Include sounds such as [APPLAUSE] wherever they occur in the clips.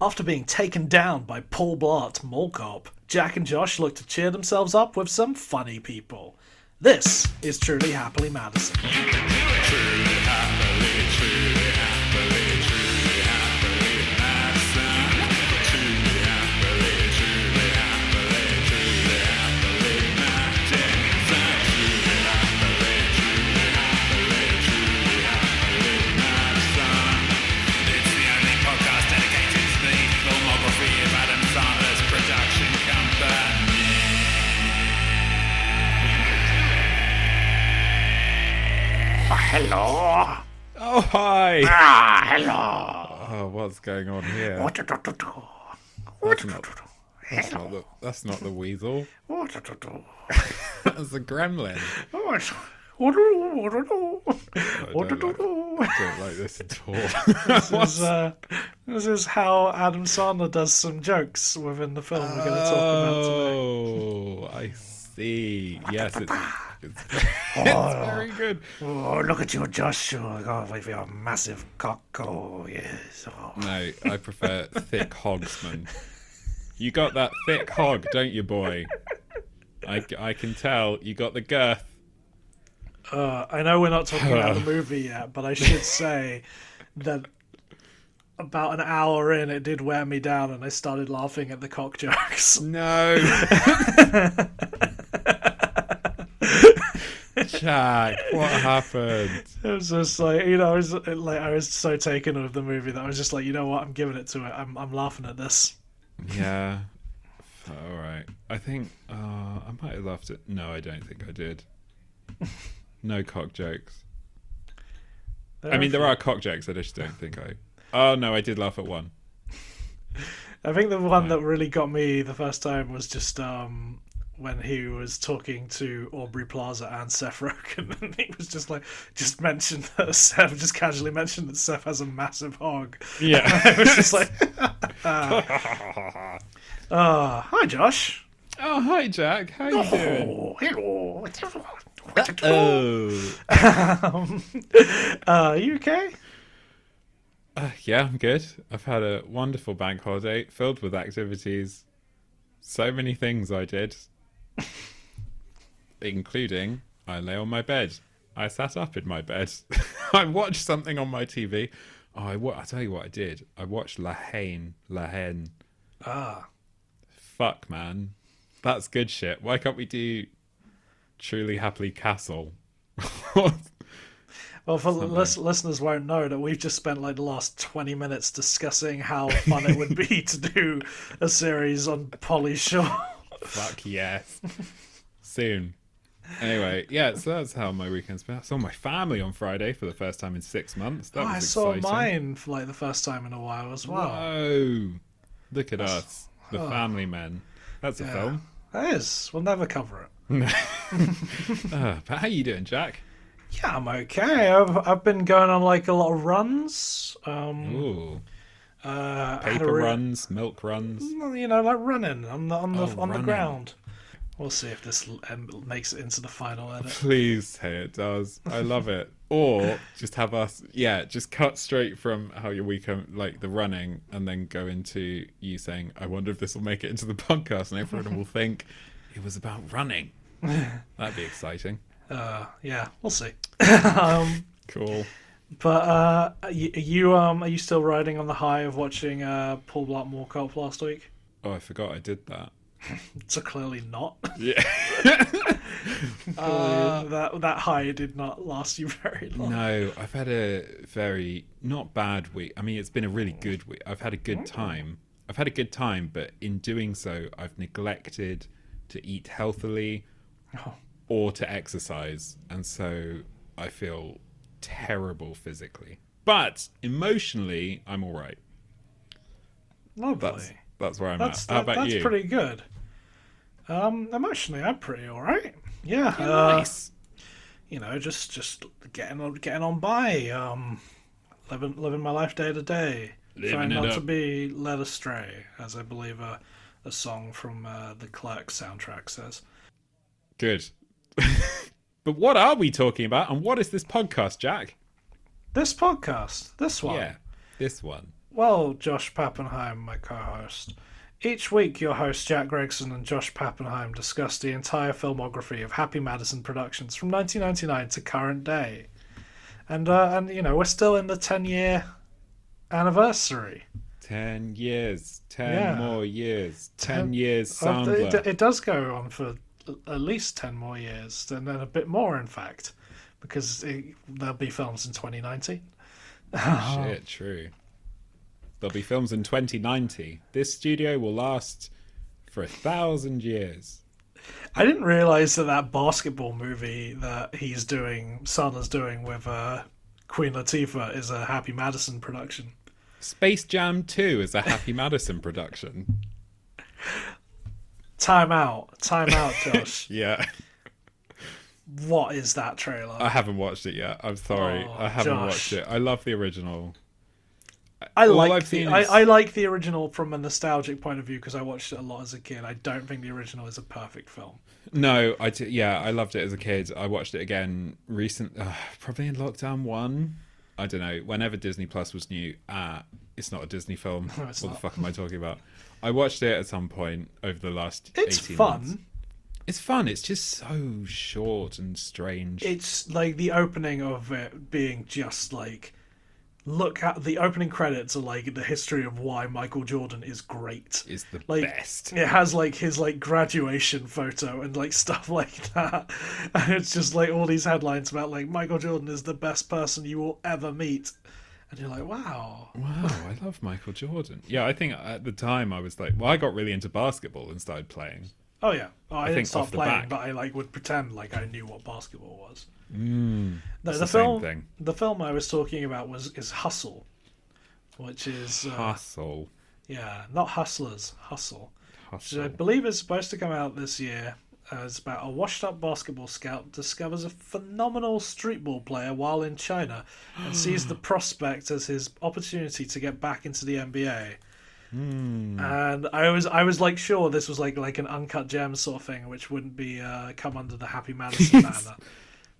After being taken down by Paul Blart, Mall Cop, Jack and Josh look to cheer themselves up with some funny people. This is Truly Happily Madison. It's the only podcast dedicated to the filmography of Adam Sandler's production company. Hello. Oh, hi. Ah, hello. Oh, what's going on here? That's not, that's not, the, that's not the weasel. That's the gremlin. I don't like [LAUGHS] this at all. This is, uh, this is how Adam Sandler does some jokes within the film we're going to talk about today. oh, I see. Yes, it's, it's, [LAUGHS] it's very good. Oh, look at you, Joshua. Oh, with your massive cock. Oh, yes. Oh. No, I prefer thick hogsman. You got that thick hog, don't you, boy? I, c- I can tell. You got the girth. Uh, I know we're not talking about the movie yet, but I [LAUGHS] should say that about an hour in, it did wear me down, and I started laughing at the cock jokes. [LAUGHS] No. Jack, what happened? It was just like you know, I was it, like I was so taken with the movie that I was just like, you know what, I'm giving it to it. I'm I'm laughing at this. Yeah. All right. I think uh, I might have laughed at. No, I don't think I did. No cock jokes. I mean, there are cock jokes. I just don't think I. Oh no, I did laugh at one. I think the one that really got me the first time was just um, when he was talking to Aubrey Plaza and Seth Rogen, [LAUGHS] and he was just like, just mentioned that Seth, just casually mentioned that Seth has a massive hog. [LAUGHS] [LAUGHS] Yeah. It was just like, uh, hi Josh. oh hi, Jack. How you doing? Oh, hello. Oh. Uh, you okay? Uh, yeah, I'm good. I've had a wonderful bank holiday filled with activities. So many things I did, including I lay on my bed. I sat up in my bed. [LAUGHS] I watched something on my TV. Oh, I wa- I tell you what I did. I watched La Haine. La Haine. Ah. Fuck, man. That's good shit. Why can't we do Truly Happily Castle? [LAUGHS] Well, for lis- listeners won't know that we've just spent like the last twenty minutes discussing how fun it would [LAUGHS] be to do a series on Polly Shaw. Fuck yes. Soon. Anyway, yeah, so that's how my weekend's been. I saw my family on Friday for the first time in six months. That was I saw exciting. mine for like the first time in a while as well. Whoa. Look at us. The oh. Family Men. That's a film. That is, we'll never cover it. Uh, but how you doing, Jack? Yeah, I'm okay. I've I've been going on like a lot of runs. Um, Ooh. uh, I had a Paper re- runs, milk runs. You know, like running on the on the Oh, on the running. ground. We'll see if this um, makes it into the final edit. Please say it does. I love it. Or just have us, yeah, just cut straight from how your weekend, like the running, and then go into you saying, I wonder if this will make it into the podcast, and everyone will think it was about running. That'd be exciting. Yeah, we'll see. [LAUGHS] Cool. But uh, are you, are you um are you still riding on the high of watching uh Paul Blart Mall Cop last week? Oh, I forgot I did that. So clearly not. [LAUGHS] Uh, Yeah. [LAUGHS] that that high did not last you [LAUGHS] very long. [LAUGHS] No, I've had a very not bad week. I mean, it's been a really good week. I've had a good Mm. time. I've had a good time, but in doing so, I've neglected to eat healthily Oh. or to exercise, and so I feel terrible physically. But emotionally, I'm all right. Lovely. That's that's where I'm That's at. How that- about that's you? pretty good. Um, emotionally, I'm pretty all right. Yeah, uh, nice. you know, just just getting on getting on by. Um, living living my life day to day, Living trying it not to up. be led astray, as I believe a a song from uh, the Clerk soundtrack says. Good. [LAUGHS] but what are we talking about, and what is this podcast, Jack? This podcast, this one. Yeah, this one. Well, Josh Pappenheim, my co host. Each week, your hosts Jack Gregson and Josh Pappenheim discuss the entire filmography of Happy Madison Productions from 1999 to current day. And, uh, and you know, we're still in the 10 year anniversary. 10 years, 10 Yeah. more years, 10 Ten- years Uh, Sandler. It, it does go on for at least 10 more years, and then a bit more, in fact, because it, there'll be films in 2019. Ah. Shit, true. There'll be films in 2090. This studio will last for a thousand years. I didn't realize that that basketball movie that he's doing, Sandler's doing with uh, Queen Latifah, is a Happy Madison production. Space Jam 2 is a [LAUGHS] Happy Madison production. Time out, time [LAUGHS] out, Josh. Yeah. what is that trailer? I haven't watched it yet. I'm sorry. Oh, I haven't Josh. watched it. I love the original. I all like I've the seen I, is- I like the original from a nostalgic point of view because I watched it a lot as a kid. I don't think the original is a perfect film. No, I t- yeah, I loved it as a kid. I watched it again recent, uh, probably in lockdown one. I don't know. Whenever Disney Plus was new, uh, it's not a Disney film. No, what it's the not. fuck am I talking about? I watched it at some point over the last. It's 18 fun. months. It's fun. It's just so short and strange. It's like the opening of it being just like look at the opening credits are like the history of why Michael Jordan is great. it's the like best. it has like his like graduation photo and like [LAUGHS] stuff like that and it's just like all these headlines about like michael jordan is the best person you will ever meet and you're like wow Wow, I love Michael Jordan. Yeah, I think at the time I was like, well, I got really into basketball and started playing. oh yeah oh, i, didn't think start off the playing back. but i like would pretend like i knew what basketball was no, Mm. it's the the same film thing. the film i was talking about was is hustle which is uh, Hustle. yeah not hustlers hustle which I Hustle. believe is supposed to come out this year. Uh, it's about a washed up basketball scout discovers a phenomenal streetball player while in China and sees the prospect as his opportunity to get back into the NBA. And I was I was like sure this was like like an uncut gem sort of thing, which wouldn't be uh, come under the Happy Madison banner.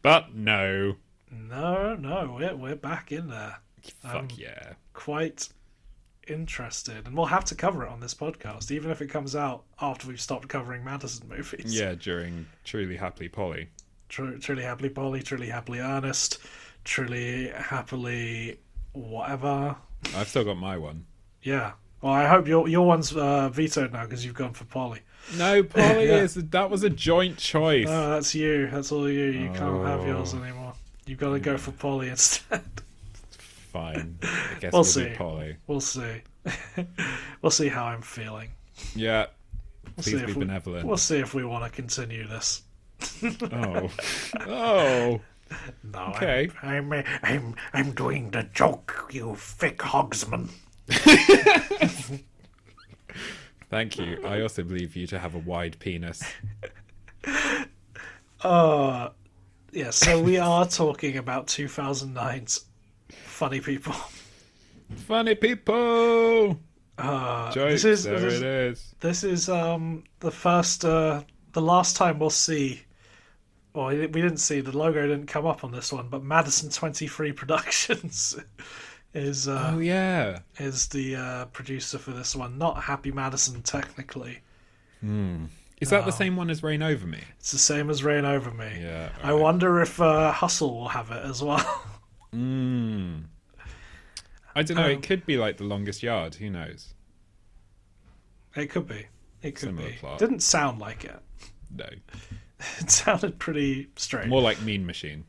But no. No, no, we're we're back in there. Fuck Oh. yeah. Quite interested, and we'll have to cover it on this podcast, even if it comes out after we've stopped covering Madison movies. Yeah, during Truly Happily Polly. Tru- truly happily Polly, truly happily Ernest, truly happily whatever. I've still got my one. Yeah. Well, I hope your your one's uh, vetoed now because you've gone for Polly. [LAUGHS] No, Polly Yeah. Uh, is that was a joint choice. No, that's you. That's all you. You can't Oh. have yours anymore. You've got to go for Polly instead. [LAUGHS] Fine. I guess We'll we'll, see. do Polly. we'll see. [LAUGHS] we'll see how I'm feeling. Yeah. We'll Please see be if we, benevolent. We'll see if we want to continue this. Oh. Oh. No, Okay. I'm, I'm I'm I'm doing the joke, you thick hogsman. Thank you. I also believe you to have a wide penis. Yeah, so we are talking about 2009's Funny People. Funny people. Jokes, Uh, this is- there this is- it is. This is um the first uh the last time we'll see well we didn't see the logo didn't come up on this one, but Madison 23 [LAUGHS] Productions is uh Oh yeah. is the uh producer for this one, not Happy Madison technically. Is that the Oh. same one as Rain Over Me? It's the same as Rain Over Me. Yeah. I wonder if uh, Hustle will have it as well. [LAUGHS] I don't know. Oh. it could be like the longest yard. Who knows? it could be. It could Similar be. plot. Didn't sound like it. [LAUGHS] No. It sounded pretty straight. More like Mean Machine.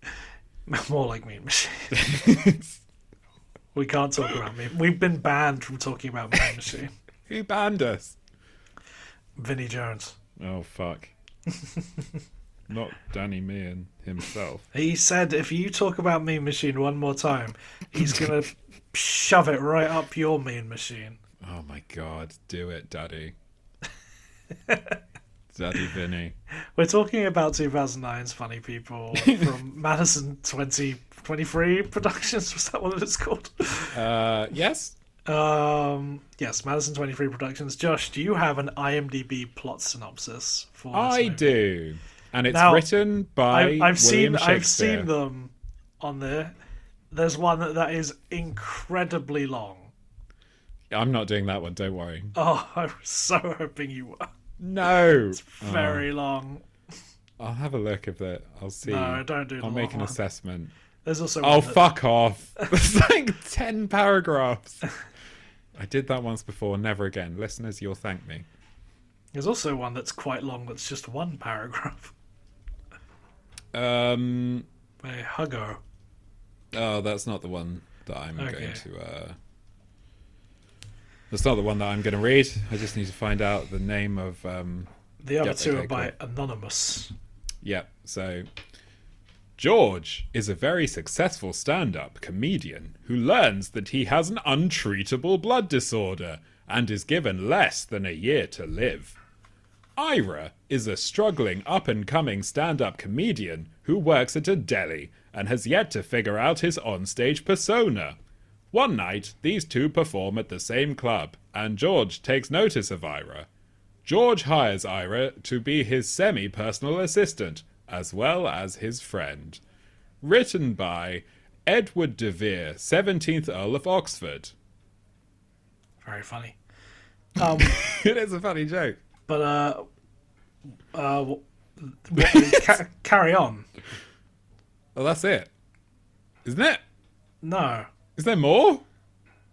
[LAUGHS] More like Mean Machine. [LAUGHS] we can't talk about Mean. We've been banned from talking about Mean Machine. [LAUGHS] Who banned us? Vinnie Jones. [LAUGHS] Oh fuck. Not Danny Meehan himself. He said if you talk about Mean Machine one more time, he's gonna shove it right up your Mean Machine. Oh my god, do it, [LAUGHS] Daddy. Daddy Vinny. We're talking about 2009's Funny [LAUGHS] People from Madison 2023 Productions. Was that what it's called? Uh yes? Um, yes, Madison 23 Productions. Josh, do you have an IMDb plot synopsis for this I movie? do. And it's Now, written by I've, I've William seen I've seen Shakespeare. them on there. There's one that, that is incredibly long. I'm not doing that one. [LAUGHS] Don't worry. Oh, I was so hoping you were. Uh-huh. No. Very long. I'll have a look at that. I'll see. No, don't do the I'll make long an one. assessment. There's also Oh one that- [LAUGHS] fuck off! It's like ten paragraphs. I did that once before. Never again, listeners. You'll thank me. there's also one that's quite long. That's just one paragraph. [LAUGHS] Um. A hugger. Oh, that's not the one that I'm Okay. going to. uh That's not the one that I'm going to read. I just need to find out the name of. um The other Yep, two okay, are by anonymous. Yep. So, George is a very successful stand up comedian who learns that he has an untreatable blood disorder and is given less than a year to live. Ira is a struggling up and coming stand up comedian who works at a deli and has yet to figure out his onstage persona. One night, these two perform at the same club, and George takes notice of Ira. George hires Ira to be his semi personal assistant, as well as his friend. Written by Edward de Vere, 17th Earl of Oxford. [LAUGHS] Very funny. Um, it is a funny joke. but uh, uh, w- [LAUGHS] w- ca- carry on. Well, that's it. Isn't it? No, Is there more? well,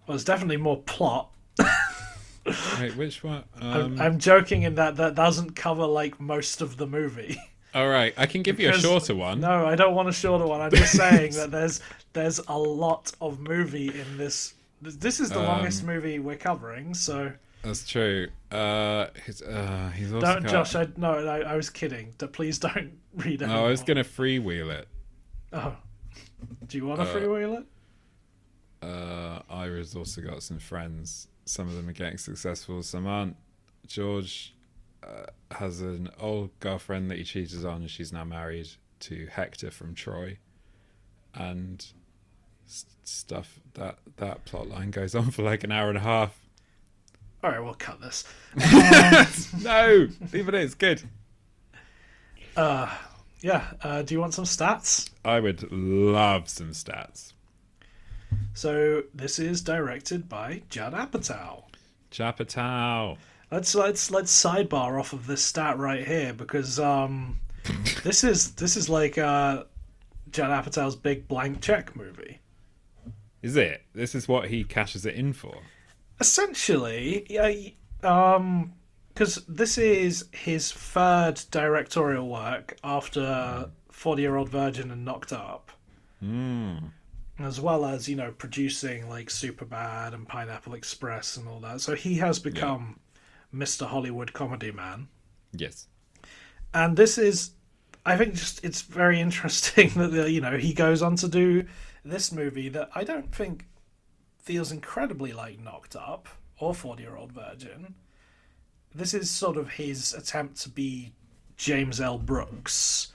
there's definitely more plot. Wait, which one? I'm- Um, I'm joking in that that doesn't cover like most of the movie. all right, I can give you a because- shorter one. No, I don't want a shorter one. I'm just saying [LAUGHS] that there's there's a lot of movie in this. This is the longest Um, movie we're covering, so That's true. Uh, he's, uh, he's also don't, got- Josh. I no, no, I was kidding. D- Please don't [LAUGHS] read it. No, I was gonna freewheel it. Oh. Do you want to freewheel it? Uh, Ira's also got some friends. Some of them are getting successful, some aren't. George uh, has an old girlfriend that he cheated on, and she's now married to Hector from Troy. And s- stuff that that plot line goes on for like an hour and a half. All right, we'll cut this. No, leave it. in, It's good. Yeah. Uh, do you want some stats? I would love some stats. So this is directed by Judd Apatow. Chapatow. Let's let's let's sidebar off of this stat right here because um, this is this is like uh, Judd Apatow's big blank check movie. Is it? This is what he cashes it in for. Essentially, yeah, y- um, because this is his third directorial work after Forty Year Old Virgin and Knocked Up, as well as you know producing like Superbad and Pineapple Express and all that. So he has become Mr. Hollywood comedy man. Yes. and this is i think just it's very interesting [LAUGHS] that the, you know he goes on to do this movie that i don't think feels incredibly like knocked up or 40 year old virgin this is sort of his attempt to be james l brooks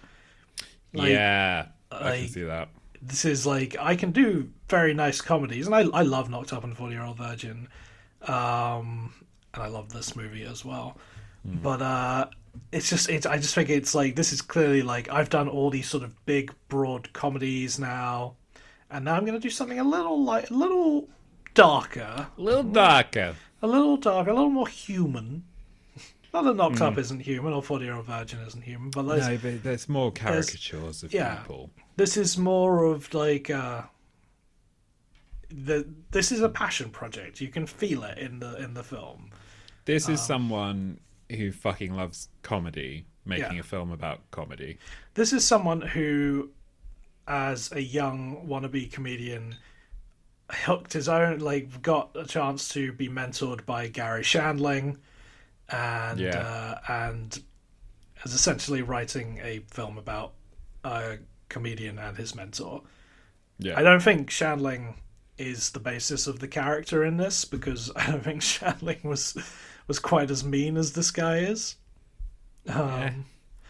Like- yeah. I can like- see that. this is like i can do very nice comedies and i, I love knocked up and 40 year old virgin um and i love this movie as well but uh it's just it's i just think it's like this is clearly like i've done all these sort of big broad comedies now and now i'm going to do something a little like a little darker Little darker. a little darker a little more human not that knocked up isn't human or 40 year old virgin isn't human but let's, No, but there's more caricatures of yeah. people. this is more of like uh the this is a passion project you can feel it in the in the film This Um, is someone who fucking loves comedy, making Yeah. a film about comedy. this is someone who as a young wannabe comedian hooked his own like got a chance to be mentored by Gary Shandling and Yeah. uh, and is essentially writing a film about a comedian and his mentor Yeah. I don't think Shandling is the basis of the character in this because [LAUGHS] I don't think Shandling was was quite as mean as this guy is. Yeah.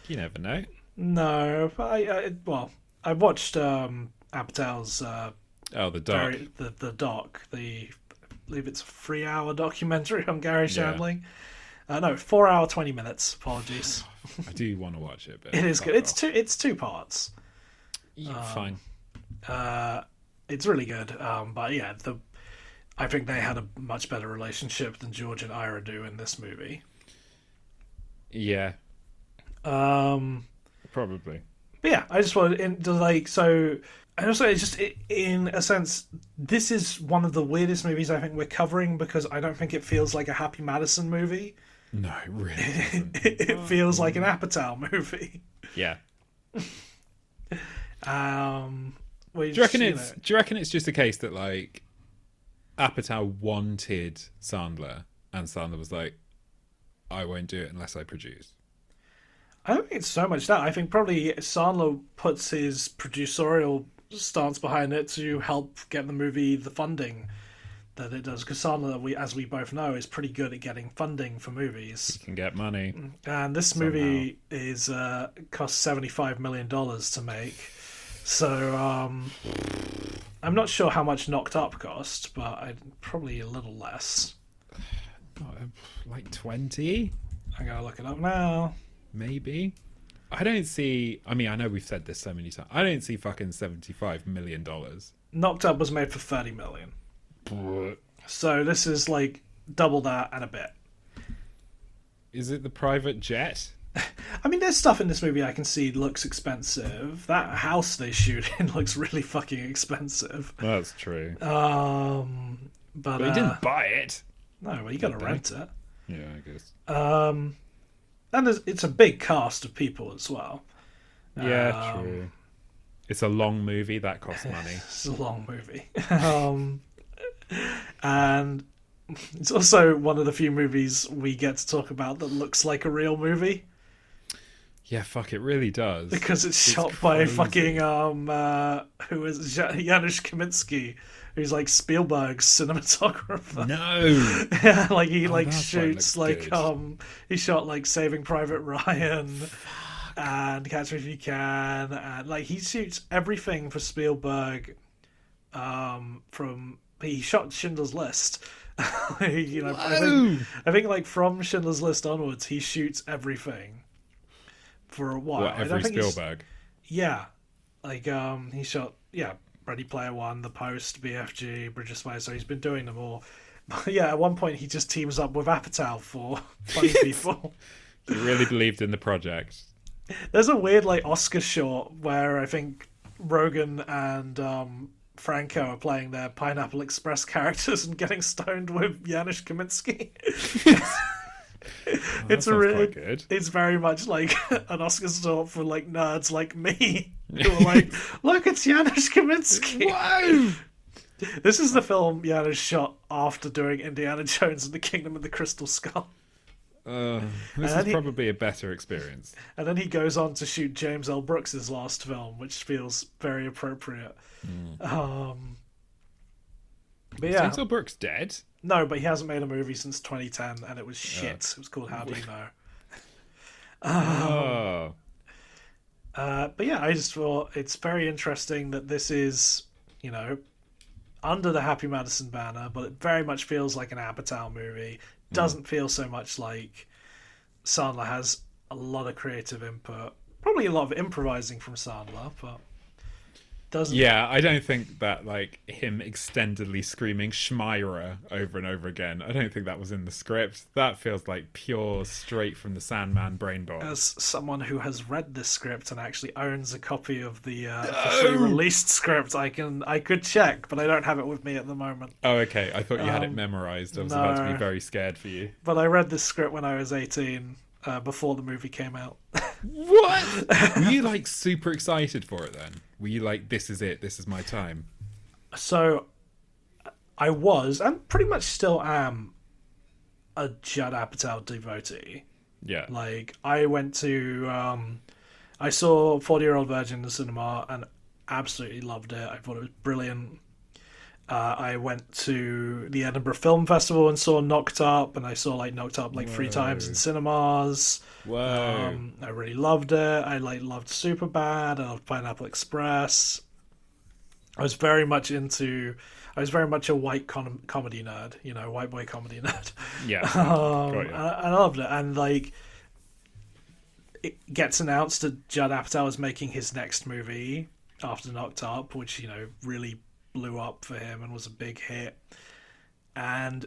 You never know. No, but I, I well, I watched um, Apatow's uh, Oh, the dark. very, the the doc, the I believe it's a three hour documentary [LAUGHS] on Gary Yeah. Shandling. Uh, no, four hour twenty minutes. Apologies. I do want to watch it, [LAUGHS] but It is Um, Oh, fuck good. It's off. two. It's two parts. Yeah, fine. it's really good. Um, but yeah, the I think they had a much better relationship than George and Ira do in this movie. Yeah, Um, probably. but yeah, I just wanted in to like so. And also, it's just i in a sense, this is one of the weirdest movies I think we're covering because I don't think it feels like a Happy Madison movie. [LAUGHS] No, it really. doesn't. it feels like Hmm. an Apatow movie. [LAUGHS] [LAUGHS] yeah. Um, which, Do you reckon you it's? know- Do you reckon it's just a case that like Apatow wanted Sandler, and Sandler was like, "I won't do it unless I produce." I don't think it's so much that. I think probably Sandler puts his producerial stance behind it to help get the movie the funding that it does. Because Sandler, we, as we both know, is pretty good at getting funding for movies. Can get money. And this movie is uh, cost seventy five million dollars to make. So um, I'm not sure how much Knocked Up cost, but i probably a little less. Oh, like twenty. I'm gonna look it up now. maybe. I don't see. I mean, I know we've said this so many times. I don't see fucking seventy-five million dollars. Knocked Up was made for thirty million. So this is like double that and a bit. Is it the private jet? I mean, there's stuff in this movie I can see looks expensive. That house they shoot in [LAUGHS] looks really fucking expensive. That's true. Um, but, but he uh, didn't buy it. no, well, you gotta did they? rent it. Yeah, I guess. Um, and there's, it's a big cast of people as well. yeah, um, true. It's a long movie that [LAUGHS] costs money. It's a long movie. [LAUGHS] um, and it's also one of the few movies we get to talk about that looks like a real movie. yeah, fuck, it really does. because it's, shot by crazy. fucking um uh, who is Ja- Janusz Kaminski, who's like Spielberg's cinematographer. [LAUGHS] No, Yeah, like he like that's why it shoots looks like good. um he shot like Saving Private Ryan and Catch Me If You Can and like he shoots everything for Spielberg um from he shot Schindler's List. [LAUGHS] you know, I think, I think like from Schindler's List onwards he shoots everything for a while. what I don't every think he's- Spielberg. yeah. Like um he shot yeah, Ready Player One, The Post, BFG, Bridge of Spies, so he's been doing them all. [LAUGHS] But yeah, at one point he just teams up with Apatow for [LAUGHS] funny people. He really believed in [LAUGHS] the project. There's a weird like Oscar short where I think Rogan and um Franco are playing their Pineapple Express characters and getting stoned with Janusz [LAUGHS] Kaminski. Oh, that it's a sounds really quite good. it's very much like [LAUGHS] an Oscar short for like nerds like [LAUGHS] me. Who are like, look, it's Janusz Kaminski. Whoa! This is the film Yana shot after doing Indiana Jones and the Kingdom of the Crystal Skull. Uh, this And is he- probably a better experience. And then he goes on to shoot James L. Brooks's last film, which feels very appropriate. Um, but yeah, Denzel Brooks dead. no, but he hasn't made a movie since 2010, and it was shit. It was called How Do You Know? Oh. Uh, but yeah, I just thought it's very interesting that this is, you know, under the Happy Madison banner, but it very much feels like an Apatow movie. Doesn't feel so much like Sandler has a lot of creative input, probably a lot of improvising from Sandler, but doesn't. Yeah, I don't think that like him extendedly screaming Schmeira over and over again. I don't think that was in the script. That feels like pure straight from the Sandman brain bomb. As someone who has read this script and actually owns a copy of the uh, officially released script, I can I could check, but I don't have it with me at the moment. oh, okay. I thought you had it memorized. I was about to Um, no. be very scared for you. but I read this script when I was 18, uh, before the movie came out. [LAUGHS] What? Were you like super excited for it then? Were you like, this is it, this is my time? So I was, and pretty much still am, a Judd Apatow devotee. Yeah. Like, I went to, um, I saw 40 Year Old Virgin in the cinema and absolutely loved it. I thought it was brilliant. Uh, I went to the Edinburgh Film Festival and saw Knocked Up, and I saw like Knocked Up like three times in cinemas. Whoa. Um, I really loved it. I like loved Superbad. I loved Pineapple Express. I was very much into. I was very much a white com- comedy nerd. You know, white boy comedy [LAUGHS] nerd. yeah. Um, Got ya. I, I loved it, and like. It gets announced that Judd Apatow is making his next movie after Knocked Up, which you know really blew up for him and was a big hit. And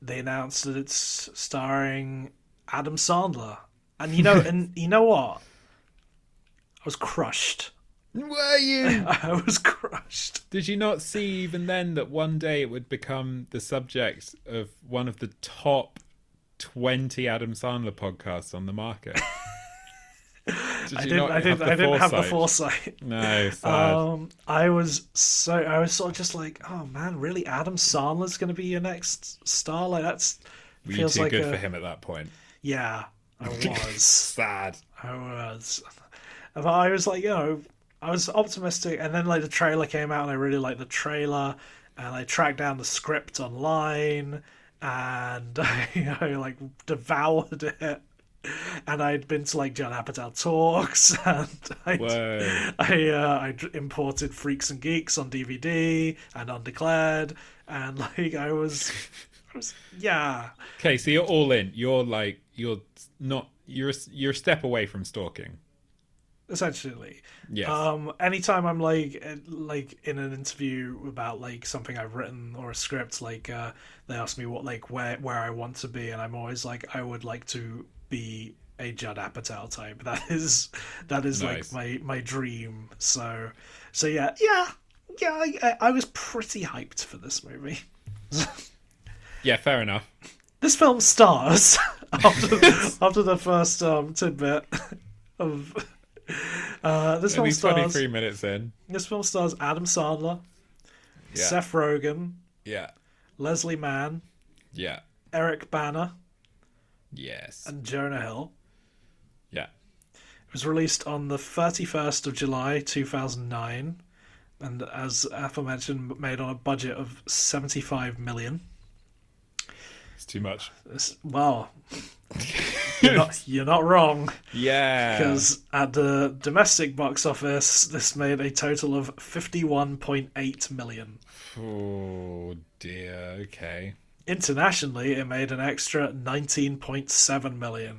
they announced that it's starring Adam Sandler. And you [LAUGHS] know, and you know what? I was crushed. [LAUGHS] Were you? I was crushed. Did you not see even then that one day it would become the subject of one of the top 20 Adam Sandler podcasts on [LAUGHS] the market? Did I you didn't. not I didn't. I didn't have the foresight. [LAUGHS] No, sad. Um, I was so I was sort of just like, oh man, really? Adam Sandler's going to be your next star? Like that's Were you feels too like good a for him at that point? yeah. [LAUGHS] I was. Sad. I was. And I was like, you know, I was optimistic, and then like the trailer came out, and I really liked the trailer, and I tracked down the script online, and [LAUGHS] I you know, like devoured it. And I'd been to like John Apatow talks, [LAUGHS] and I'd, Whoa. I uh, I d- imported Freaks and Geeks on DVD and Undeclared, and like I was, I was yeah, Okay, so you're all in. You're like you're not you're you're a step away from stalking. essentially. Yes. Um, anytime I'm like uh, like in an interview about like something I've written or a script, like uh, they ask me what like where where I want to be, and I'm always like I would like to be a Judd Apatow type. [LAUGHS] That is that is Nice. like my my dream. So so yeah yeah yeah. I, I- I was pretty hyped for this movie. yeah, fair enough. This film stars [LAUGHS] after after the first um, tidbit [LAUGHS] of. Uh, this At film least stars. 23 minutes in. This film stars Adam Sandler, Yeah. Seth Rogen, Yeah. Leslie Mann, Yeah. Eric Banner, Yes. and Jonah Hill. yeah. It was released on the 31st of July 2009 and as aforementioned made on a budget of 75 million. It's [LAUGHS] too much. This, [LAUGHS] well, you're not, you're not wrong yeah. because at the domestic box office this made a total of 51.8 million. Oh dear. Okay. internationally it made an extra 19.7 million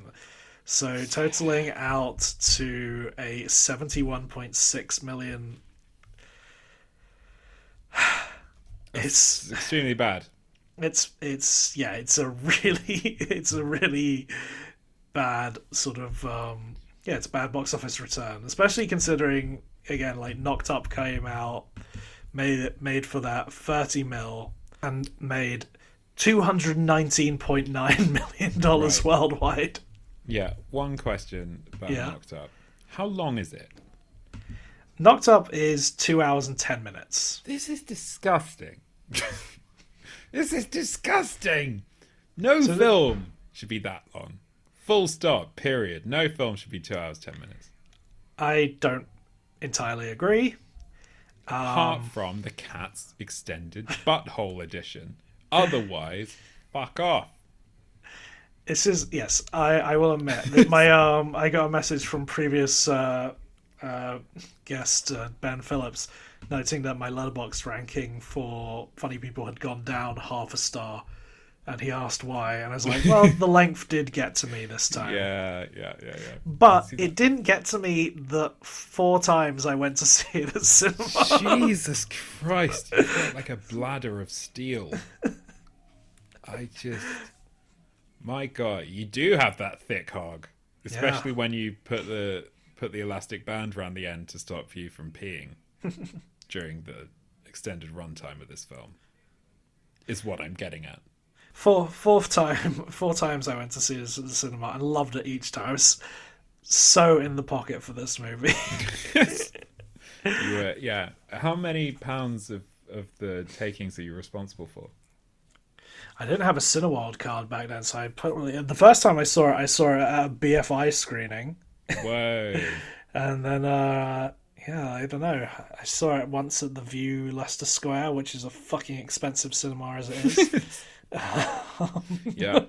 so totaling out to a 71.6 million [SIGHS] it's It's extremely bad. it's it's yeah it's a [LAUGHS] really it's a really bad sort of um yeah it's a bad box office return especially considering again like knocked up came out made it made for that 30 mil and made 219.9 [LAUGHS] million dollars Right. worldwide Yeah. One question about Yeah. knocked up. How long is it? knocked up is two hours and 10 minutes This is disgusting. [LAUGHS] this is disgusting. No film should be that long. Full stop. Period. No film should be two hours ten minutes. i don't entirely agree Apart from the cat's extended butthole edition. Otherwise, fuck off. This is yes, I, I will admit that my um I got a message from previous uh, uh, guest uh, Ben Phillips noting that my letterbox ranking for funny people had gone down half a star, and he asked why, and I was like, well, the length did get to me this time, Yeah. Yeah. Yeah. Yeah. but it didn't get to me the four times I went to [LAUGHS] see it at cinema. Jesus Christ, you've got like a bladder of steel. I just. My God, you do have that thick hog, especially when you put the put the elastic band around the end to stop you from peeing during the extended runtime of this film. Is what I'm getting at. four fourth time [LAUGHS] four times I went to see this at the cinema and loved it each time. I was so in the pocket for this movie. [LAUGHS] You were, yeah. How many pounds of of the takings are you responsible for? I didn't have a Cineworld card back then, so I put really. The first time I saw it, I saw it at a BFI screening, Whoa, and then uh, yeah, I don't know. I saw it once at the View Leicester Square, which is a fucking expensive cinema as it is. yeah.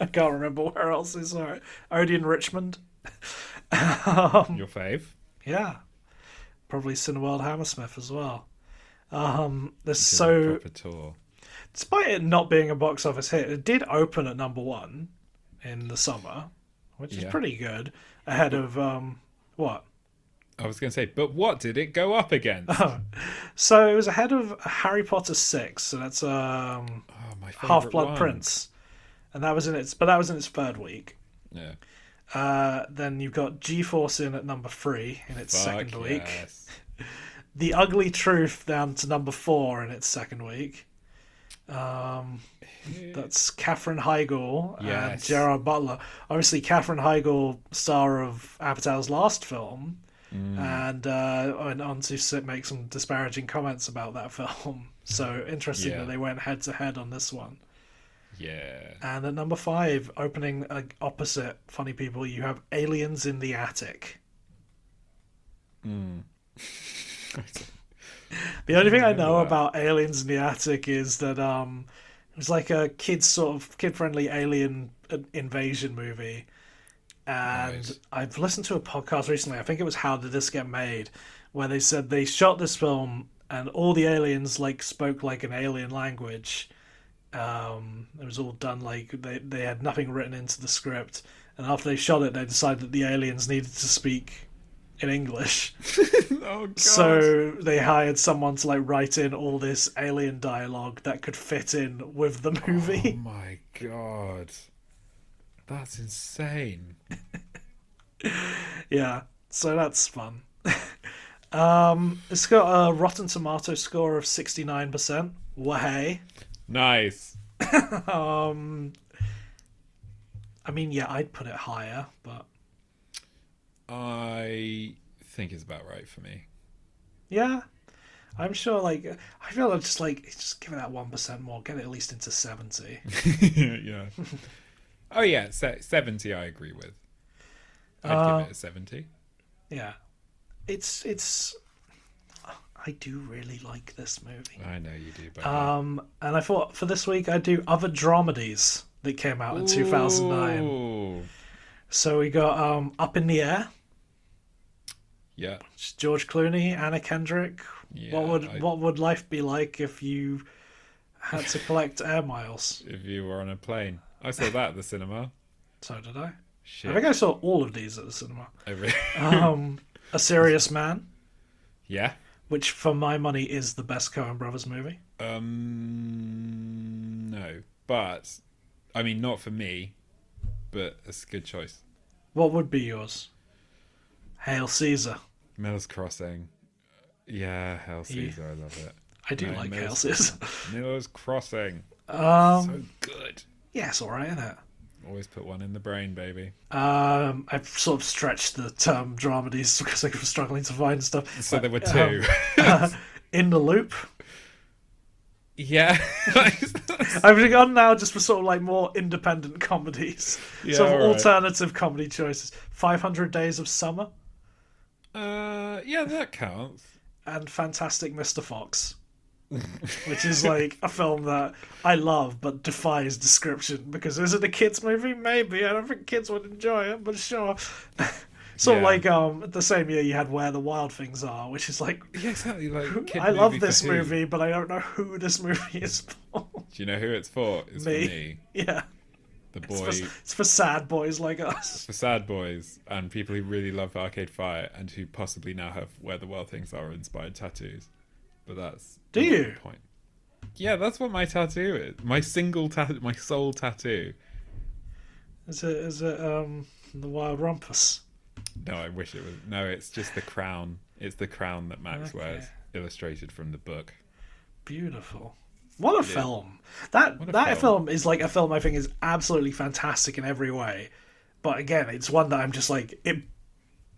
I can't remember where else I saw it. Odeon Richmond, Your fave? yeah, probably Cineworld Hammersmith as well. Um, there's Did a so proper tour. despite it not being a box office hit, it did open at number one in the summer, which is Yeah. pretty good ahead of um what I was going to say, but what did it go up against? Oh, So it was ahead of Harry Potter six, so that's um, Oh, my favorite Half Blood one. Prince, and that was in its but that was in its third week. Yeah. Uh, then you've got G Force in at number three in its second Fuck week. yes. The Ugly Truth down to number four in its second week. Um, that's Catherine Heigl and Yes. Gerard Butler. Obviously, Catherine Heigl, star of Apatow's last film, Mm. and uh, went on to sit, make some disparaging comments about that [LAUGHS] film. So interesting Yeah. that they went head to head on this one. Yeah. [LAUGHS] And at number five, opening uh, opposite Funny People, you have Aliens in the Attic. Oh, the only thing I know that. about Aliens in the Attic is that um, it was like a kids sort of kid friendly alien uh, invasion movie. And Right. I've listened to a podcast recently, I think it was How Did This Get Made, where they said they shot this film and all the aliens like spoke like an alien language um, it was all done like they, they had nothing written into the script and after they shot it they decided that the aliens needed to speak in english Oh, God. so they hired someone to like write in all this alien dialogue that could fit in with the Oh, movie [LAUGHS] my God. That's insane. yeah so that's fun [LAUGHS] um, it's got a rotten tomato score of 69% Wahey. Nice. i mean yeah i'd put it higher but I think it's about right for me. [LAUGHS] Yeah. I'm sure, like, I feel I'm just like, just give it that 1% more, get it at least into [LAUGHS] 70. yeah. Oh yeah, se- seventy. I agree with. I'd Uh, give it a seventy. yeah. It's, it's, I do really like this movie. I know you do, but Um, and I thought for this week I'd do other dramedies that came out in 2009. Ooh. So we got, um, Up in the Air, Yeah, which is George Clooney, Anna Kendrick. Yeah, what would, I- what would life be like if you had to collect [LAUGHS] air miles? if you were on a plane, I saw that at the cinema. So did I. Shit. I think I saw all of these at the cinema. I Oh, really- um, A Serious Man, [LAUGHS] yeah. which for my money is the best Coen Brothers movie. Um. No, but I mean, not for me, but it's a good choice. What would be yours? Hail Caesar. Mills Crossing. Yeah, Hell Caesar, I love it. I do No, like Mills. Hail Caesar. [LAUGHS] Miller's Crossing. Um, so good. yeah, it's alright, isn't it? Always put one in the brain, baby. Um, I've sort of stretched the term dramedies [LAUGHS] because I was struggling to find stuff. Um, So there were two. [LAUGHS] [LAUGHS] In the Loop. yeah. [LAUGHS] I've gone now just for sort of like more independent [LAUGHS] comedies, Yeah, sort of alright. alternative comedy choices. 500 Days of Summer uh, yeah, that counts. and Fantastic Mr. [LAUGHS] Fox, which is like a film that I love but defies description because is it a kids movie? Maybe I don't think kids would enjoy it, but sure. [LAUGHS] sort of Yeah. like um the same year you had Where the Wild Things Are, which is like Yeah, [LAUGHS] exactly. Like, kid I love movie for this who? movie, but I don't know who this movie is for. [LAUGHS] Do you know who it's for? It's Me. for me. yeah, The it's boy, for, it's for sad boys like us. the sad boys, and people who really love Arcade Fire and who possibly now have Where the Wild Things Are inspired tattoos. But that's Do another you? point. Yeah, that's what my tattoo is. My single tattoo, my sole tattoo. Is it is it um the Wild Rumpus? No, I wish it was. No, it's just the crown. It's the crown that Max Okay. wears, illustrated from the book. Beautiful. What a film. That a that film. film. is like a film I think is absolutely fantastic in every way. But again, it's one that I'm just like it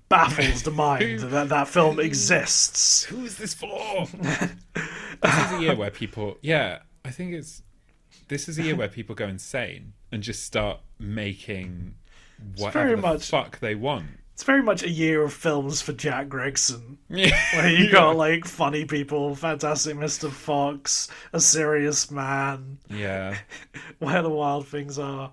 baffles [LAUGHS] the mind that that film exists. Who is this for? [LAUGHS] this is a year where people, yeah, I think it's. This is a year where people go insane and just start making very whatever the much- fuck they want. It's very much a year of films for Jack Gregson. Yeah, Where [LAUGHS] you [LAUGHS] got like funny people, Fantastic Mr. Fox, A Serious Man, yeah, Where the Wild Things Are.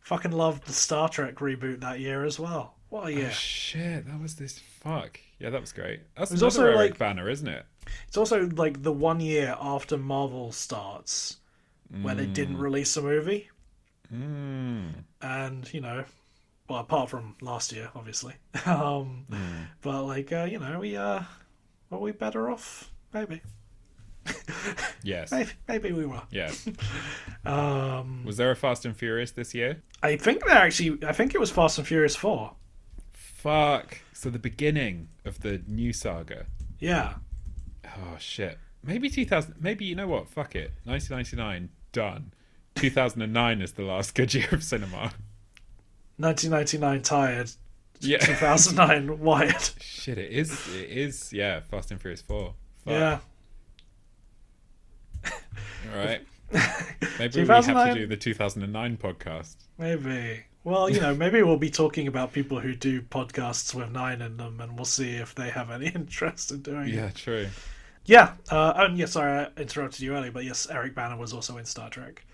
Fucking loved the Star Trek reboot that year as well. What a year. shit, that was this fuck. Yeah, that was great. That's was another also, Eric like- Banner, isn't it? It's also like the one year after Marvel starts where they didn't release a movie. And, you know, well, apart from last year, obviously. [LAUGHS] Um, But like, uh, you know, we uh, were we better off? Maybe, [LAUGHS] Yes. maybe, maybe we were. Yes. [LAUGHS] Um, Was there a Fast and Furious this year? I think they actually, I think it was Fast and Furious Four. Fuck. So the beginning of the new saga. Yeah, Oh shit. Maybe 2000. Maybe you know what? Fuck it. 1999 done. 2009 is the last good year of cinema. 1999 tired, Yeah. [LAUGHS] 2009 wired. shit. It is. It is. Yeah. Fast and Furious Four. Fuck. Yeah, All right. Maybe we have to 2009 do the 2009 podcast. maybe. Well, you know, maybe we'll be talking about people who do podcasts with nine in them, and we'll see if they have any [LAUGHS] interest in doing it. Yeah. True. Yeah. Uh, and yeah, sorry, I interrupted you earlier, but yes, Eric Banner was also in Star Trek.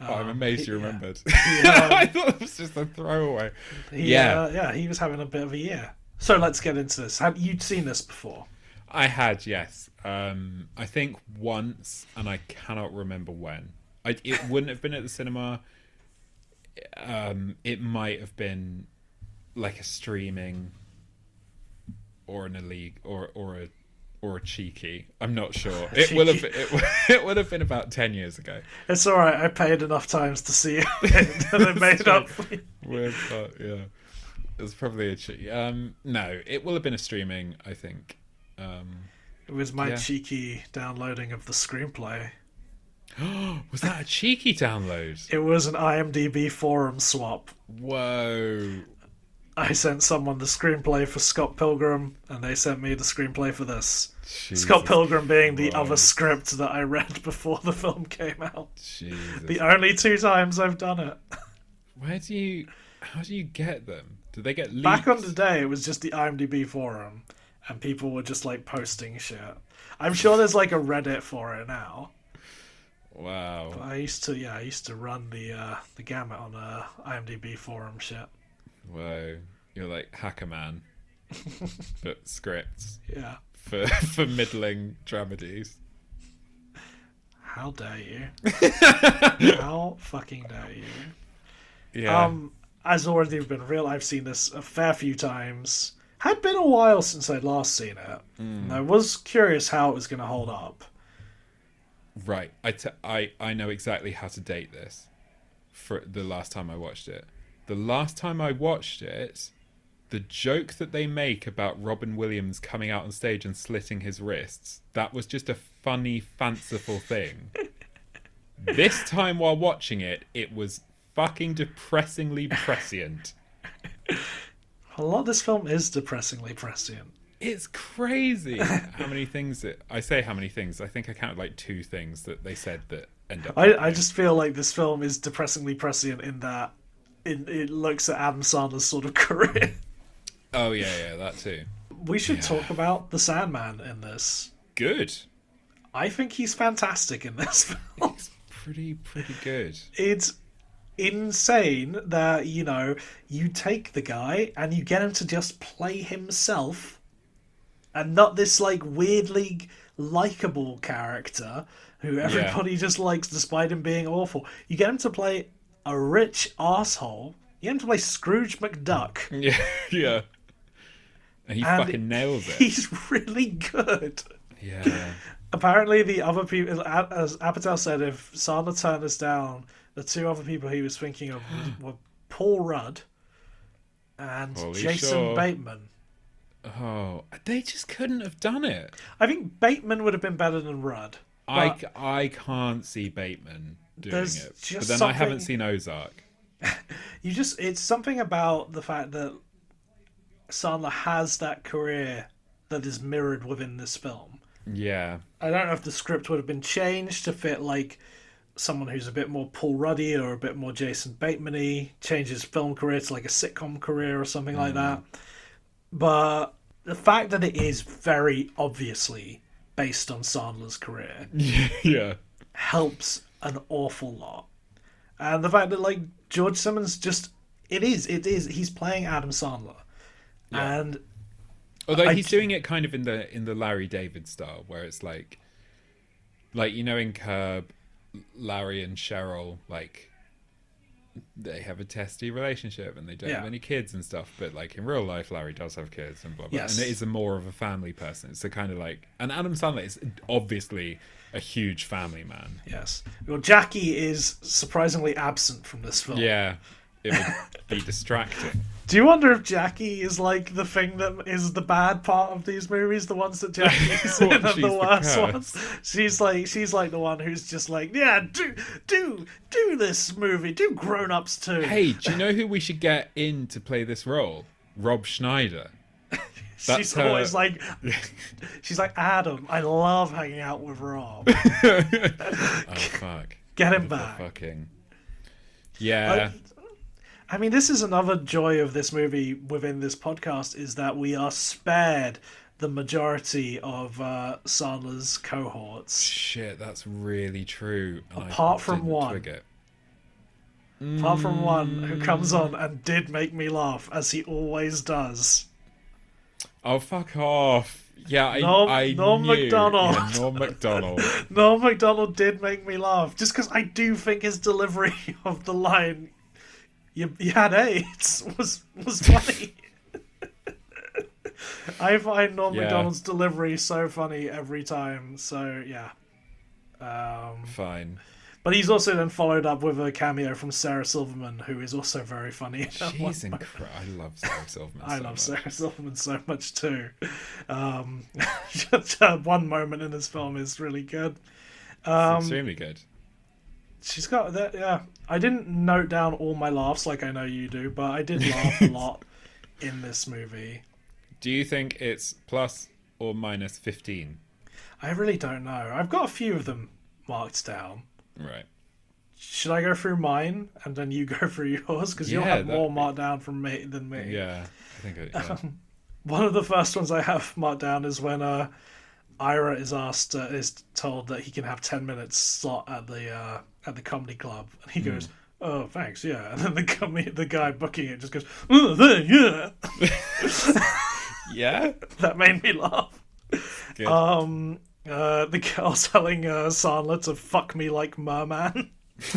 Oh, I'm Um, amazed he- you yeah. remembered. Yeah. [LAUGHS] I thought it was just a throwaway. He, Yeah. uh, yeah, he was having a bit of a year. So let's get into this. Had you'd seen this before? I had, yes. Um, I think once, and I cannot remember when. I, it wouldn't have been at the cinema. Um, it might have been like a streaming or in a league or or a or a cheeky. I'm not sure. It will have it, w- it [LAUGHS] would have been about ten years ago. It's all right. I paid enough times to see it, [LAUGHS] [LAUGHS] and I made up. Weird, but yeah, it was probably a cheeky. Um, no, it will have been a streaming. I think. Um, It was my Yeah. cheeky downloading of the screenplay. [GASPS] was that a cheeky download? It was an IMDb forum swap. Whoa. I sent someone the screenplay for Scott Pilgrim, and they sent me the screenplay for this. Jesus. Scott Pilgrim being the other Christ. script that I read [LAUGHS] before the film came out. Jesus. The only two times I've done it. Where do you? How do you get them? Do they get leaked? Back on the day, it was just the IMDb forum, and people were just like posting shit. I'm sure there's like a Reddit for it now. Wow. I used to, yeah, I used to run the uh, the gamut on uh, IMDb forum shit. Whoa. You're like hacker [LAUGHS] man, but scripts Yeah, for [LAUGHS] for middling dramedies. how dare you? how fucking dare you? Yeah. Um, as already been real, I've seen this a fair few times. Had been a while since I'd last seen it. And I was curious how it was going to hold up. right. I, t- I I know exactly how to date this. For the last time I watched it, the last time I watched it, the joke that they make about Robin Williams coming out on stage and slitting his wrists, that was just a funny, fanciful thing. this time while watching it, it was fucking depressingly prescient. A lot of this film is depressingly prescient. It's crazy how many things that I say how many things. I think I counted like two things that they said that end up I, I just feel like this film is depressingly prescient in that it, it looks at Adam Sandler's sort of [LAUGHS] career. Oh yeah, yeah, that too. we should talk about the Sandman in this. Good. I think he's fantastic in this [LAUGHS] film. It's pretty pretty good. it's insane that you know you take the guy and you get him to just play himself and not this like weirdly likable character who everybody just likes despite him being awful you get him to play a rich asshole you get him to play scrooge mcduck [LAUGHS] Yeah, yeah. And he And fucking nails it. he's [LAUGHS] really good Yeah. apparently the other people as apatow said if sandler turned us down the two other people he was thinking [GASPS] of were paul rudd and Paulie jason Shaw. bateman Oh, they just couldn't have done it. i think bateman would have been better than rudd I, But- c- I can't see Bateman doing There's it. But just then I haven't something- seen Ozark. you just it's something about the fact that sandler has that career that is mirrored within this film Yeah. [LAUGHS] i don't know if the script would have been changed to fit like someone who's a bit more paul ruddy or a bit more jason bateman-y change his film career to like a sitcom career or something like that but the fact that it is very obviously based on Sandler's career yeah. helps an awful lot. And the fact that like George Simmons just it is it is he's playing Adam Sandler. And Although I he's c- doing it kind of in the in the Larry David style, where it's like, like you know in Curb, Larry and Cheryl like they have a testy relationship and they don't have Yeah. any kids and stuff. But like in real life, Larry does have kids and blah blah. Yes. And it is a more of a family person. It's a kind of like and Adam Sandler is obviously a huge family man. Yes. Well, Jackie is surprisingly absent from this film. Yeah, it would [LAUGHS] be distracting. Do you wonder if Jackie is like the thing that is the bad part of these movies, the ones that [LAUGHS] Jackie's in What, and she's the the worst curse? ones? She's like she's like the one who's just like, yeah, do do do this movie, do grown ups too. Hey, do you know who we should get in to play this role? Rob Schneider. she's that's her- always [LAUGHS] like, she's like Adam. I love hanging out with Rob. Oh fuck. Get him back. Fucking. Yeah. I mean, this is another joy of this movie within this podcast is that we are spared the majority of uh, Sandler's cohorts, Shit, that's really true. and I Apart from didn't one. twig it. apart from one who comes on and did make me laugh, as he always does. Oh fuck off! Yeah, I, Norm- I Norm knew. Macdonald. Yeah, [LAUGHS] Norm Macdonald. Norm MacDonald did make me laugh, just because I do think his delivery [LAUGHS] of the line, you, you had AIDS, [LAUGHS] was, was funny. [LAUGHS] I find Norm Yeah. MacDonald's delivery so funny every time, so yeah. Um, Fine. But he's also then followed up with a cameo from Sarah Silverman, who is also very funny. in that one. She's incredible. I love Sarah Silverman. Oh I so uh, love much. Sarah [LAUGHS] Silverman so much too. Um, [LAUGHS] just, uh, one moment in this film is really good. It's extremely good. She's got that. Yeah, I didn't note down all my laughs like I know you do, but I did [LAUGHS] laugh a lot in this movie. Do you think it's plus or minus fifteen? I really don't know. I've got a few of them marked down. Right. Should I go through mine and then you [LAUGHS] go through yours because you'll Yeah, have that'd more be- marked down from me than me. Yeah, I think. It, [LAUGHS] yeah. one of the first ones I have marked down is when uh, Ira is asked uh, is told that he can have ten minutes slot at the uh, at the comedy club, and he goes, "Oh, thanks, yeah." [LAUGHS] And then the company, the guy booking it just goes, "Oh, there, yeah." yeah. [LAUGHS] That made me laugh. Good. Um, uh, the girl [LAUGHS] telling uh, Sandler to fuck me like merman [LAUGHS]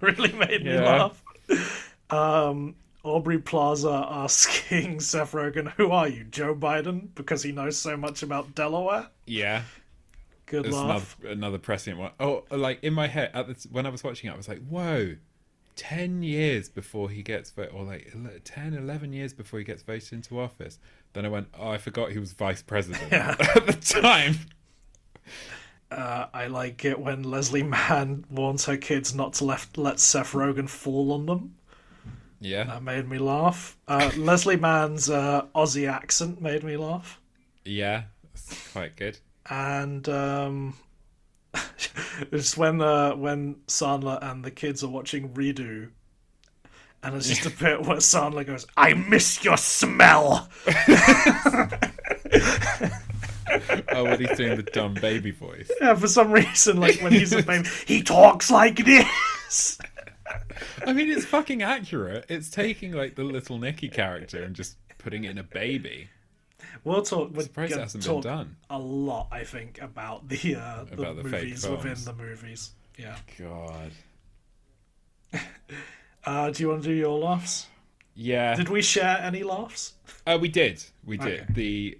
really made me Yeah. laugh. Um, Aubrey Plaza asking [LAUGHS] Seth Rogen, "Who are you, Joe Biden?" Because he knows so much about Delaware. Yeah. Good It's another, laugh. another prescient one. Oh, like in my head at the, when I was watching it, I was like, "Whoa, ten years before he gets voted, or like ele- 10, 11 years before he gets voted into office." Then I went, "Oh, I forgot he was vice president at the time." Uh, I like it when Leslie Mann warns her kids not to left, let Seth Rogen fall on them. Yeah, That made me laugh. Uh, Leslie Mann's uh, Aussie accent made me laugh. yeah, that's quite good. and um, [LAUGHS] it's when uh, when Sandler and the kids are watching Redo, and it's just a bit [LAUGHS] where Sandler goes, "I miss your smell." Oh, when he's doing the dumb baby voice. Yeah, for some reason, like when he's a baby, he talks like this. I mean, it's fucking accurate. It's taking like the little Nicky character and just putting it in a baby. We'll talk. We're Surprised it gonna hasn't been talk done. a lot, I think, about the uh, the, About the fake movies within films. the movies. Yeah. God. Uh, do you want to do your laughs? Yeah. Did we share any laughs? Uh, we did. We did. Okay. The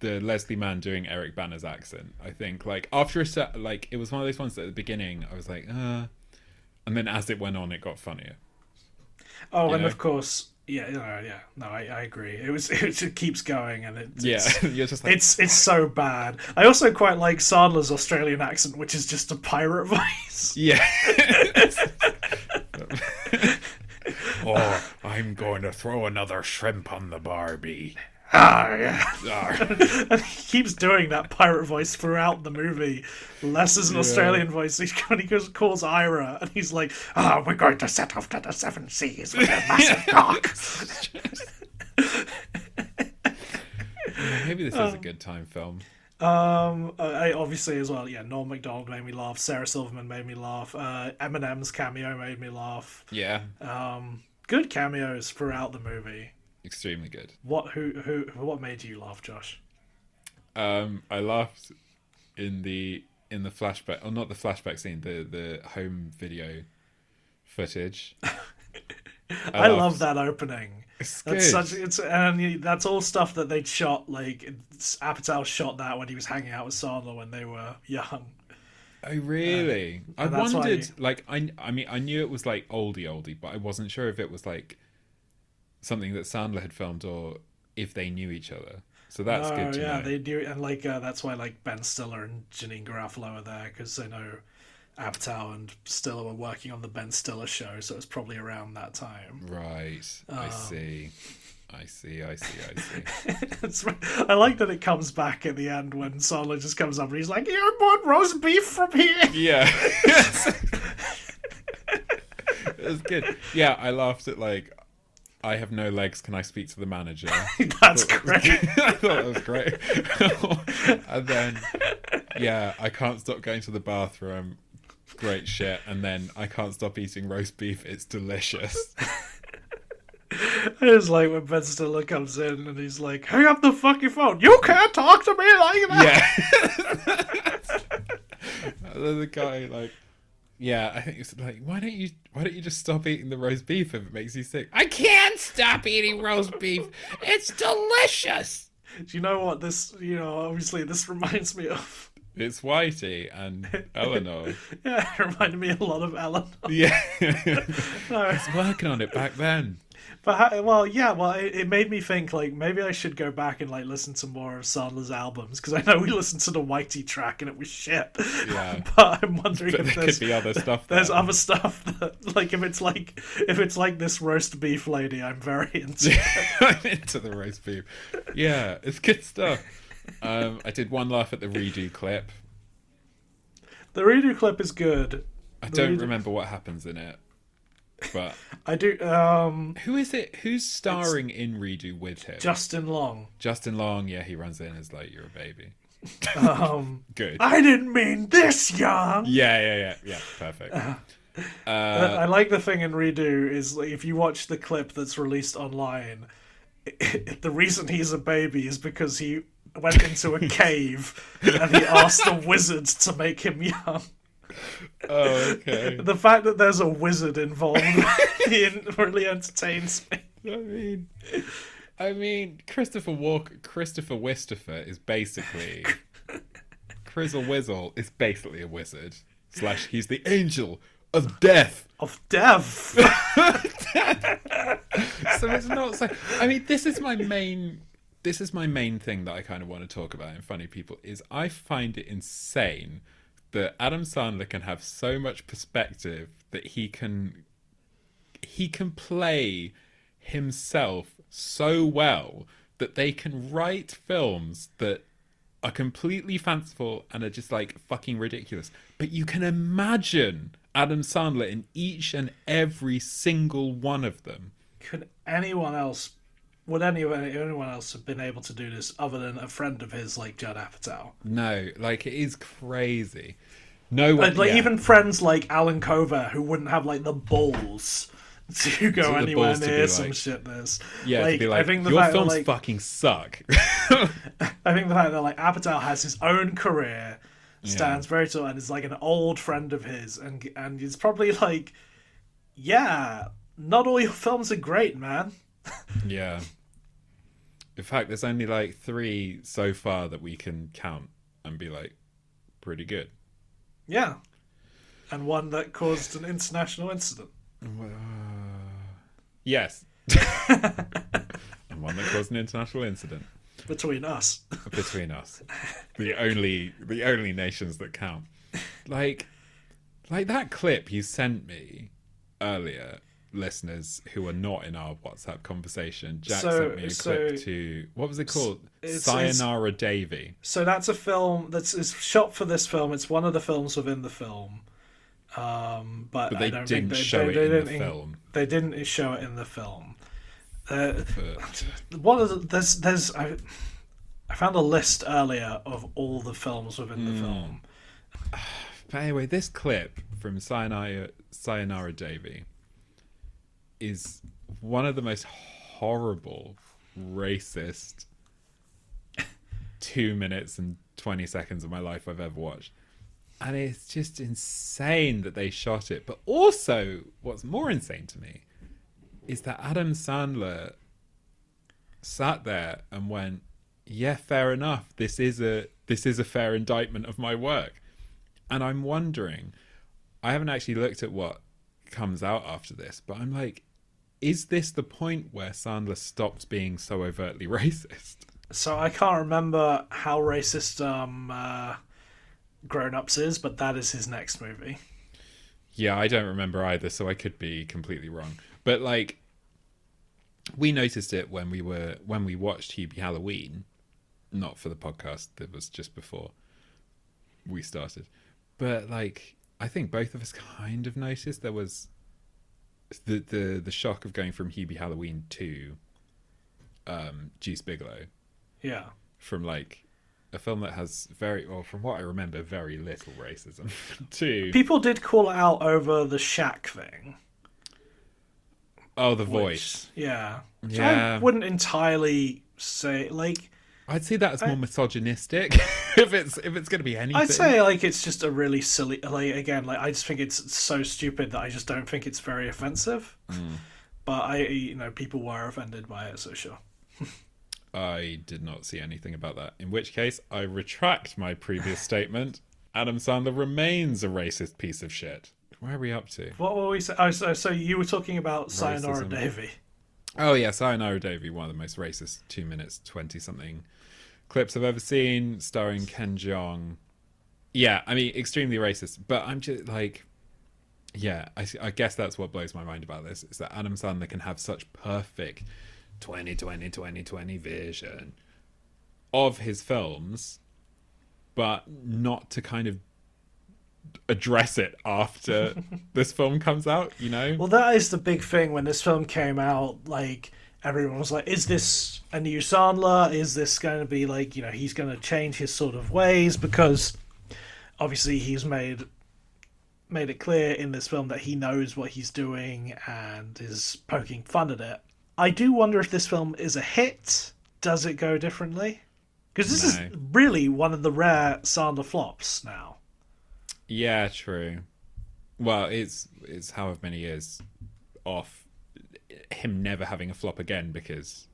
the Leslie Mann doing Eric Banner's accent. I think like after a set, like it was one of those ones that at the beginning I was like, uh and then as it went on it got funnier. Oh, and know? of course, yeah, you know, yeah. No, I, I agree. It was [LAUGHS] it just keeps going, and it, Yeah. it's [LAUGHS] You're just like it's it's so bad. I also quite like Sandler's Australian accent, which is just a pirate [LAUGHS] voice. Yeah. [LAUGHS] oh, I'm going to throw another shrimp on the Barbie. Ah, yeah. [LAUGHS] Arr. He keeps doing that pirate voice throughout the movie. Les is an Australian voice. He, [LAUGHS] when he goes, calls Ira, and he's like, "Ah, we're going to set off to the seven seas [LAUGHS] with a massive dock." [LAUGHS] Maybe this is a good time film. Um, I, I obviously as well. Yeah, Norm Macdonald made me laugh. Sarah Silverman made me laugh. Uh, Eminem's cameo made me laugh. Yeah. good cameos throughout the movie. Extremely good. What who who what made you laugh, Josh? Um, I laughed oh, in the in the flashback, or not the flashback scene, the the home video [LAUGHS] footage. I love- love that opening. It's That's good. such it's and you- that's all stuff that they'd shot like it's- Apatow shot that when he was hanging out with Sandler when they were young. Oh really? I and that's why wondered. you- Like I, I mean, I knew it was like oldie oldie, but I wasn't sure if it was like something that Sandler had filmed or if they knew each other. So that's oh good to yeah, know. they do, and like uh, that's why like Ben Stiller and Janine Garofalo are there because they know Apatow and Stiller were working on the Ben Stiller show, so it's probably around that time. [LAUGHS] Right. I Oh. see. I see. I see. I see. It's, I like that it comes back at the end when Sandler just comes up and he's like, "Yeah, I bought roast beef from here." yeah. it was good. Yeah, I laughed at like. I have no legs. Can I speak to the manager? [LAUGHS] that's [LAUGHS] great. I thought that was great. [LAUGHS] and then, yeah, I can't stop going to the bathroom. Great shit. And then I can't stop eating roast beef. It's delicious. It's like when Ben Stiller comes in and he's like, "Hang up the fucking phone! You can't talk to me like that." [LAUGHS] Yeah. and then the guy like, yeah, I think it's like, why don't you why don't you just stop eating the roast beef if it makes you sick? I can't stop eating roast beef. It's delicious. Do you know what this? You know, obviously this [LAUGHS] reminds me of. [LAUGHS] It's Whitey [LAUGHS] and Eleanor. Yeah, it reminded me a lot of [LAUGHS] Ellen. [LAUGHS] yeah. Working on it back then. [LAUGHS] But how, well, yeah, well, it, it made me think like maybe I should go back and like listen to more of Sandler's albums because I know we listened to the Whitey track and it was shit. Yeah. [LAUGHS] but I'm wondering But if there there's, could be other stuff [LAUGHS] there. there's other stuff that [LAUGHS] like if it's like if it's like this roast beef lady, I'm very [LAUGHS] into. I'm into the roast beef. Yeah, it's good stuff. Um, I did one laugh at the redo clip. the redo clip is good. I don't redo- remember what happens in it, but I do. Um, Who is it? Who's starring in Redo with him? Justin Long. Justin Long. Yeah, he runs in and is like, "You're a baby." Um, [LAUGHS] Good. I didn't mean this young. yeah, yeah, yeah, yeah. Perfect. Uh, Uh, [LAUGHS] But I like the thing in Redo is like, if you watch the clip that's released online, [LAUGHS] the reason he's a baby is because he went into a cave and he asked the wizards to make him young. Oh, okay. The fact that there's a wizard involved [LAUGHS] in really entertains me. I mean, I mean, Christopher Walk, Christopher Wistifer [LAUGHS] is basically Crizzle Wizzle is basically a wizard. Slash, he's the angel of death. Of death. so it's not so i mean this is my main this is my main thing that i kind of want to talk about in funny people is i find it insane that adam sandler can have so much perspective that he can he can play himself so well that they can write films that are completely fanciful and are just like fucking ridiculous. But you can imagine Adam Sandler in each and every single one of them. Could anyone else? Would any anyone else have been able to do this other than a friend of his like Judd Apatow? No, like it is crazy. No one, But, like yeah. even friends like Alan Cover who wouldn't have like the balls to go the anywhere balls to near be some like- shit this. yeah, to be like, I think the your fact that, films like, fucking suck. [LAUGHS] I think the fact that like Apatow has his own career stands very tall and is like an old friend of his and and it's probably like yeah, not all your films are great, man. yeah. In fact, there's only like three so far that we can count and be like, pretty good. Yeah. And one that caused an international incident. [LAUGHS] Yes. [LAUGHS] and one that caused an international incident. Between us, [LAUGHS] [LAUGHS] between us the only the only nations that count like like that clip you sent me earlier listeners who are not in our whatsapp conversation jack So- sent me a so- clip to what was it called it's- it's- sayonara davy so that's a film that's is shot for this film. It's one of the films within the film, um, but, but I they don't didn't think they, show they, it they in didn't the in- film They didn't show it in the film. Uh, but what are the, there's there's I, I found a list earlier of all the films within Hmm. the film. But anyway, this clip from Sayonara, Sayonara Davy is one of the most horrible, racist two minutes and 20 seconds of my life I've ever watched. and it's just insane that they shot it. But also, what's more insane to me is that Adam Sandler sat there and went, "Yeah, fair enough. This is a this is a fair indictment of my work." And I'm wondering, I haven't actually looked at what comes out after this, but I'm like, is this the point where Sandler stops being so overtly [LAUGHS] racist? So I can't remember how racist um, uh, Grown Ups is, but that is his next movie. Yeah, I don't remember either, so I could be completely wrong. But like we noticed it when we were when we watched Hubie Halloween, not for the podcast that was just before we started. But like I think both of us kind of noticed there was the the the shock of going from Hubie Halloween to um Juice Bigelow Yeah. from like a film that has very well from what I remember very little racism [LAUGHS] to People did call it out over the Shack thing. oh the which- voice yeah. Which I Yeah. wouldn't entirely say like I'd say that's more misogynistic. [LAUGHS] if it's if it's going to be anything, I'd say like it's just a really silly like again like I just think it's so stupid that I just don't think it's very offensive. Mm. But I you know people were offended by it so sure. I did not see anything about that. In which case, I retract [SIGHS] my previous statement. Adam Sandler remains a racist piece of shit. Where are we up to? What were we say? Oh, so, so you were talking about Sayonara Racism. Davy. Oh yeah, Sayonara Davy, one of the most racist two minutes twenty something clips I've ever seen, starring Ken Jeong. Yeah, I mean, extremely racist. But I'm just like, yeah, I, I guess that's what blows my mind about this is that Adam Sandler can have such perfect 2020 2020 vision of his films, but not to kind of address it after this film comes out. You know? Well, that is the big thing when this film came out. Like everyone was like, "Is this a new Sandler? Is this going to be like you know he's going to change his sort of ways?" Because obviously he's made made it clear in this film that he knows what he's doing and is poking fun at it. I do wonder if this film is a hit. Does it go differently? Because this No. is really one of the rare Sandler flops now. Yeah, true. Well, it's it's however many years off him never having a flop again because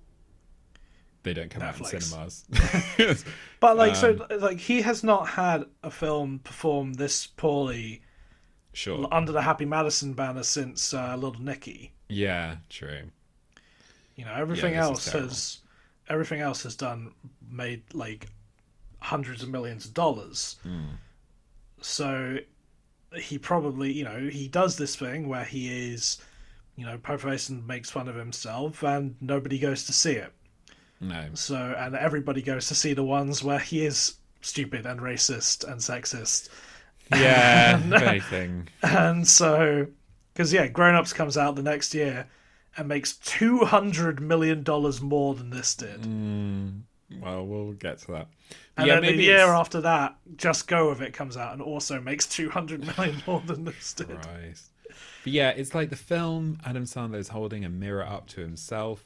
they don't come out in Netflix. cinemas. [LAUGHS] But like, so Um, like he has not had a film perform this poorly sure. under the Happy Madison banner since uh, Little Nicky. Yeah, true. You know, everything Yeah, this else is has everything else has done made like hundreds of millions of dollars. Hmm. So he probably, you know, he does this thing where he is, you know, Professor makes fun of himself and nobody goes to see it. [LAUGHS] No. So and everybody goes to see the ones where he is stupid and racist and sexist. Yeah, anything. [CLEARS THROAT] And so, because yeah, Grown Ups comes out the next year and makes two hundred million dollars more than this did. Well, we'll get to that. and Mm. yeah, then the maybe year it's- after that, Just Go of It comes out and also makes two hundred [LAUGHS] million more than this did. Christ. But yeah, it's like the film Adam Sandler is holding a mirror up to himself.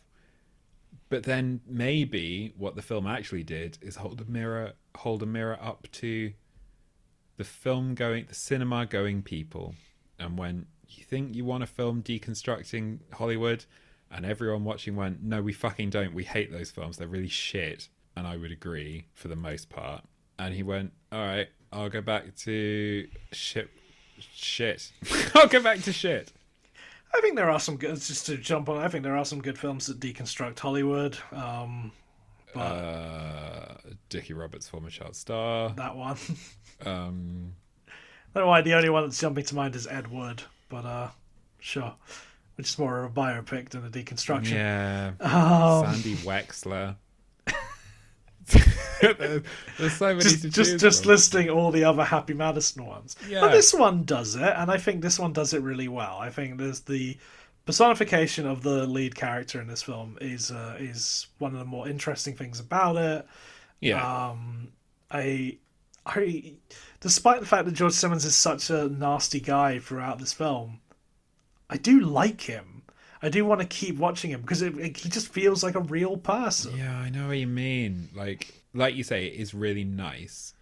But then maybe what the film actually did is hold a mirror hold a mirror up to the film going the cinema going people. And when you think you want a film deconstructing Hollywood and everyone watching went, No, we fucking don't. We hate those films. They're really shit. And I would agree for the most part. And he went, All right, I'll go back to shit shit. [LAUGHS] I'll go back to shit. I think there are some good. Just to jump on, I think there are some good films that deconstruct Hollywood. Um, Uh, Dickie Roberts, former child star. that one. [LAUGHS] Um, I don't know why the only one that's jumping to mind is Ed Wood, but uh, sure, which is more of a biopic than a deconstruction. yeah. Um, Sandy Wexler. [LAUGHS] there's, there's so many just to just, choose just from. listing all the other Happy Madison ones. Yeah. But this one does it, and I think this one does it really well. I think there's the personification of the lead character in this film is uh, is one of the more interesting things about it. Ah. Yeah. I I despite the fact that George Simmons is such a nasty guy throughout this film, I do like him. I do want to keep watching him because it, it- he just feels like a real person. yeah, I know what you mean. Like, like you say, it is really nice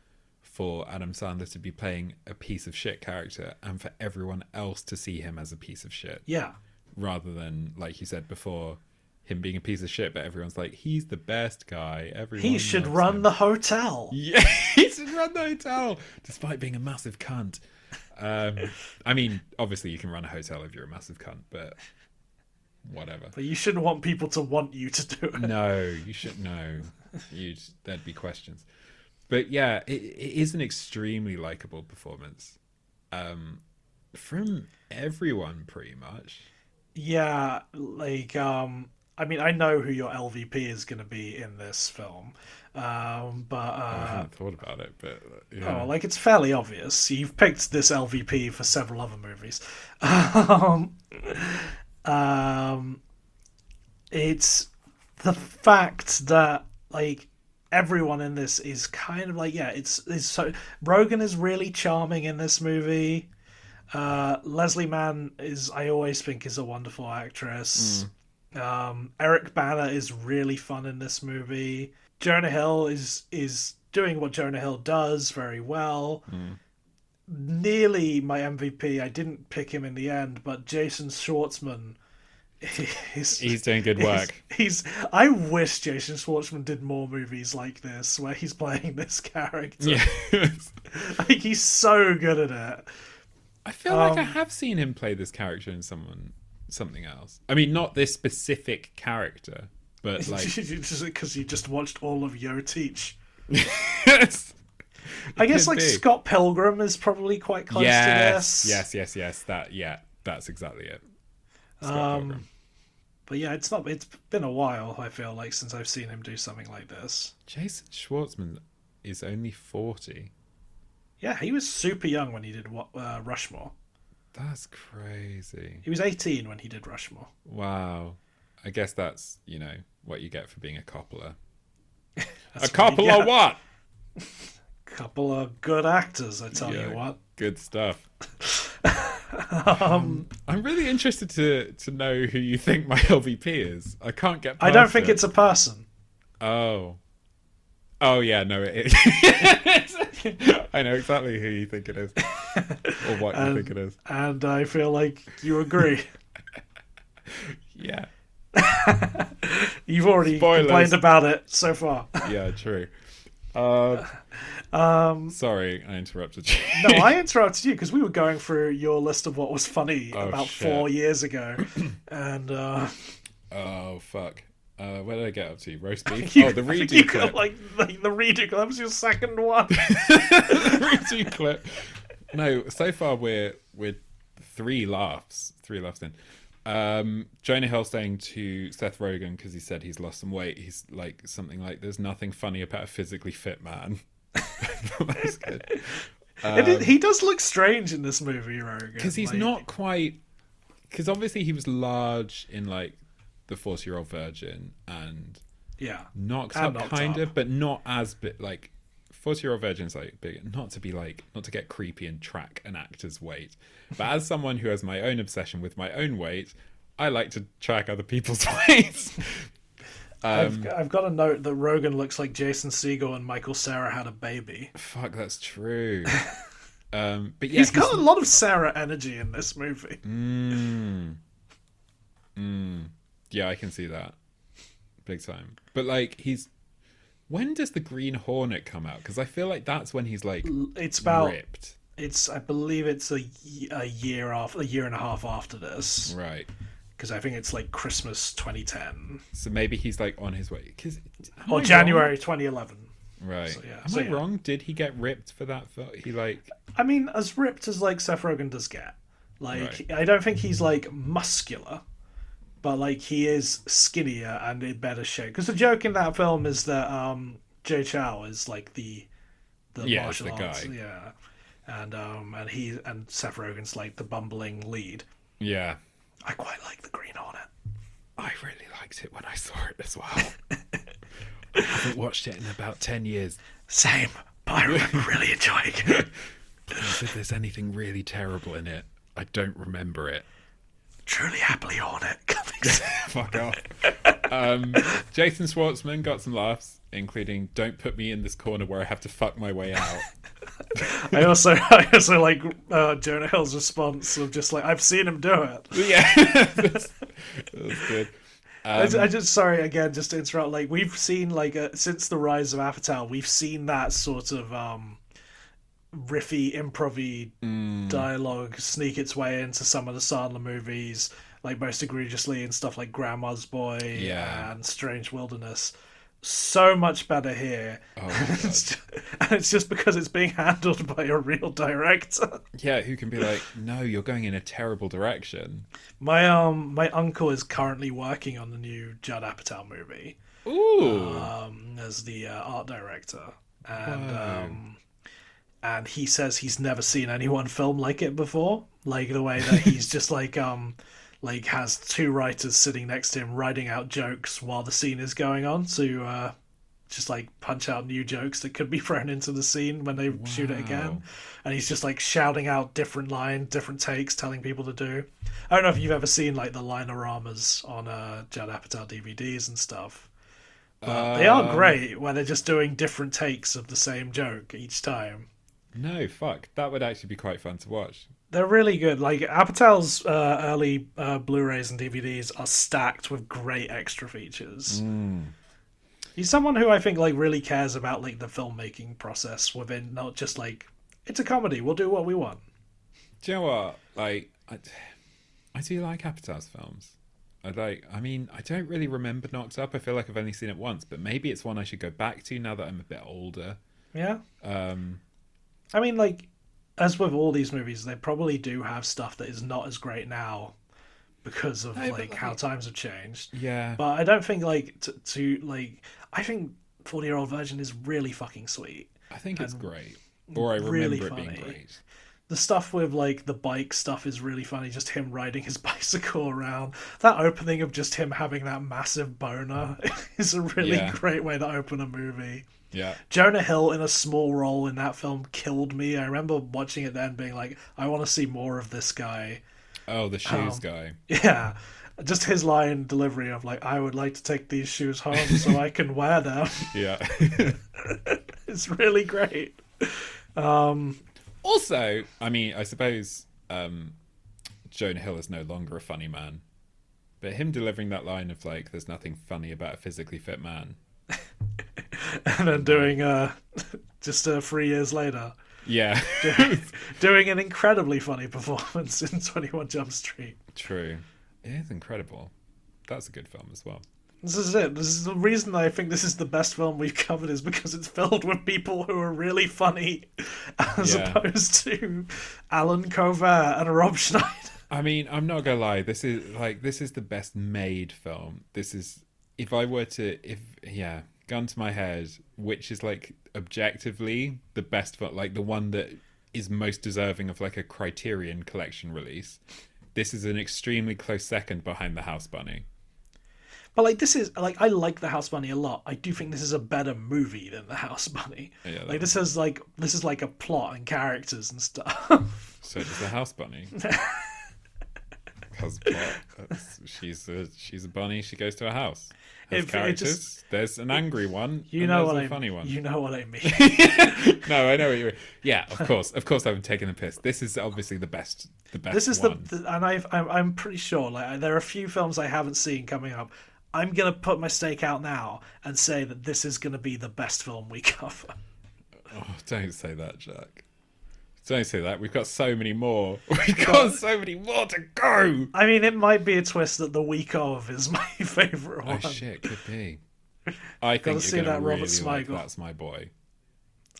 for Adam Sandler to be playing a piece of shit character and for everyone else to see him as a piece of shit Yeah. rather than like you said before him being a piece of shit but everyone's like he's the best guy everyone He should loves run him. [LAUGHS] the hotel. yeah he should run the hotel despite being a massive cunt um i mean obviously you can run a hotel if you're a massive cunt but whatever But you shouldn't want people to want you to do it. no you should know you'd there'd be questions but yeah it, it is an extremely likable performance um from everyone pretty much Yeah, like um I mean I know who your LVP is going to be in this film. Um but i uh haven't thought about it but yeah. oh, like it's fairly obvious. You've picked this LVP for several other movies. [LAUGHS] um um it's the fact that like everyone in this is kind of like yeah it's it's so Rogan is really charming in this movie. Uh, Leslie Mann is I always think is a wonderful actress. Mm. Um, Eric Banner is really fun in this movie. Jonah Hill is is doing what Jonah Hill does very well. Mm. Nearly my MVP. I didn't pick him in the end, but Jason Schwartzman [LAUGHS] is he's doing good work [LAUGHS] He's, he's- I wish Jason Schwartzman did more movies like this where he's playing this character. Yeah. Like he's so good at it. I feel like I have seen him play this character in someone something else. I mean, not this specific character, [LAUGHS] but like because you just watched all of Yo Teach. yes, I guess could like be. Scott Pilgrim is probably quite close to yes, this. yes, yes, yes. That yeah, that's exactly it. Scott Pilgrim. But yeah, it's not. It's been a while. I feel like since I've seen him do something like this. Jason Schwartzman is only forty. Yeah, he was super young when he did Wa- uh, Rushmore. That's crazy. He was eighteen when he did Rushmore. Wow. I guess that's you know what you get for being [LAUGHS] a Coppola. a That's Coppola yeah, what? Couple of good actors, I tell Yeah. you what. Um, [LAUGHS] Good stuff. Um, I'm really interested to to know who you think my [LAUGHS] LVP is. I can't get. I past don't think it. it's a person. Oh. Oh yeah, no, it is. [LAUGHS] I know exactly who you think it [LAUGHS] is, or what Um, you think it is. and I feel like you [LAUGHS] agree. Yeah, You've already Spoilers. complained about it so far. [LAUGHS] yeah, true. Uh, um, sorry, I interrupted you. No, I interrupted you because we were going through your list of what was funny Oh, about shit. four years [CLEARS THROAT] ago, and uh, [LAUGHS] oh fuck! Uh, where did I get up to? Roast [LAUGHS] beef. [LAUGHS] you, oh, the I think redo you clip. got [LAUGHS] like, like the redo. That was your second one. redo clip. No, so far we're we're three laughs, three laughs in. Um, Jonah Hill saying to Seth Rogen because he said he's lost some weight. He's like something like, "There's nothing funny about a physically fit man." [LAUGHS] That's good Um, And it- he does look strange in this movie, Rogan, because he's like- not quite. Because obviously he was large in like the forty-year-old virgin and Yeah, knocked And up knocked kinda, up. but not as bit like forty year old virgin's like big not to be like not to get creepy and track an actor's weight. But as someone who has my own obsession with my own weight, I like to track other people's [LAUGHS] weights. I've, I've got a note that Rogan looks like Jason Segel and Michael Sarah had a baby. Fuck, [LAUGHS] that's true. Um, but yeah, he's got a lot of Sarah energy in this movie. yeah, I can see that big time. But like, he's when does the Green Hornet come out? Because I feel like that's when he's like It's about ripped, it's I believe it's a, y- a year after a year and a half after this right? because I think it's like Christmas 2010 So maybe he's like on his way because or January 2011. Right. yeah. Am So, I yeah. wrong? Did he get ripped for that? fil- He like I mean, as ripped as like Seth Rogen does get, like Right. I don't think he's like muscular, but like he is skinnier and in better shape. Because the joke in that film is that um Jay Chow is like the the Yeah, martial the arts, guy. yeah, and um and he and Seth Rogen's like the bumbling lead. yeah. I quite like the Green Hornet. I really liked it when I saw it as well. I haven't watched it in about ten years. Same, but I remember [LAUGHS] really enjoying it. Please, if there's anything really terrible in it, I don't remember it. Truly happily Hornet coming [LAUGHS] soon. Fuck off. Um, Jason Schwartzman got some laughs, including "Don't put me in this corner where I have to fuck my way out." [LAUGHS] I also, [LAUGHS] I also like uh, Jonah Hill's response of just like, I've seen him do it. yeah, that's, that's good. I, ju- I Um, just sorry again, just to interrupt. Like we've seen, like uh, since the rise of Apatow, we've seen that sort of um riffy, improv Mm. dialogue sneak its way into some of the Sandler movies, like most egregiously in stuff like Grandma's Boy Yeah. and Strange Wilderness. So much better here, Oh, [LAUGHS] it's just, and it's just because it's being handled by a real director. yeah, who can be like, no, you're going in a terrible direction. My um, my uncle is currently working on the new Judd Apatow movie. Ooh, um, as the uh, art director, and um, and he says he's never seen anyone film like it before, like the way that he's just like um, like has two writers sitting next to him writing out jokes while the scene is going on to uh, just like punch out new jokes that could be [LAUGHS] thrown into the scene when they shoot it Wow. again, and he's just like shouting out different lines, different takes, telling people to do. I don't know if you've ever seen like the linoramas on uh, Judd Apatow DVDs and stuff. They are Um, great when they're just doing different takes of the same joke each time. No, fuck, that would actually be quite fun to watch. They're really good. Like Apatow's uh, early uh, Blu-rays and DVDs are stacked with great extra features. Hmm. He's someone who I think like really cares about like the filmmaking process within not just like it's a comedy. We'll do what we want. Do you know what? Like, I, I do like Apatow's films. I like. I mean, I don't really remember Knocked Up. I feel like I've only seen it once, but maybe it's one I should go back to now that I'm a bit older. Yeah. Um, I mean, like, as with all these movies, they probably do have stuff that is not as great now because of No, but, like how like- times have changed. yeah. But I don't think like to, to like I think Forty Year Old Virgin is really fucking sweet. I think it's great, or I remember really it being funny. great. The stuff with like the bike stuff is really funny. Just him riding his [LAUGHS] bicycle around. That opening of just him having that massive boner [LAUGHS] is a really Yeah. great way to open a movie. Yeah. Jonah Hill in a small role in that film killed me. I remember watching it then being like, I want to see more of this guy. [LAUGHS] Oh, the Um, shoes guy. Yeah. Just his line delivery of like, I would like to take these shoes home so I can wear them. [LAUGHS] Yeah. [LAUGHS] It's really great. [LAUGHS] also, I mean, I suppose um, Jonah Hill is no longer a funny man, but him delivering that line of like, "There's nothing funny about a physically fit man." And then doing uh [LAUGHS] just uh, three years later, [LAUGHS] Yeah. doing an incredibly funny performance in Twenty One Jump Street. [LAUGHS] True. It is incredible. That's a good film as well. This is it. This is the reason I think this is the best film we've covered is because it's filled with people who are really funny, as Yeah. opposed to Alan Covert and Rob Schneider. [LAUGHS] I mean, I'm not gonna lie. This is like this is the best made film. This is if I were to if yeah, gun to my head, which is like objectively the best, but like the one that is most deserving of like a Criterion Collection release. This is an extremely close second behind the House Bunny. But like this is like I like the House Bunny a lot. I do think this is a better movie than the House Bunny. Yeah, that- like this has like this is like a plot and characters and stuff. [LAUGHS] So does the House Bunny. Because plot, that's- she's a she's a bunny. She goes to a house. Has It- it characters. just- there's an angry one. You and know there's what a I funny one. You know what I mean. no, I know what you mean. Yeah, of course, of course, I'm taking the piss. This is obviously the best, the best. this is the, one. the and I've, I'm I'm pretty sure like there are a few films I haven't seen coming up. I'm gonna put my stake out now and say that this is gonna be the best film we [LAUGHS] cover. Oh, don't say that, Jack. Don't say that. We've got so many more. [LAUGHS] We've got so many more to go. I mean, it might be a twist that the week of is [LAUGHS] my favorite Oh one. shit, could be. [LAUGHS] I think see you're gonna that Robert really like Smigel. That's my boy.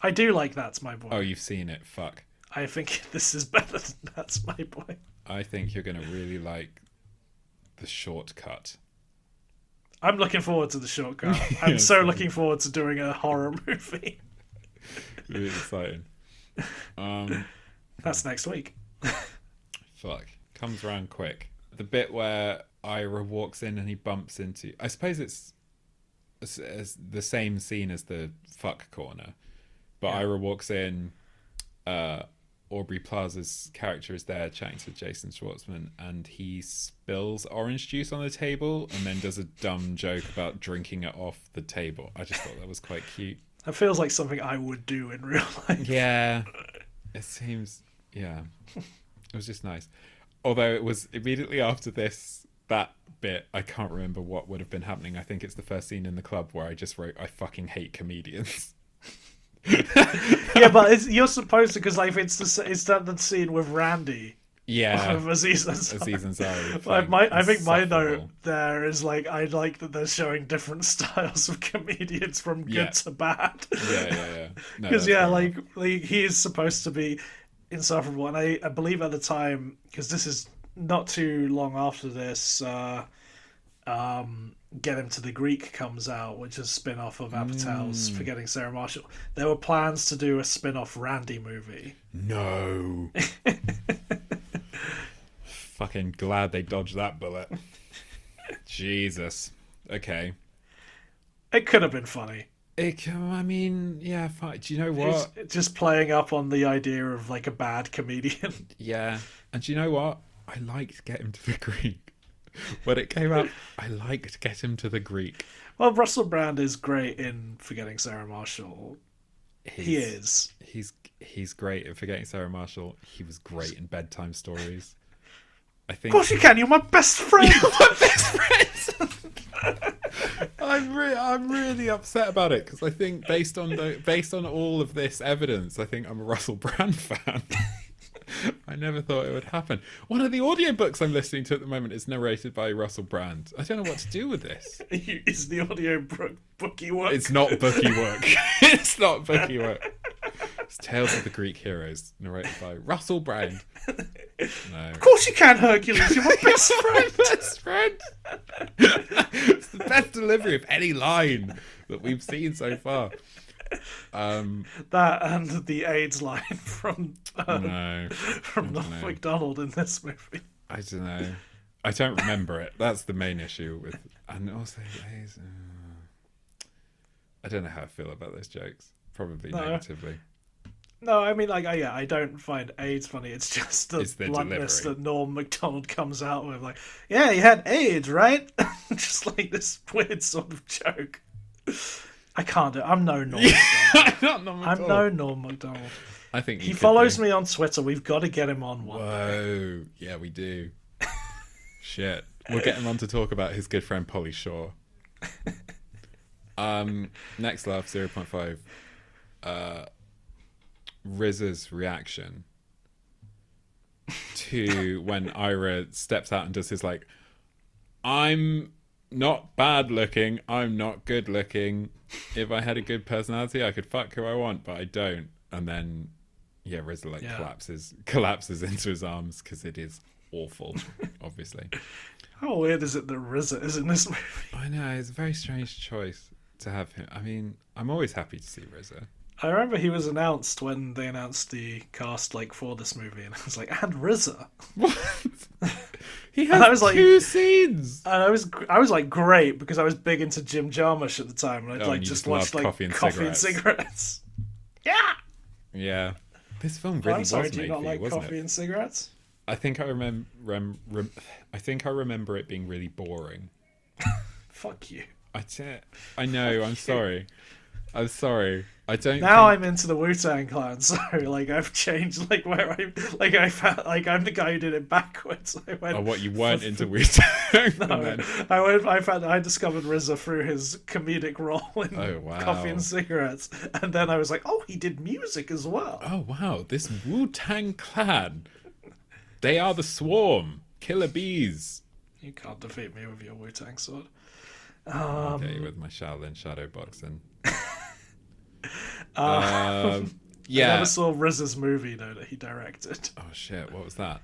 I do like that's my boy. Oh, you've seen it. Fuck. I think [LAUGHS] this is better than that's my boy. I think you're gonna really like the shortcut. I'm looking forward to the [LAUGHS] shortcut. I'm Yeah, so same. looking forward to doing a horror [LAUGHS] movie. Really exciting. Um, That's next week. fuck. Comes around quick. The bit where Ira walks in and he bumps into. I suppose it's, it's, it's the same scene as the fuck corner, but Ira walks in. Uh, Aubrey Plaza's character is there chatting to Jason Schwartzman, and he spills orange juice on the table, and then does a dumb joke about drinking it off the table. I just thought that was quite cute. That feels like something I would do in real [LAUGHS] life. Yeah. It seems yeah. It was just nice. Although it was immediately after this that bit, I can't remember what would have been happening. I think it's the first scene in the club where I just wrote I fucking [LAUGHS] hate comedians. yeah, but it's, you're supposed to because like if it's the s- it's that, that scene with Randy [LAUGHS] Yeah. [LAUGHS] of Aziz Ansari. Aziz Ansari. [LAUGHS] I, playing my, I think my note insufferable. there is like I like that they're showing different [LAUGHS] styles of comedians from good Yeah. to bad. [LAUGHS] Yeah, yeah, yeah. No, because that's yeah fair like, like he is supposed to be insufferable and i, I believe at the time because this is not too long after this uh um get him to the greek comes out which is a spin-off of Mm. apatow's forgetting sarah marshall there were plans to do a spin-off randy movie [LAUGHS] No. Fucking glad they dodged [LAUGHS] that bullet. Jesus. Okay. it could have been funny It, can- I mean, yeah. Fine. Do you know what? It's just playing up on the idea of like a bad comedian [LAUGHS] Yeah. And do you know what? I liked Get Him to the [LAUGHS] Greek. When it came out, I liked Get Him to the Greek. well russell brand is great in forgetting sarah marshall He's, he is He's he's great at forgetting Sarah Marshall. He was great in bedtime stories. I think. of course you can you're my best [LAUGHS] friend [LAUGHS] my best friends. I'm re- I'm really upset about it because I think based on the based on all of this evidence, I think I'm a Russell Brand fan. [LAUGHS] I never thought it would happen. One of the audiobooks I'm listening to at the moment is narrated by Russell Brand. I don't know what to do with this. is the audio book bookie work. It's not bookie work. [LAUGHS] it's not bookie work. It's Tales of the Greek Heroes, narrated by Russell Brand. No. of course you can, Hercules. You're my best [LAUGHS] friend. [LAUGHS] best friend. it's the best delivery of any line that we've seen so far. Um, That and the AIDS line [LAUGHS] from uh, no, from I don't know. McDonald in this movie. I don't know. I don't remember it. That's the main issue with, and also, it's, uh, I don't know how I feel about those jokes. Probably No. [LAUGHS] negatively. [LAUGHS] No, I mean, like, I, yeah, I don't find AIDS funny. It's just the It's their bluntness delivery. that Norm McDonald comes out with, like, yeah, you had AIDS, right? [LAUGHS] just like this weird sort of joke. I can't do. it. I'm no Norm. Not Norm I'm MacDonald. no Norm McDonald. I think He follows me on Twitter. We've got to get him on one. Whoa! [LAUGHS] Yeah, we do. Shit, we'll get him on to talk about his good friend Polly Shaw. Um, next laugh zero point five. Uh, Riz's reaction to when Ira steps out and does his like, I'm not bad looking. I'm not good looking. If I had a good personality, I could fuck who I want, but I don't. And then, yeah, Riz like Yeah. collapses [LAUGHS] collapses into his arms because it is [LAUGHS] awful, obviously. How weird is it that RZA is in this [LAUGHS] movie? I know it's a very strange choice to have him. I mean, I'm always happy to see Rizza. I remember he was announced when they announced the cast like for this movie, and I was like, and RZA, [LAUGHS] What? he has [LAUGHS] I was like- two scenes. and I was I was like great because I was big into Jim Jarmusch at the time, and I'd Oh, like and you just just watched like loved coffee Coffee and and cigarettes. [LAUGHS] yeah, Yeah, this film really I'm sorry, was do you made not for you, like wasn't coffee it? and cigarettes? I think I remember. Rem, rem, I think I remember it being really boring. Fuck [LAUGHS] you. I t- I know. I'm sorry. I'm sorry. I don't. Now think- I'm into the Wu Tang Clan, [LAUGHS] so like I've changed like where I like I found like I'm the guy who did it backwards. I went. Oh, what you [LAUGHS] weren't into Wu Tang? I went- I went. I found. I discovered RZA through his comedic role in Oh, wow. Coffee and Cigarettes, and then I was like, oh, he did music as well. Oh wow! This Wu Tang Clan. They are the swarm. Killer bees. You can't defeat me with your Wu Tang sword. okay, with my Shaolin shadow boxing. um, I yeah. never saw RZA's movie though that he directed. [LAUGHS] Oh shit! What was that?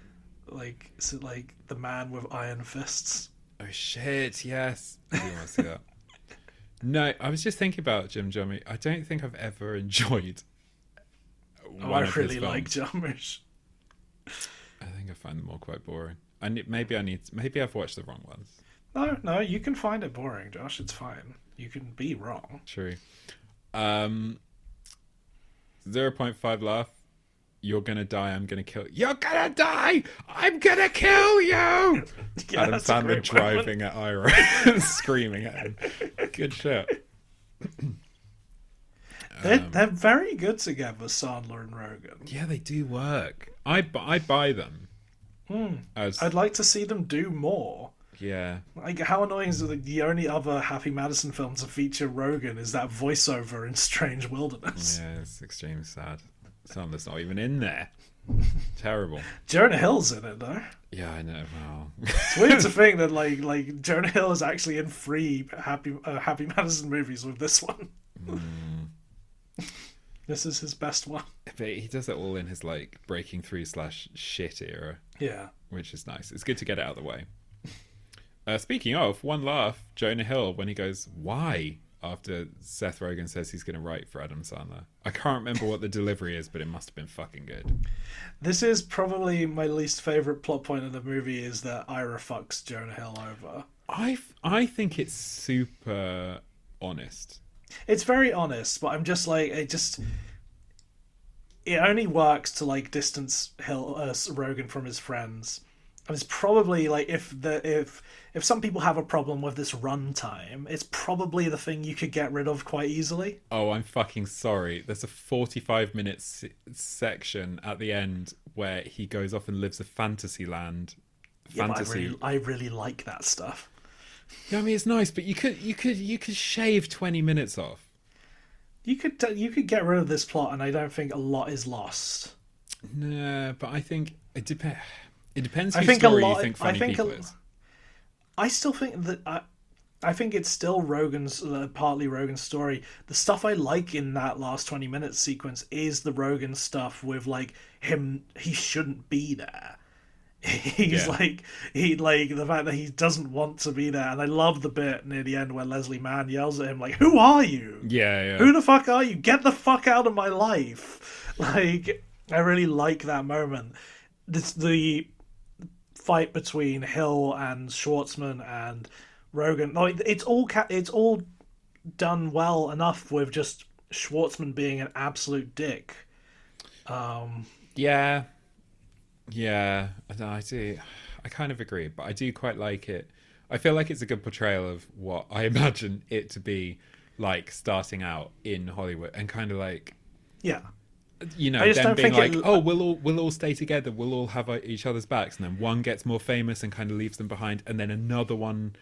Like, is it like the man with iron fists? Oh shit! Yes. I do want to [LAUGHS] see that. No, I was just thinking about Jim Jummy. I don't think I've ever enjoyed. Oh, one I of his really like films. Jarmusch. I think I find them all quite boring. I ne- maybe I need. Maybe I've watched the wrong ones. No, no, you can find it boring, Josh. It's fine. You can be wrong. [LAUGHS] True. Um. Zero point five laugh. You're gonna die. I'm gonna kill. You're gonna die. I'm gonna kill you. [LAUGHS] Yeah, Adam that's a Sandler great moment. driving at [LAUGHS] Ira, screaming at him. Good shit. They're, they're very good together, Sandler and Rogan. Yeah, they do work. I bu- I buy them. As I'd like to see them do more. yeah, Like, how annoying is it that the only other Happy Madison film to feature Rogan is that voiceover in Strange Wilderness? yeah, it's extremely sad. Sandler's not even in there. Terrible. Jonah Hill's in it, though. Yeah, I know. Wow. It's weird to think that, like, like Jonah Hill is actually in three Happy uh, Happy Madison movies with this one. this is his best one. [LAUGHS] but he does it all in his like breaking through slash shit era, Yeah. which is nice. It's good to get it out of the way. Uh, speaking of, one laugh, Jonah Hill when he goes, "Why?" after Seth Rogen says he's going to write for Adam Sandler. I can't remember what the delivery is, but it must have been fucking good. This is probably my least favorite plot point of the movie is that Ira fucks Jonah Hill over. I I think it's super honest. It's very honest, but I'm just like it just it only works to like distance Hill uh, Rogan from his friends. And it's probably like if the if if some people have a problem with this runtime, it's probably the thing you could get rid of quite easily. Oh, I'm fucking sorry. There's a 45 minute se- section at the end where he goes off and lives a fantasy land. Yeah, but I Fantasy. really, I really like that stuff. Yeah, I mean it's nice, but you could you could you could shave 20 minutes off. You could t- you could get rid of this plot, and I don't think a lot is lost. Nah, but I think it depends. It depends I whose think a story lot- you think I funny think a- people is. I still think that I, I think it's still Rogan's uh, partly Rogan's story. The stuff I like in that last twenty minutes sequence is the Rogan stuff with like him. He shouldn't be there. [LAUGHS] He's Yeah. like he like the fact that he doesn't want to be there, and I love the bit near the end where Leslie Mann yells at him like, "Who are you? Yeah, yeah. Who the fuck are you? Get the fuck out of my life!" [LAUGHS] Like I really like that moment. This the fight between Hill and Schwartzman and Rogan. Like it's all ca- it's all done well enough with just Schwartzman being an absolute dick. Yeah. Yeah, and I do. I kind of agree, but I do quite like it. I feel like it's a good portrayal of what I [LAUGHS] imagine it to be like starting out in Hollywood and kind of like Yeah, you know I just them don't being like, think it- oh, we'll all we'll all stay together, we'll all have uh, each other's backs, and then one gets more famous and kind of leaves them behind, and then another one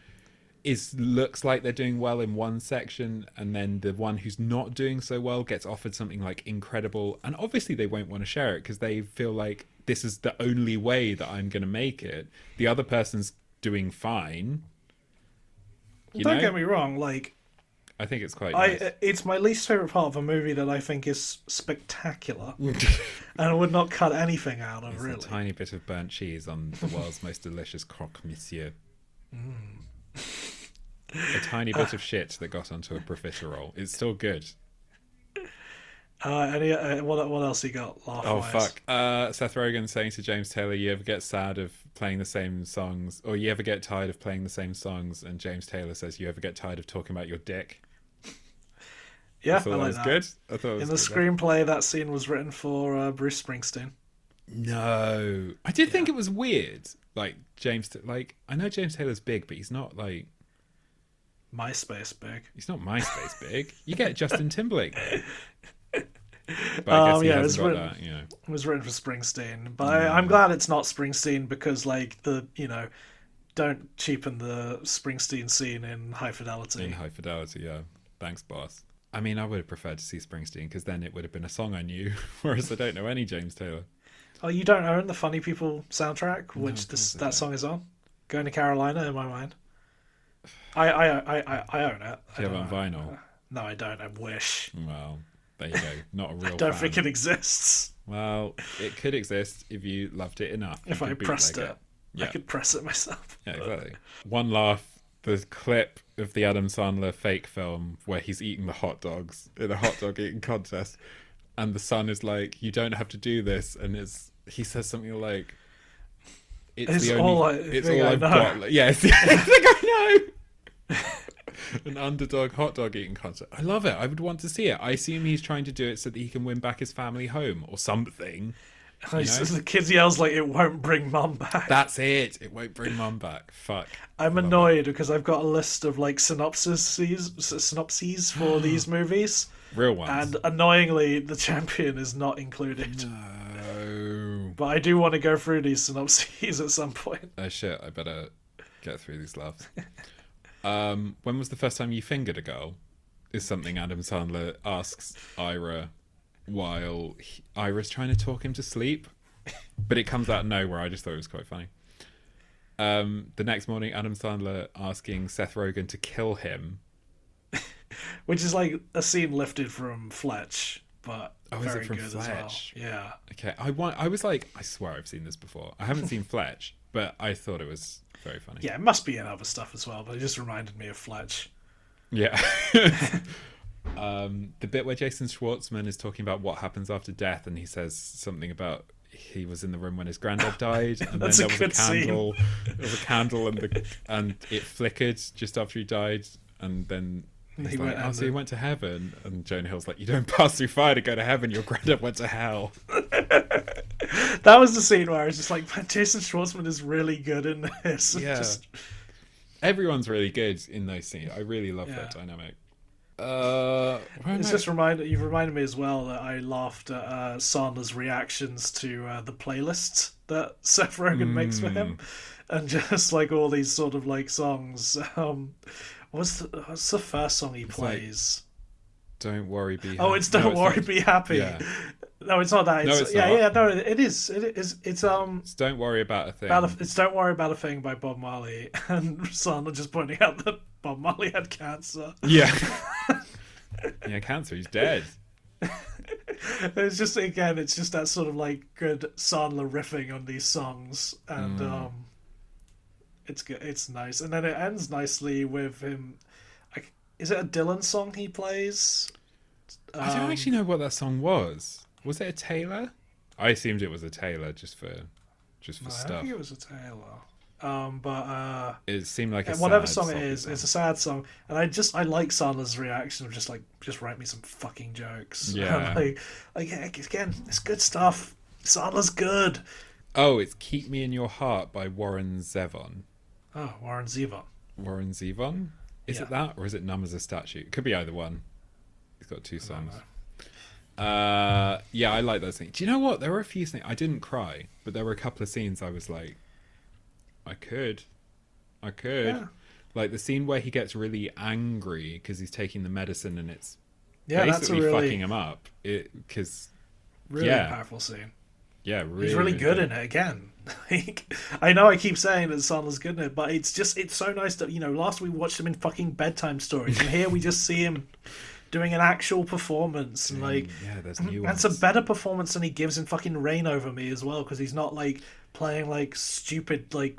is looks like they're doing well in one section, and then the one who's not doing so well gets offered something like incredible, and obviously they won't want to share it because they feel like this is the only way that I'm going to make it. The other person's doing fine. You don't know? get me wrong. Like I think it's quite. nice. I, it's my least favorite part of a movie that I think is [LAUGHS] spectacular, and I would not cut anything out of It's really. a tiny bit of burnt cheese on the world's most delicious croque monsieur. Mm. a tiny [LAUGHS] bit of shit that got onto a profiterole. It's still good. Uh, any uh, what what else he got? Laugh Oh fuck! Uh, Seth Rogen saying to James Taylor, "You ever get sad of playing the same songs, or you ever get tired of playing the same songs?" And James Taylor says, "You ever get tired of talking about your dick?" Yeah, I [LAUGHS] I thought that like was that. good. I thought it was In the good. screenplay, that scene was written for uh, Bruce Springsteen. No, I did think it was weird. Like James, like I know James Taylor's big, but he's not like MySpace big. He's not MySpace big. You get [LAUGHS] Justin Timberlake. But I guess Um, he yeah, hasn't it's got written- that, you know. It was written for Springsteen, but I, Mm. I'm glad it's not Springsteen because, like, the you know, don't cheapen the Springsteen scene in High Fidelity. In high fidelity, yeah. Thanks, boss. I mean, I would have preferred to see Springsteen because then it would have been a song I knew, [LAUGHS] whereas I don't know any James Taylor. Oh, you don't own the Funny People soundtrack, which this that song is on. Going to Carolina in my mind. I I I I, I own it. I Do you have don't it on know. vinyl? No, I don't. I wish. Well, there you go. [LAUGHS] Not a real Don't fan. think it exists. Well, it could exist if you loved it enough. You If I could bootleg pressed it, I Yeah. could press it myself. Yeah, exactly. One laugh. The clip of the Adam Sandler fake film where he's eating the hot dogs in a hot dog eating contest, and the son is like, "You don't have to do this," and it's he says something like, "It's, It's the only, all I- it's thing all I I've know." got." Like, yeah, [LAUGHS] it's the only thing I know. [LAUGHS] An underdog hot dog eating contest. I love it. I would want to see it. I assume he's trying to do it so that he can win back his family home or something. the kid yells like it won't bring mum back. [LAUGHS] That's it. It won't bring mum back. Fuck. I'm Love it. annoyed because I've got a list of like synopses synopses for [GASPS] these movies, Real ones. and annoyingly, the champion is not included. No. But I do want to go through these synopses [LAUGHS] at some point. Oh shit! I better get through these laughs. um, when was the first time you fingered a girl? Is something Adam Sandler asks Ira while he, Ira's trying to talk him to sleep, but it comes out of nowhere. I just thought it was quite funny. Um, the next morning, Adam Sandler asking Seth Rogen to kill him. Which is like a scene lifted from Fletch, but Oh, is it very from good Fletch? as well. Yeah. Okay, I want. I was like, I swear I've seen this before. I haven't seen Fletch, but I thought it was very funny. Yeah, it must be in other stuff as well, but it just reminded me of Fletch. [LAUGHS] Yeah. um, the bit where Jason Schwartzman is talking about what happens after death, and he says something about he was in the room when his granddad [LAUGHS] died, and then That's there a was a good scene. candle, there was a candle, and the and it flickered just after he died, and then. He's He like, went oh, so under. he went to heaven, and Joan Hill's like, "You don't pass through fire to go to heaven. Your granddad went to hell." [LAUGHS] That was the scene where I was just like, man, Jason Schwartzman is really good in this. [LAUGHS] Yeah. Just- Everyone's really good in those scenes. I really love Yeah. that dynamic. Uh, where am It's I- just reminded you've reminded me as well that I laughed at uh, Sandler's reactions to uh, the playlist that [LAUGHS] Seth Rogen makes for him, Hmm. and just like all these sort of like songs. Um, what's the, what's the first song he like- plays? don't worry, be oh, happy. it's No, Don't Worry, not. Be Happy. Yeah. No, it's not that. It's, it's yeah, not. yeah, no, it is. It is. It's um. It's don't worry about a thing. About a, it's Don't Worry About a Thing by Bob Marley, [LAUGHS] and Sandler just pointing out that Bob Marley had cancer. [LAUGHS] [LAUGHS] Yeah. yeah, cancer. He's dead. It's just again, it's just that sort of like good Sandler riffing on these songs, and Mm. um, it's good, it's nice, and then it ends nicely with him. I c is it a Dylan song he plays? I don't Um, actually know what that song was. Was it a Taylor? I assumed it was a Taylor just for just for I don't stuff. think it was a Taylor. Um, but uh, It seemed like a whatever sad song it is, song. it's a sad song, and I just I like Sandler's reaction of just like just write me some fucking jokes. [LAUGHS] Yeah. like, like again, it's good stuff. Sandler's good. Oh, it's "Keep Me in Your Heart" by Warren Zevon. Oh, Warren Zevon. Warren Zevon. Is Yeah. it that, or is it "Numb as a Statue"? It could be either one. He's got two songs. Uh, yeah, I like that scene. Do you know what? There were a few things I didn't cry, but there were a couple of scenes I was like, I could, I could. Yeah. Like the scene where he gets really angry because he's taking the medicine and it's Yeah, that's a basically really fucking him up. Because really Yeah. powerful scene. yeah, really, He's really good in it again. [LAUGHS] Like, I know I keep saying that Sandler's good in it, but it's just it's so nice that you know. Last we watched him in fucking bedtime stories, and here we just see him [LAUGHS] doing an actual performance. And [LAUGHS] like Yeah, [CLEARS THROAT] there's that's nuance. a better performance than he gives in fucking Rain Over Me as well, because he's not like playing like stupid like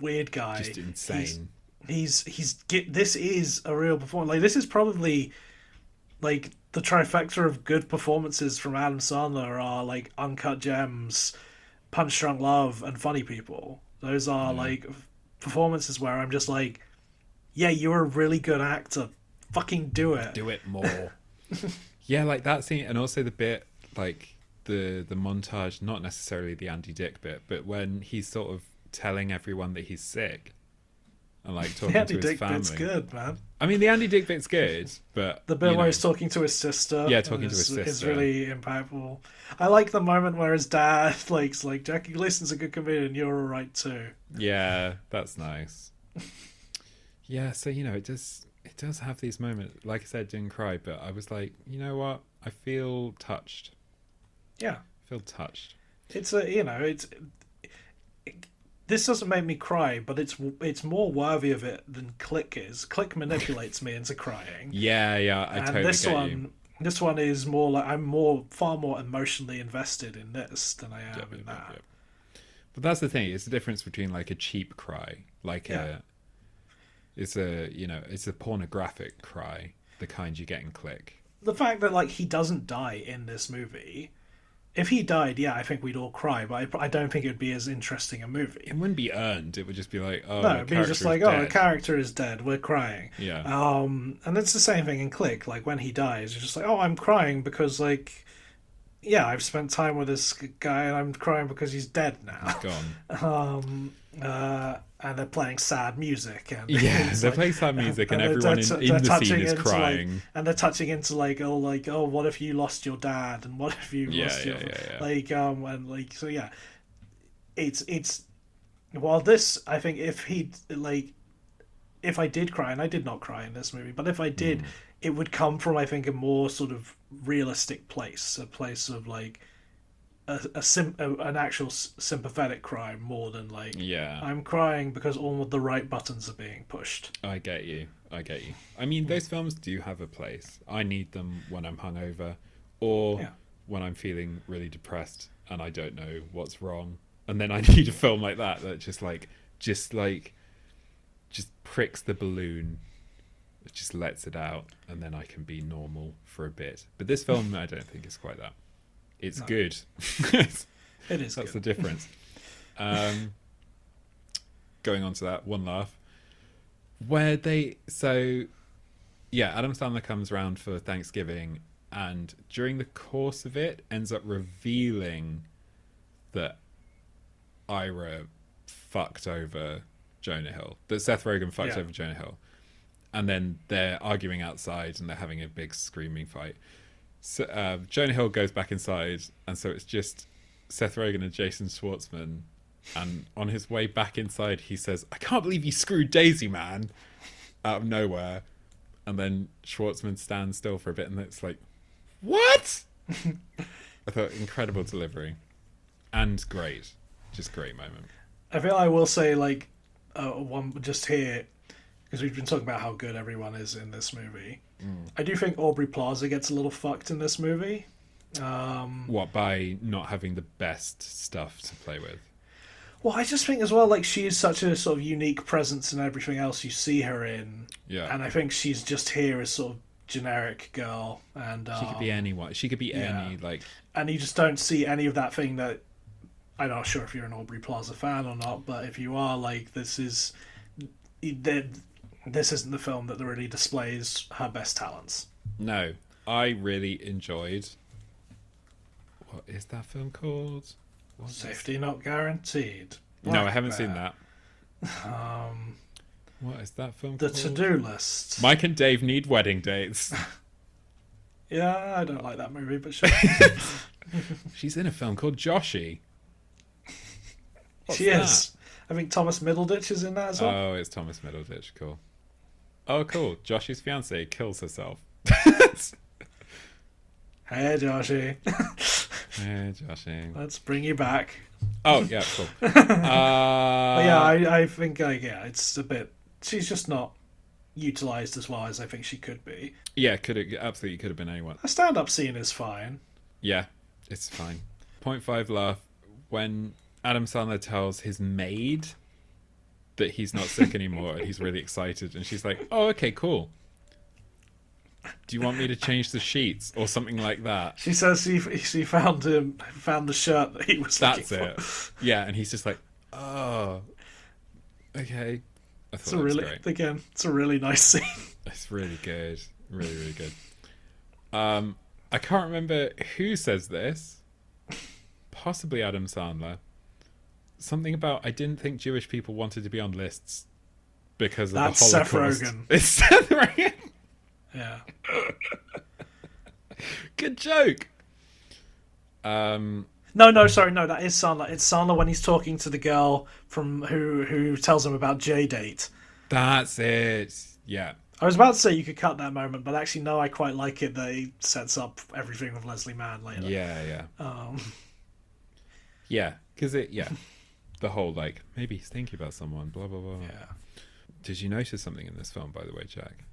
weird guy. Just He's- insane. he's he's get this is a real performance. Like this is probably like the trifecta of good performances from Adam Sandler are like Uncut Gems, Punch Drunk Love, and Funny People. Those are like performances where I'm just like, yeah, you're a really good actor. Fucking do it. do it more. [LAUGHS] yeah, like that scene, and also the bit like the the montage, not necessarily the Andy Dick bit, but when he's sort of telling everyone that he's sick and [LAUGHS] like talking Andy to his Dick family. bit's good, man. I mean, the Andy Dick [LAUGHS] bit's good, but The bit you where know, he's talking to his sister. Yeah, and talking to is- his is sister. really impactful. I like the moment where his dad [LAUGHS] like's like Jackie Gleason's a good comedian. You're all right too. yeah, [LAUGHS] that's nice. yeah, so you know, it does it does have these moments. Like I said, didn't cry, but I was like, you know what? I feel touched. Yeah. I feel touched. it's a you know it's this doesn't make me cry but it's it's more worthy of it than click is click manipulates me into crying Yeah, yeah, [LAUGHS] I and totally this get one you. this one is more like i'm more far more emotionally invested in this than i am in Yeah, that yeah. But that's the thing. It's the difference between like a cheap cry, like Yeah. a, it's a you know, it's a pornographic cry, the kind you get in Click. the fact that like he doesn't die in this movie if he died yeah i think we'd all cry but i, I don't think it would be as interesting a movie It wouldn't be earned. It would just be like, oh, no, the it'd be character just is like, oh, the dead. character is dead. We're crying. Yeah. Um, and it's the same thing in Click. Like when he dies, you're just like, oh, I'm crying because like yeah, I've spent time with this guy and I'm crying because he's dead [LAUGHS] now. [LAUGHS] Gone. Um, uh, and they're playing sad music and Yeah, it's they like- play [LAUGHS] sad music and, they're- everyone they're- in, they're in the touching scene is into, like- crying. and they're touching into like oh like oh what if you lost your dad and what if you Yeah, lost your yeah, yeah, yeah. like um and like so yeah, it's it's while this I think if he like if I did cry and I did not cry in this movie but if I Mm. did it would come from I think a more sort of realistic place a place of like a, a, sim- a an actual s- sympathetic cry more than like yeah, I'm crying because all of the right buttons are being pushed. I get you. I get you. I mean, those films do have a place. I need them when I'm hungover or Yeah. when I'm feeling really depressed and I don't know what's wrong. And then I [LAUGHS] need a film like that that just like, just like, just pricks the balloon, it just lets it out, and then I can be normal for a bit. But this film, I don't think is quite that. It's good. [LAUGHS] It is. good. That's the difference. um, going on to that one laugh, where they so yeah, Adam Sandler comes round for Thanksgiving, and during the course of it, ends up revealing that Ira fucked over Jonah Hill, that Seth Rogen fucked Yeah. over Jonah Hill, and then they're arguing outside and they're having a big screaming fight. So, uh, Jonah Hill goes back inside, and so it's just Seth Rogen and Jason Schwartzman. And on his way back inside, he says, "I can't believe you screwed Daisy, man!" out of nowhere, and then Schwartzman stands still for a bit, and it's like, "What?" I thought incredible delivery, and great, just great moment. I feel I will say like uh, one just here because we've been talking about how good everyone is in this movie. Mm. I do think Aubrey Plaza gets a little fucked in this movie. What by not having the best stuff to play with? Well, I just think as well like she is such a sort of unique presence in everything else you see her in, Yeah, and I think she's just here as sort of generic girl, and she um, could be anyone. She could be yeah. any like and you just don't see any of that thing that I'm not sure if you're an Aubrey Plaza fan or not, but if you are, like this is that this isn't the film that really displays her best talents. No, I really enjoyed. What is that film called? What's it? Safety not guaranteed. No, I haven't Black seen Bear. that. Um, what is that film The called? to do list. Mike and Dave need wedding dates. [LAUGHS] Yeah, I don't like that movie, but sure. She's in a film called Joshy. she is. I think Thomas Middleditch is in that as well. Oh, it's Thomas Middleditch. Cool. Oh, cool. Joshy's fiance [LAUGHS] kills herself. hey, Joshy, [LAUGHS] Eh, Joshy. let's bring you back. Oh, yeah, cool. [LAUGHS] Uh, But yeah, I, I think like yeah, it's a bit. She's just not utilized as well as I think she could be. yeah, could have, absolutely could have been anyone. A stand-up scene is fine. Yeah, it's fine. Point five laugh when Adam Sandler tells his maid that he's [LAUGHS] not sick anymore and he's really excited, and she's like, "Oh, okay, cool. Do you want me to change the sheets or something like that?" She says she she found him found the shirt that he was. That's looking it. For. Yeah, and he's just like, "Oh, okay." I thought It's a that was really great. again. It's a really nice [LAUGHS] scene. It's really good. Really, really good. Um, I can't remember who says this. Possibly Adam Sandler. Something about I didn't think Jewish people wanted to be on lists because of That's the Seth Holocaust. Rogen. [LAUGHS] It's Seth Rogen. Yeah, Good joke. Um, No, no, sorry, no, that is Sandler. It's Sandler when he's talking to the girl from who who tells him about J date. that's it. Yeah. I was about to say you could cut that moment, but actually, no, I quite like it that he sets up everything with Leslie Mann later. Yeah, yeah. Um, [LAUGHS] Yeah, because it, yeah. The whole, like, maybe he's thinking about someone, blah, blah, blah. yeah. Did you notice something in this film, by the way, Jack?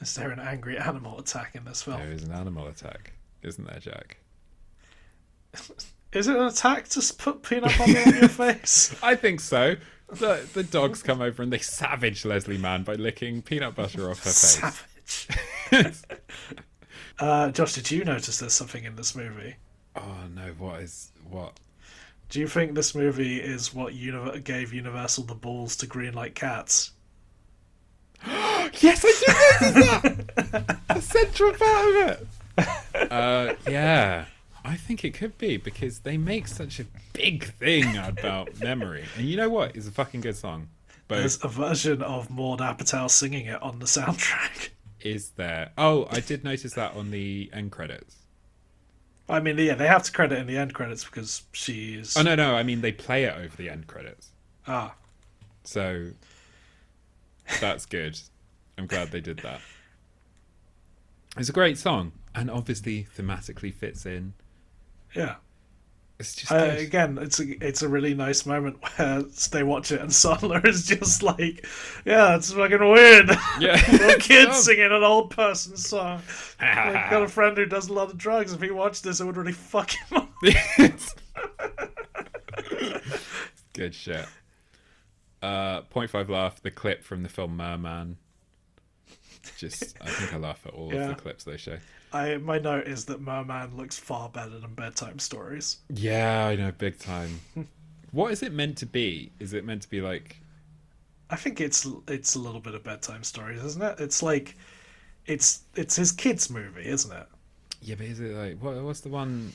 Is there an angry animal attack in this film? There is an animal attack, isn't there, Jack? Is it an attack to s- put peanut butter on [LAUGHS] your face? I think so. The, the dogs come over and they savage Leslie Mann by licking peanut [LAUGHS] butter off her face. Savage. [LAUGHS] Uh, Josh, did you notice there's something in this movie? oh no! What is what? Do you think this movie is what univer gave Universal the balls to greenlight Cats? Yes, I did notice that. the central part of it. Uh, yeah, I think it could be because they make such a big thing about memory. And you know what? It's a fucking good song. Both There's a version of Maud Apatow singing it on the soundtrack. [LAUGHS] is there. Oh, I did notice that on the end credits. I mean, yeah, they have to credit in the end credits because she is. Oh no, no, I mean they play it over the end credits. Ah, So that's good. I'm glad they did that. It's a great song, and obviously thematically fits in. yeah. It's just Uh, good. again, it's a it's a really nice moment [LAUGHS] where they watch it and [LAUGHS] Sadler is just like, "Yeah, it's fucking weird. [LAUGHS] yeah. Little kid singing an old person song. I've got a friend who does a lot of drugs. If he watched this, it would really fuck him [LAUGHS] up." [LAUGHS] Good shit. Uh, point five laugh. The clip from the film Merman. Just, I think I laugh at all Yeah. of the clips they show. I my note is that Merman looks far better than bedtime stories. Yeah, I know, big time. [LAUGHS] what is it meant to be? Is it meant to be like? I think it's it's a little bit of bedtime stories, isn't it? It's like, it's it's his kids' movie, isn't it? Yeah, but is it like what? What's the one?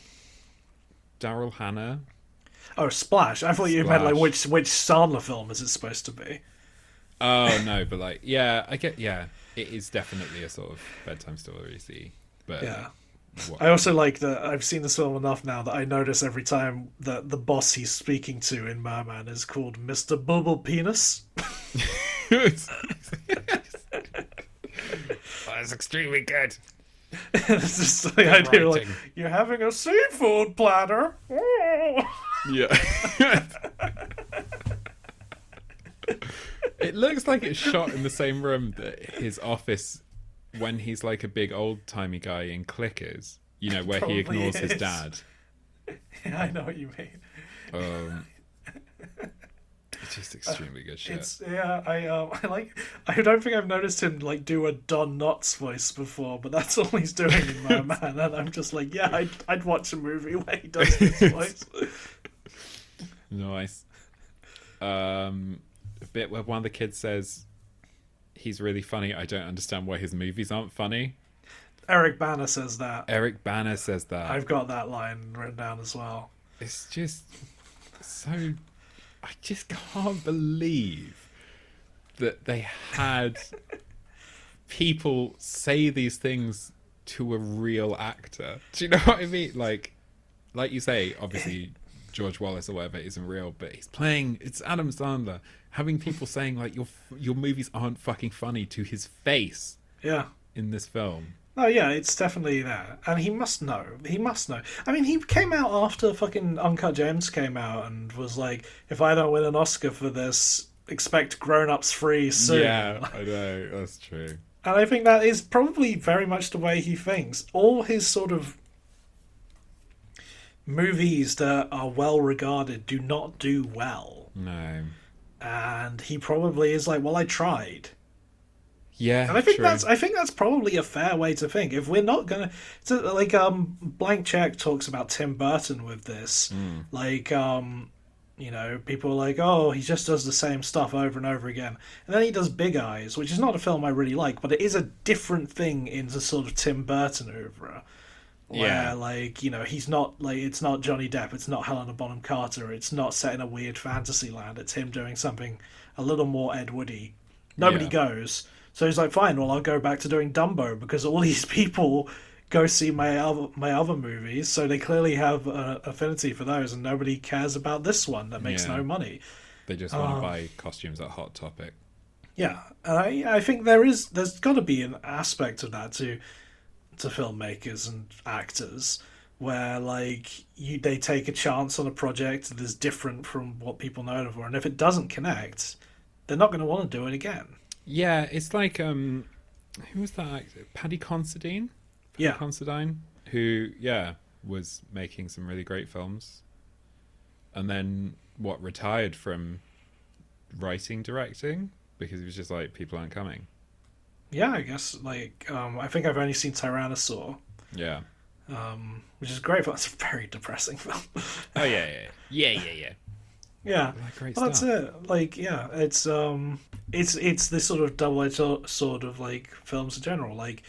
Daryl Hannah. Oh, Splash! I thought you meant like Splash. which which Sandler film is it supposed to be? Oh no, but like, yeah, I get. Yeah, it is definitely a sort of bedtime story. See, but [LAUGHS] Yeah. what- I also like that I've seen this film enough now that I notice every time that the boss he's speaking to in Merman is called Mr. Bubble Penis. that's extremely good. [LAUGHS] it's just the idea like writing. you're having a seafood platter. Ooh. Yeah. it looks like it's shot in the same room that his office when he's like a big old timey guy in clickers, you know, where he Probably ignores his is. dad. [LAUGHS] Yeah, I know what you mean. Um, it's just extremely good shit. Uh, It's yeah. I um. [LAUGHS] I like. I don't think I've noticed him like do a Don Knotts voice before, but that's [LAUGHS] all he's doing in Merman, and I'm just like, yeah, I'd, I'd watch a movie where he does this voice. Nice. Um, a bit where one of the kids says, He's really funny. I don't understand why his movies aren't funny. Eric Banner says that. Eric Banner says that. I've got that line written down as well. It's just so. I just can't believe that they had people say these things to a real actor. [LAUGHS] Do you know what I mean? Like, like you say, obviously George Wallace or whatever isn't real, but he's playing. It's Adam Sandler having people saying like your your movies aren't fucking funny to his face Yeah. in this film. Oh yeah, it's definitely there, and he must know. He must know. I mean, he came out after fucking Uncut Gems came out and was like, "If I don't win an Oscar for this, expect Grown Ups free soon." Yeah, I know that's true. And I think that is probably very much the way he thinks. All his sort of movies that are well regarded do not do well, No. and he probably is like, "Well, I tried." Yeah, And I think true. that's I think that's probably a fair way to think. If we're not gonna so, like um blank check talks about Tim Burton with this, Hmm. like um you know people are like oh he just does the same stuff over and over again, and then he does Big Eyes, which is not a film I really like, but it is a different thing in the sort of Tim Burton oeuvre. Where, Yeah. like you know, he's not like it's not Johnny Depp, it's not Helena Bonham Carter, it's not set in a weird fantasy land. It's him doing something a little more Ed Woody, Nobody Yeah. goes. So he's like, fine, well, I'll go back to doing Dumbo because all [LAUGHS] these people go see my other, my other movies. So they clearly have uh, affinity for those, and nobody cares about this one that makes Yeah. no money. They just want Oh. to buy costumes at Hot Topic. Yeah, and I, I think there is there's got to be an aspect of that to to filmmakers and actors where like you they take a chance on a project that is different from what people know them for, and if it doesn't connect, they're not going to want to do it again. Yeah, it's like um, who was that actor? Paddy Considine. Paddy Yeah. Considine, who yeah was making some really great films, and then what retired from writing directing because he was just like people aren't coming. Yeah, I guess like um, I think I've only seen Tyrannosaur, Yeah. um, which is great, but it's a very [LAUGHS] depressing film. Oh yeah yeah yeah yeah yeah. yeah. yeah, Like, great well, [LAUGHS] that's stuff. it. Like, yeah, it's um, it's it's this sort of double edged sword of like films in general. Like,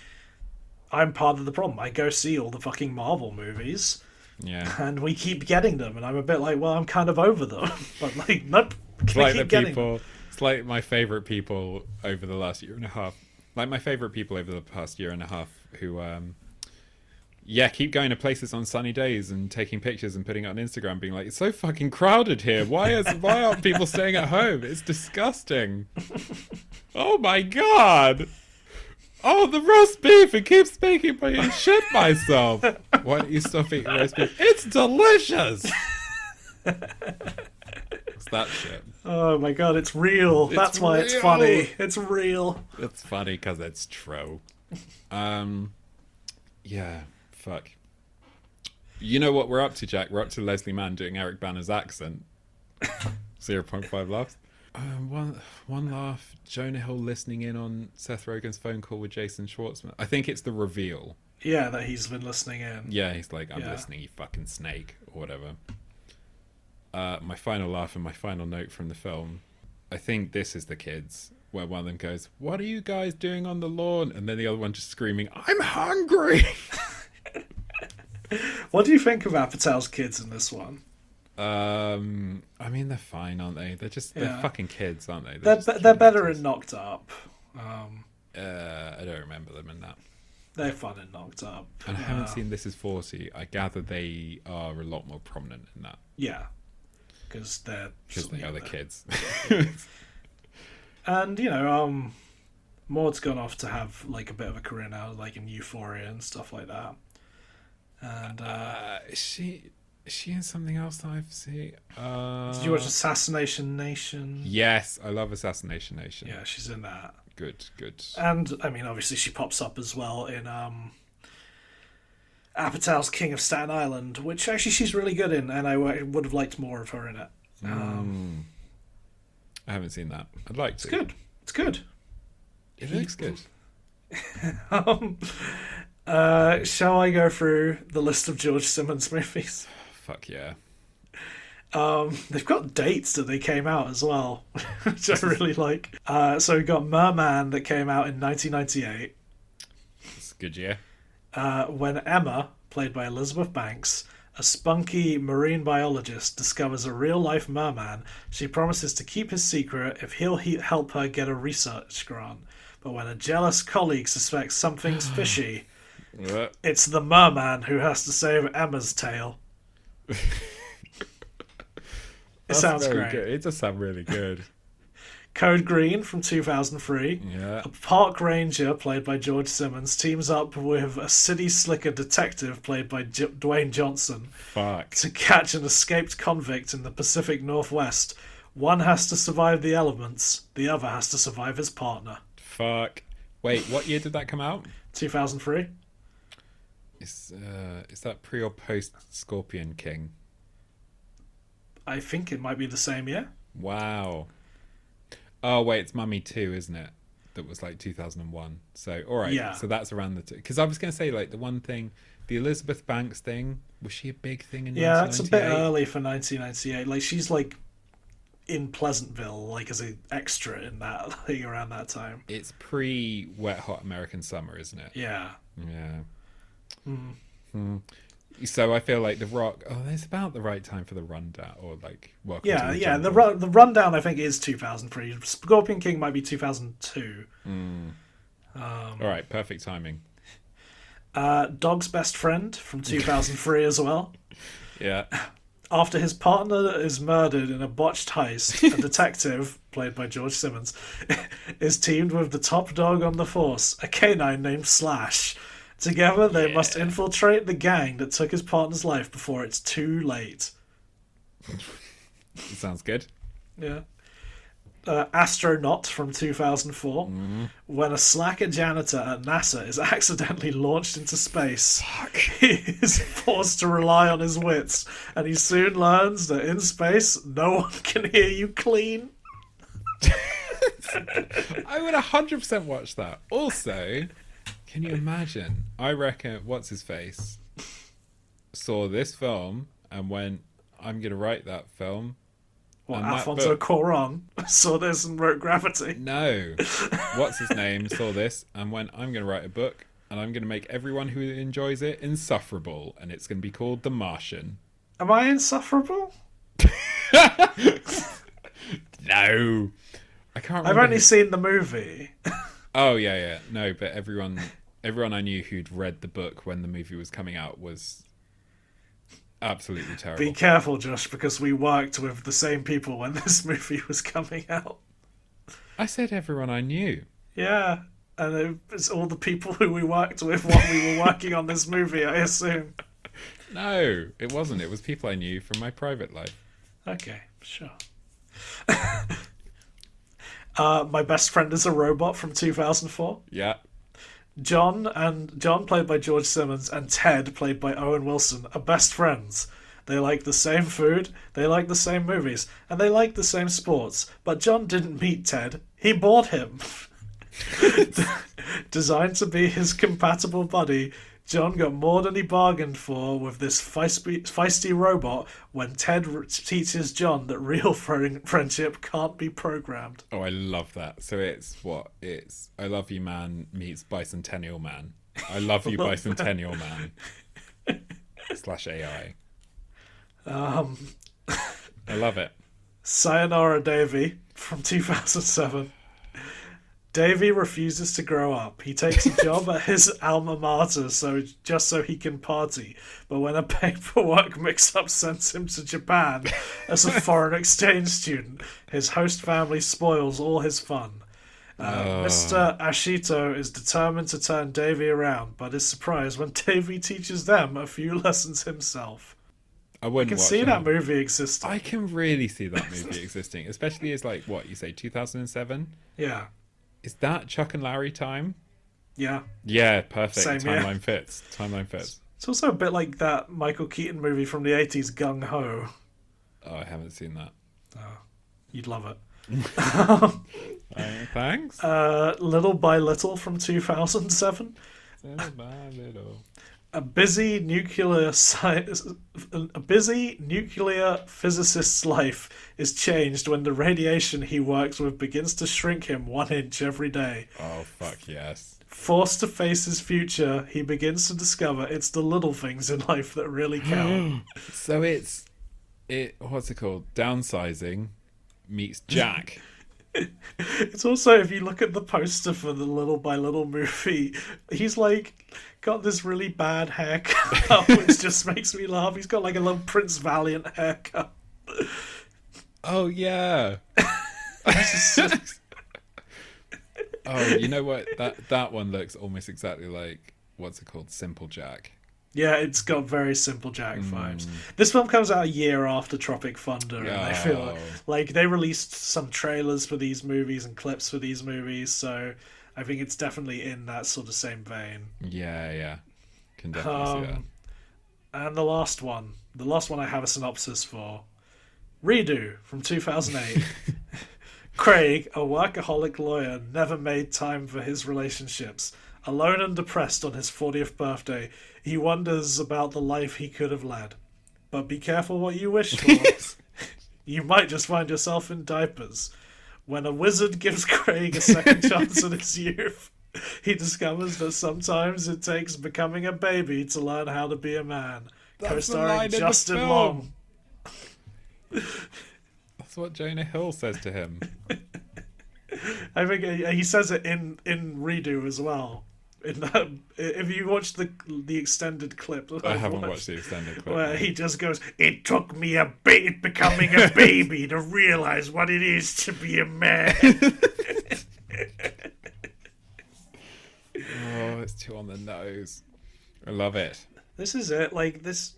I'm part of the problem. I go see all the fucking Marvel movies, Yeah. and we keep getting them, and I'm a bit like, well, I'm kind of over them, [LAUGHS] but like, nope, [LAUGHS] It's I like keep the getting people. It's like my favorite people over the last year and a half. Like my favorite people over the past year and a half who, um, yeah, keep going to places on sunny days and taking pictures and putting it on Instagram, being like, "It's so fucking crowded here. Why is why aren't people staying at home? It's disgusting." oh my god. Oh, the roast beef! It keeps making me shit myself. Why don't you stop eating roast beef? It's delicious. it's that shit. Oh my god, it's real. That's why it's funny. real. It's real. It's funny because it's true. Um, yeah, fuck. You know what we're up to, Jack? We're up to Leslie Mann doing Eric Banner's accent. [LAUGHS] Zero point five laughs. Um, one one laugh. Jonah Hill listening in on Seth Rogen's phone call with Jason Schwartzman. I think it's the reveal. Yeah, that he's been listening in. Yeah, he's like, "I'm Yeah. listening, you fucking snake," or whatever. Uh, my final laugh and my final note from the film. I think this is the kids where one of them goes, "What are you guys doing on the lawn?" and then the other one just screaming, "I'm hungry." [LAUGHS] What do you think of Apatow's kids in this one? um, I mean, they're fine, aren't they? They're just they're Yeah. fucking kids, aren't they? They're, just be- they're cute better actors. in Knocked Up. Um, Uh, I don't remember them in that. they're fun in Knocked Up. Uh, And I haven't seen This Is Forty. I gather they are a lot more prominent in that Yeah, because they're because they yeah, are the they're- kids. And you know, um, Maud's gone off to have like a bit of a career now, like in Euphoria and stuff like that. And uh, Uh, is she is she in something else that I've seen? Uh, did you watch Assassination Nation? Yes, I love Assassination Nation. Yeah, she's in that. Good, good. And I mean, obviously, she pops up as well in um, Apatow's King of Staten Island, which actually she's really good in, and I w- would have liked more of her in it. Mm. Um, I haven't seen that. I'd like to. It's good. It's good. [LAUGHS] It looks good. Um, uh, shall I go through the list of George Simmons [LAUGHS] movies? Fuck yeah. Um, they've got dates that they came out as well, [LAUGHS] which I really like. Uh, so we've got Merman that came out in 1998, It's a good year. uh, when Emma, played by Elizabeth Banks, a spunky marine biologist, discovers a real life merman. She promises to keep his secret if he'll he- help her get a research grant. But when a jealous colleague suspects [SIGHS] something's fishy, Uh, it's the merman who has to save Emma's [LAUGHS] tail. it that's sounds very great. Good. It does sound really good. Code Green from 2003. Yeah. [LAUGHS] A park ranger, played by George Simmons, teams up with a city slicker detective, played by J- Dwayne Johnson, Fuck. to catch an escaped convict in the Pacific Northwest. One has to survive the elements, the other has to survive his partner. Fuck. Wait, what year did that come out? 2003? Is uh, is that pre or post Scorpion King? I think it might be the same year. Wow. Oh wait, it's Mummy Two, isn't it? That was like 2001. So all right, Yeah. so that's around the because I was gonna say like the one thing, the Elizabeth Banks thing was she a big thing in Yeah, it's a bit 1998? early for 1998. Like, she's like in Pleasantville, like as an extra in that, [LAUGHS] like around that time. It's pre Wet Hot American Summer, isn't it? Yeah. Mm-hmm. Yeah. Hmm. So I feel like the Rock. Oh, it's about the right time for the rundown or like welcome. Yeah, to the yeah. The Jungle. run, the rundown I think is 2003. Scorpion King might be 2002. All right, perfect timing. Uh, Dog's Best Friend from 2003 as well. Yeah. After his partner is murdered in a botched heist, a detective played by George Simmons [LAUGHS] is teamed with the top dog on the force, a canine named Slash. Together, they must infiltrate the gang that took his partner's life before it's too late. Sounds good. Yeah. Uh, Astronaut from 2004, Mm-hmm. when a slacker janitor at NASA is [LAUGHS] accidentally launched into space. [LAUGHS] He is forced to rely on his wits, and he soon learns that in space, no [LAUGHS] one can hear you clean. I would 100% watch that. Also, can you imagine? I reckon What's His Face saw this film and went, I'm going to write that film. Well, And that Alfonso book- Cuaron [LAUGHS] saw this and wrote Gravity. No. What's His Name saw this and went, I'm going to write a book. and I'm going to make everyone who enjoys it insufferable, and it's going to be called The Martian. Am I insufferable? No, I can't. Remember I've only who- seen the movie. Oh yeah, yeah. No, but everyone, everyone I knew who'd read the book when the movie was coming out was absolutely terrible. Be careful, Josh, because we worked with the same people when [LAUGHS] this movie was coming out. I said everyone I knew. Yeah, and it- it's all the people who we worked with while we were working on this movie, I assume. No, it wasn't. It was people I knew from my private life. Okay, sure. [LAUGHS] uh, my best friend is a robot from 2004. Yeah. John and John played by George Simmons and Ted played by Owen Wilson are best friends. They like the same food, they like the same movies, and they like the same sports. But John didn't meet Ted. He bought him. [LAUGHS] Designed to be his compatible buddy, John got more than he bargained for with this feisty, feisty robot when Ted r- teaches John that real [LAUGHS] fri- friendship can't be programmed. Oh, I love that. So it's what it's. I love you, man. Meets bicentennial man. I [LAUGHS] love you, bicentennial man. Slash AI. Um, I love it. Sayonara Davy from 2007. Davy refuses to grow up. He takes a job at his alma mater so just so he can party. But when a paperwork mix-up sends him to Japan as a foreign exchange student, his host family spoils all his fun. Uh, Mr. Ashito is determined to turn Davy around, but is surprised when Davy teaches them a few lessons himself. I wouldn't You can watch see that that movie existing. I can really see that movie existing, especially as like what you say, 2007. Yeah, Is that Chuck and Larry time? yeah. Yeah, perfect. Same, yeah. Timeline fits. Timeline fits. It's also a bit like that Michael Keaton movie from the 80s, Gung Ho. Oh, I haven't seen that. You'd love it. Uh, Thanks. Uh, little by Little from 2007. Little by little. A busy nuclear science, a busy nuclear physicist's life is changed when the radiation he works with begins to shrink him one inch every day. Oh fuck yes. Forced to face his future, he begins to discover it's the little things in life that really count. [LAUGHS] So it's it. What's it called? Downsizing meets Jack. [LAUGHS] It's also if you look at the poster for the Little by Little movie, he's like got this really bad haircut, [LAUGHS] which just makes me laugh. He's got like a little Prince Valiant haircut. [LAUGHS] oh yeah. oh, you know what? That that one looks almost exactly like what's it called? Simple Jack. Yeah, it's got very simple Jack vibes. This film comes out a year after Tropic Thunder, and I feel like, Oh. like they released some trailers for these movies and clips for these movies, so I think it's definitely in that sort of same vein. Yeah, yeah. Can definitely see that. Um, And the last one, the last one I have a synopsis for Redo from [LAUGHS] 2008. Craig, a workaholic lawyer, never made time for his relationships. Alone and depressed on his 40th birthday, he wonders about the life he could have led. But be careful what you wish for. [LAUGHS] you might just find yourself in diapers. When a wizard gives Craig a [LAUGHS] second chance at his youth, he discovers that sometimes it takes becoming a baby to learn how to be a man. the line Co-starring in the Justin film. Long. That's what Jonah Hill says to [LAUGHS] him. I think uh, he says it in in redo as well. In that, if you watch the the extended clip, that I I've haven't watched, watched the extended clip. Where he just goes, "It took me a bit becoming a baby to realize what it is to be a [LAUGHS] man." Oh, it's too on the nose. I love it. this is it like this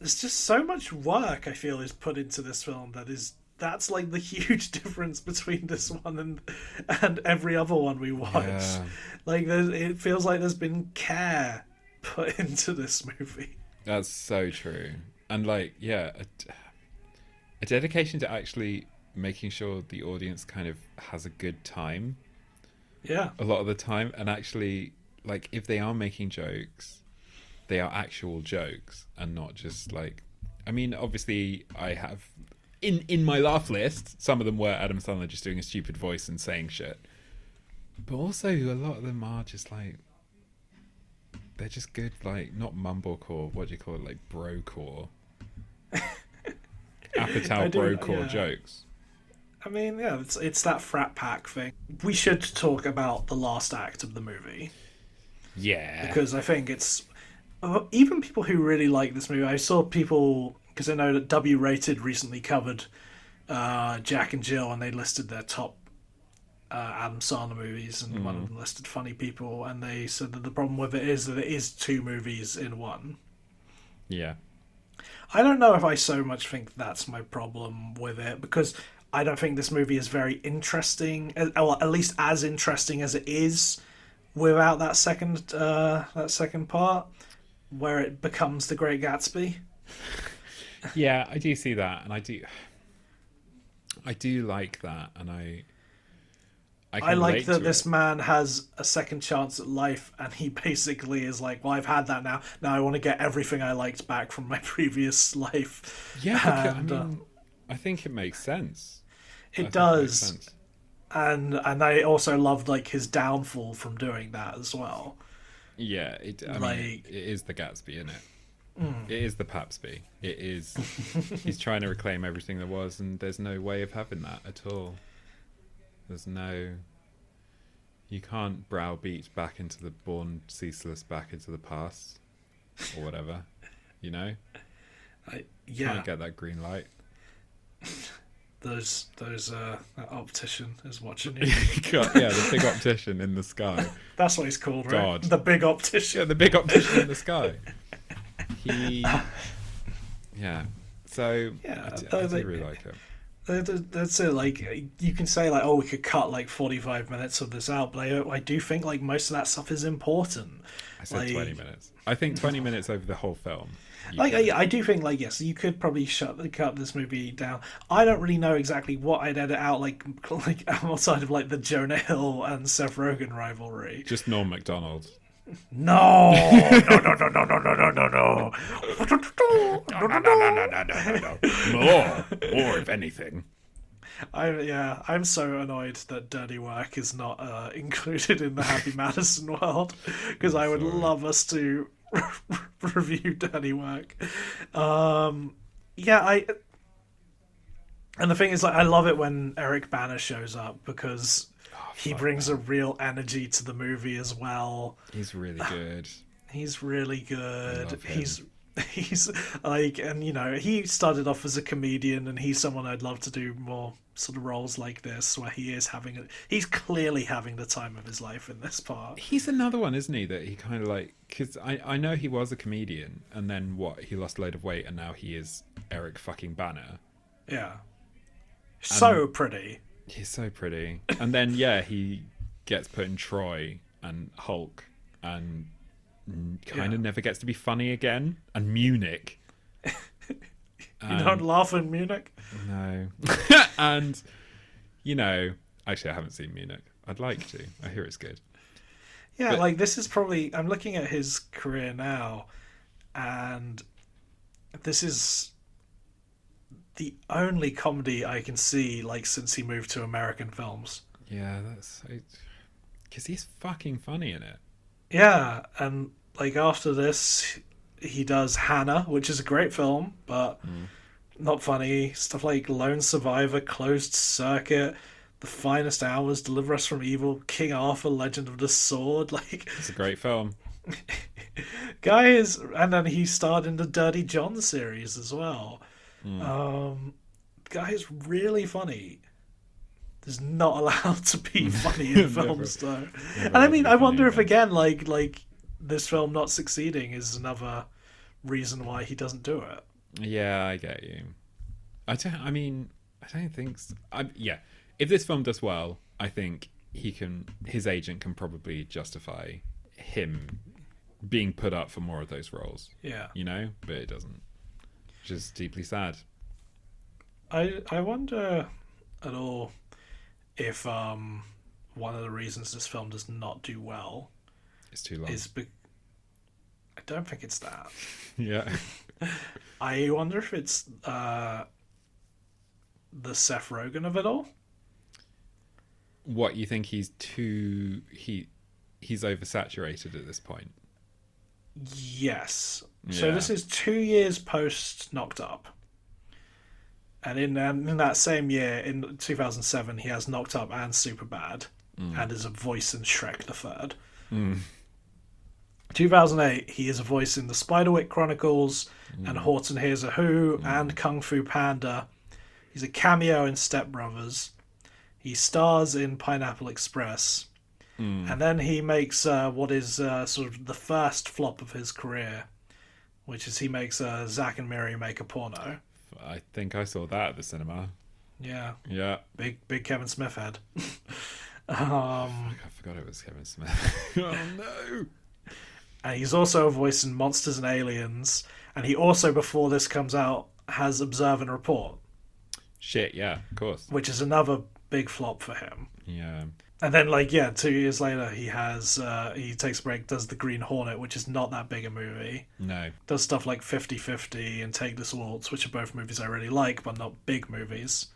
there's just so much work i feel is put into this film that is that's like the [LAUGHS] huge difference between this one and and every other one we watched Yeah. like there's, it feels like there's been care put [LAUGHS] into this movie That's so true. And like, yeah, a, a dedication to actually making sure the audience kind of has a good time yeah a lot of the time, and actually, like, if they are making jokes, they are actual jokes and not just like. I mean, obviously, I have in in my laugh list. Some of them were Adam Sandler just doing a stupid voice and saying shit, but also a lot of them are just like they're just good, like not mumblecore. What do you call it? Like [LAUGHS] brocore. I Apatow do, brocore yeah. jokes. I mean, yeah, it's it's that frat pack thing. We should talk about the last act of the movie Yeah. because I think it's uh, even people who really like this movie. I saw people because I know that W Rated recently covered uh, Jack and Jill, and they listed their top uh, Adam Sandler movies, and one of them listed Funny People, and they said that the problem with it is that it is two movies in one. yeah. I don't know if I so much think that's my problem with it because I don't think this movie is very interesting, as- or at least as interesting as it is without that second uh, that second part where it becomes the Great Gatsby. yeah, I do see that, and I do, I do like that, and I, I can like relate that to this it. man has a second chance at life, and he [LAUGHS] basically is like, "Well, I've had that now. Now I want to get everything I liked back from my [LAUGHS] previous life." Yeah, because, and, I uh, mean, I think it makes sense. I it think does. makes sense. and and I also loved like his downfall from doing that as well. Yeah, it, I mean, Like- Mm. it, it is the Gatsby, isn't it? It is the Papsby. [LAUGHS] It is. he's trying to reclaim everything there was, and there's no way of having that at all. There's no. You can't browbeat back into the born ceaseless, back into the past, or whatever. You know, I, can't yeah, get that [LAUGHS] green light. those those uh, that optician is watching [LAUGHS] you. God, yeah, the big optician in [LAUGHS] the sky. That's what he's called, right? God. The big optician. Yeah, the big optician in the sky. He. Yeah. So Yeah, I d- I though do they- really like it. That- that- That's it. Like you can say, like, oh, we could cut like forty-five minutes of this out, but I, I do think like most of that stuff is important. I said like- 20 minutes. I think 20 minutes over the whole film. You Like could- I, I do think like yes, you could probably shut the cut this movie down. I don't really know exactly what I'd edit out, like [LAUGHS] like outside of like the Jonah Hill and Seth Rogen rivalry. just Norm MacDonald. [LAUGHS] No, no, no, no, no, no, no, no, no, [LAUGHS] no. [LAUGHS] More, more if anything. I yeah, [LAUGHS] I'm so annoyed that Dirty Work is not uh, [LAUGHS] included in the Happy Madison world because I would Sorry. love us to [LAUGHS] review Dirty Work. Um, yeah, I. And the thing is, like, I love it when Eric Banner shows up because he brings a real energy to the movie as well. He's really Ah. good. He's really good. love him. He's [LAUGHS] he's like and you know, he started off as a comedian and he's someone I'd love to do more sort of roles like this where he is having a, he's clearly having the time of his life in this part. He's another one, isn't he? That he kind of like because I I know he was a comedian, and then what? He lost a load of weight, and now he is Eric fucking Banner. Yeah. So Um, pretty. He's so pretty. And then yeah, he gets put in Troy and Hulk and kind Yeah. of never gets to be funny again. And Munich. You um, don't laugh in Munich. No. [LAUGHS] and you know, actually I haven't seen Munich. I'd like to. I hear it's good. Yeah, But- like this is probably I'm looking at his career now and this is the only comedy I can see like since he moved to American films. Yeah, that's because he's fucking funny in it. Yeah, and like after this, he does Hannah, which is a great film, but not funny. Stuff like Lone Survivor, Closed Circuit, The Finest Hours, Deliver Us from Evil, King Arthur, Legend of the Sword. [LAUGHS] Like, It's a great film. guy is, and then he starred in the Dirty John series as well. Hmm. Um, guy is really funny. Is not [LAUGHS] allowed to [LAUGHS] be funny in Never. films though. Never and I allowed to mean, be I funny wonder in if again, like like this film not succeeding is another reason why he doesn't do it. Yeah, I get you. I don't. I mean, I don't think. s I yeah, if this film does well, I think he can. His agent can probably justify him being put up for more of those roles. Yeah. You know, but it doesn't. Which is deeply sad. I I wonder at all if um one of the reasons this film does not do well It's too long. is be- I don't think it's that. [LAUGHS] Yeah. I wonder if it's uh the Seth Rogen of it all. what you think he's too he he's oversaturated at this point? Yes. So Yeah. this is two years post Knocked Up. And in, um, in that same year, in 2007, he has Knocked Up and Superbad and is a voice in Shrek the Third. 2008, he is a voice in The Spiderwick Chronicles and Horton Hears a Who and Kung Fu Panda. He's a cameo in Step Brothers. He stars in Pineapple Express. And then he makes uh, what is uh, sort of the first flop of his career, which is he makes uh, Zack and Miri make a porno. I think I saw that at the cinema. Yeah, Yeah, big big Kevin Smith head. I forgot it was Kevin Smith. [LAUGHS] oh no! and he's also a voice in Monsters and Aliens. And he also, before this comes out, has Observe and Report, Shit. Yeah, of course. which is another big flop for him. Yeah. And then, like, yeah, two years later, he has uh, he takes a break, does the Green Hornet, which is not that big a movie. No. does stuff like 50 50 and Take This Waltz, which are both movies I really like, but not big movies.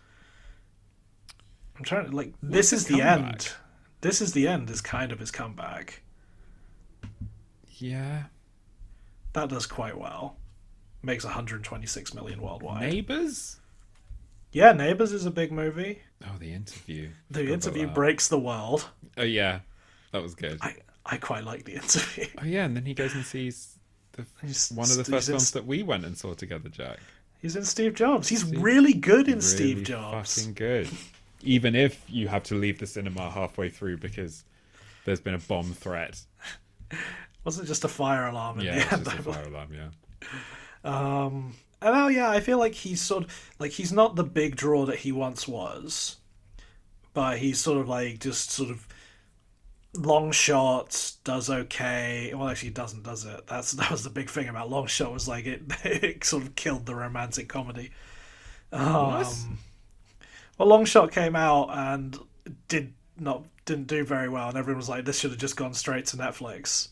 I'm trying to, like, this his is the comeback? end. This is the end, is kind of his comeback. Yeah. That does quite well. Makes 126 million worldwide. Neighbors. Yeah, Neighbours is a big movie. Oh, the interview. Forgot The about interview that. breaks the world. Oh yeah, that was good. I, I quite like the [LAUGHS] interview. Oh yeah, and then he goes and sees [GASPS] the He's- one of the he's first in- films that we went and saw together, Jack. He's in Steve Jobs. He's really good in Really Steve Jobs. fucking good. Even if you have to leave the cinema halfway through because there's been a bomb threat. [LAUGHS] Wasn't just a fire alarm in Yeah, the it's end. just a I fire alarm. Yeah. And oh yeah, I feel like he's sort of like he's not the big draw that he once was, but he's sort of like just sort of long shots does okay. Well, actually, he doesn't does it? That's [LAUGHS] that was the big thing about long shot was like it, [LAUGHS] it sort of killed the romantic comedy. Um, What? Well, long shot came out and did not didn't do very well, and everyone was like, this should have just gone straight to Netflix.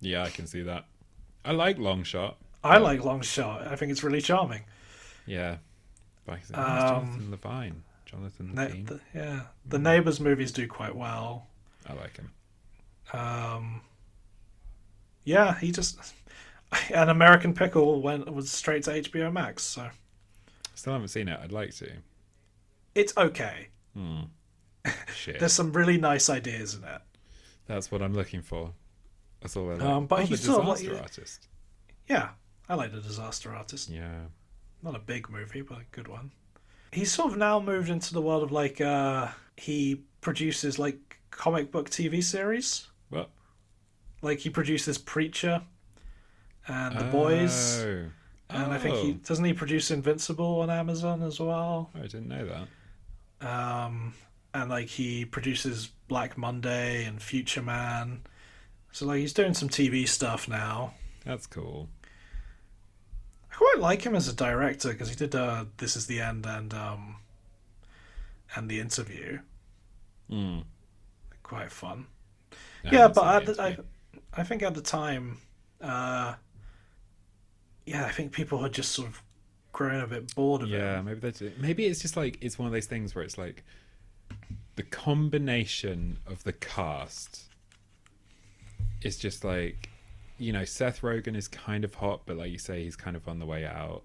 Yeah, I can see that. I like long shot. I like long shot. I think it's really charming. Yeah. By his name is Um, Jonathan Levine. Jonathan Ne- Levine. the- yeah, the neighbors movies do quite well. I like him. yeah, he just [LAUGHS] an American Pickle went was straight to HBO Max, so Still haven't seen it. I'd like to. it's okay. Shit. There's some really nice ideas in it. That's what I'm looking for. That's all I like. Um, but oh, he's the sort of disaster like- artist. Yeah, I like the Disaster Artist. Yeah. Not a big movie, but a good one. He's sort of now moved into the world of like uh he produces like comic book TV series. Well. Like he produces Preacher and The Boys. Oh. And I think he Oh. doesn't he produce Invincible on Amazon as well. I didn't know that. um, and like he produces Black Monday and Future Man. So like he's doing some TV stuff now. That's cool. I quite like him as a director because he did uh, This Is the End and um, and the interview. Quite fun. I yeah, haven't but seen at the the, I, interview. I think at the time, uh, yeah, I think people had just sort of grown a bit bored of yeah, it. maybe that's it. Maybe it's just like it's one of those things where it's like the combination of the cast is just like you know Seth Rogen is kind of hot, but like you say, he's kind of on the way out.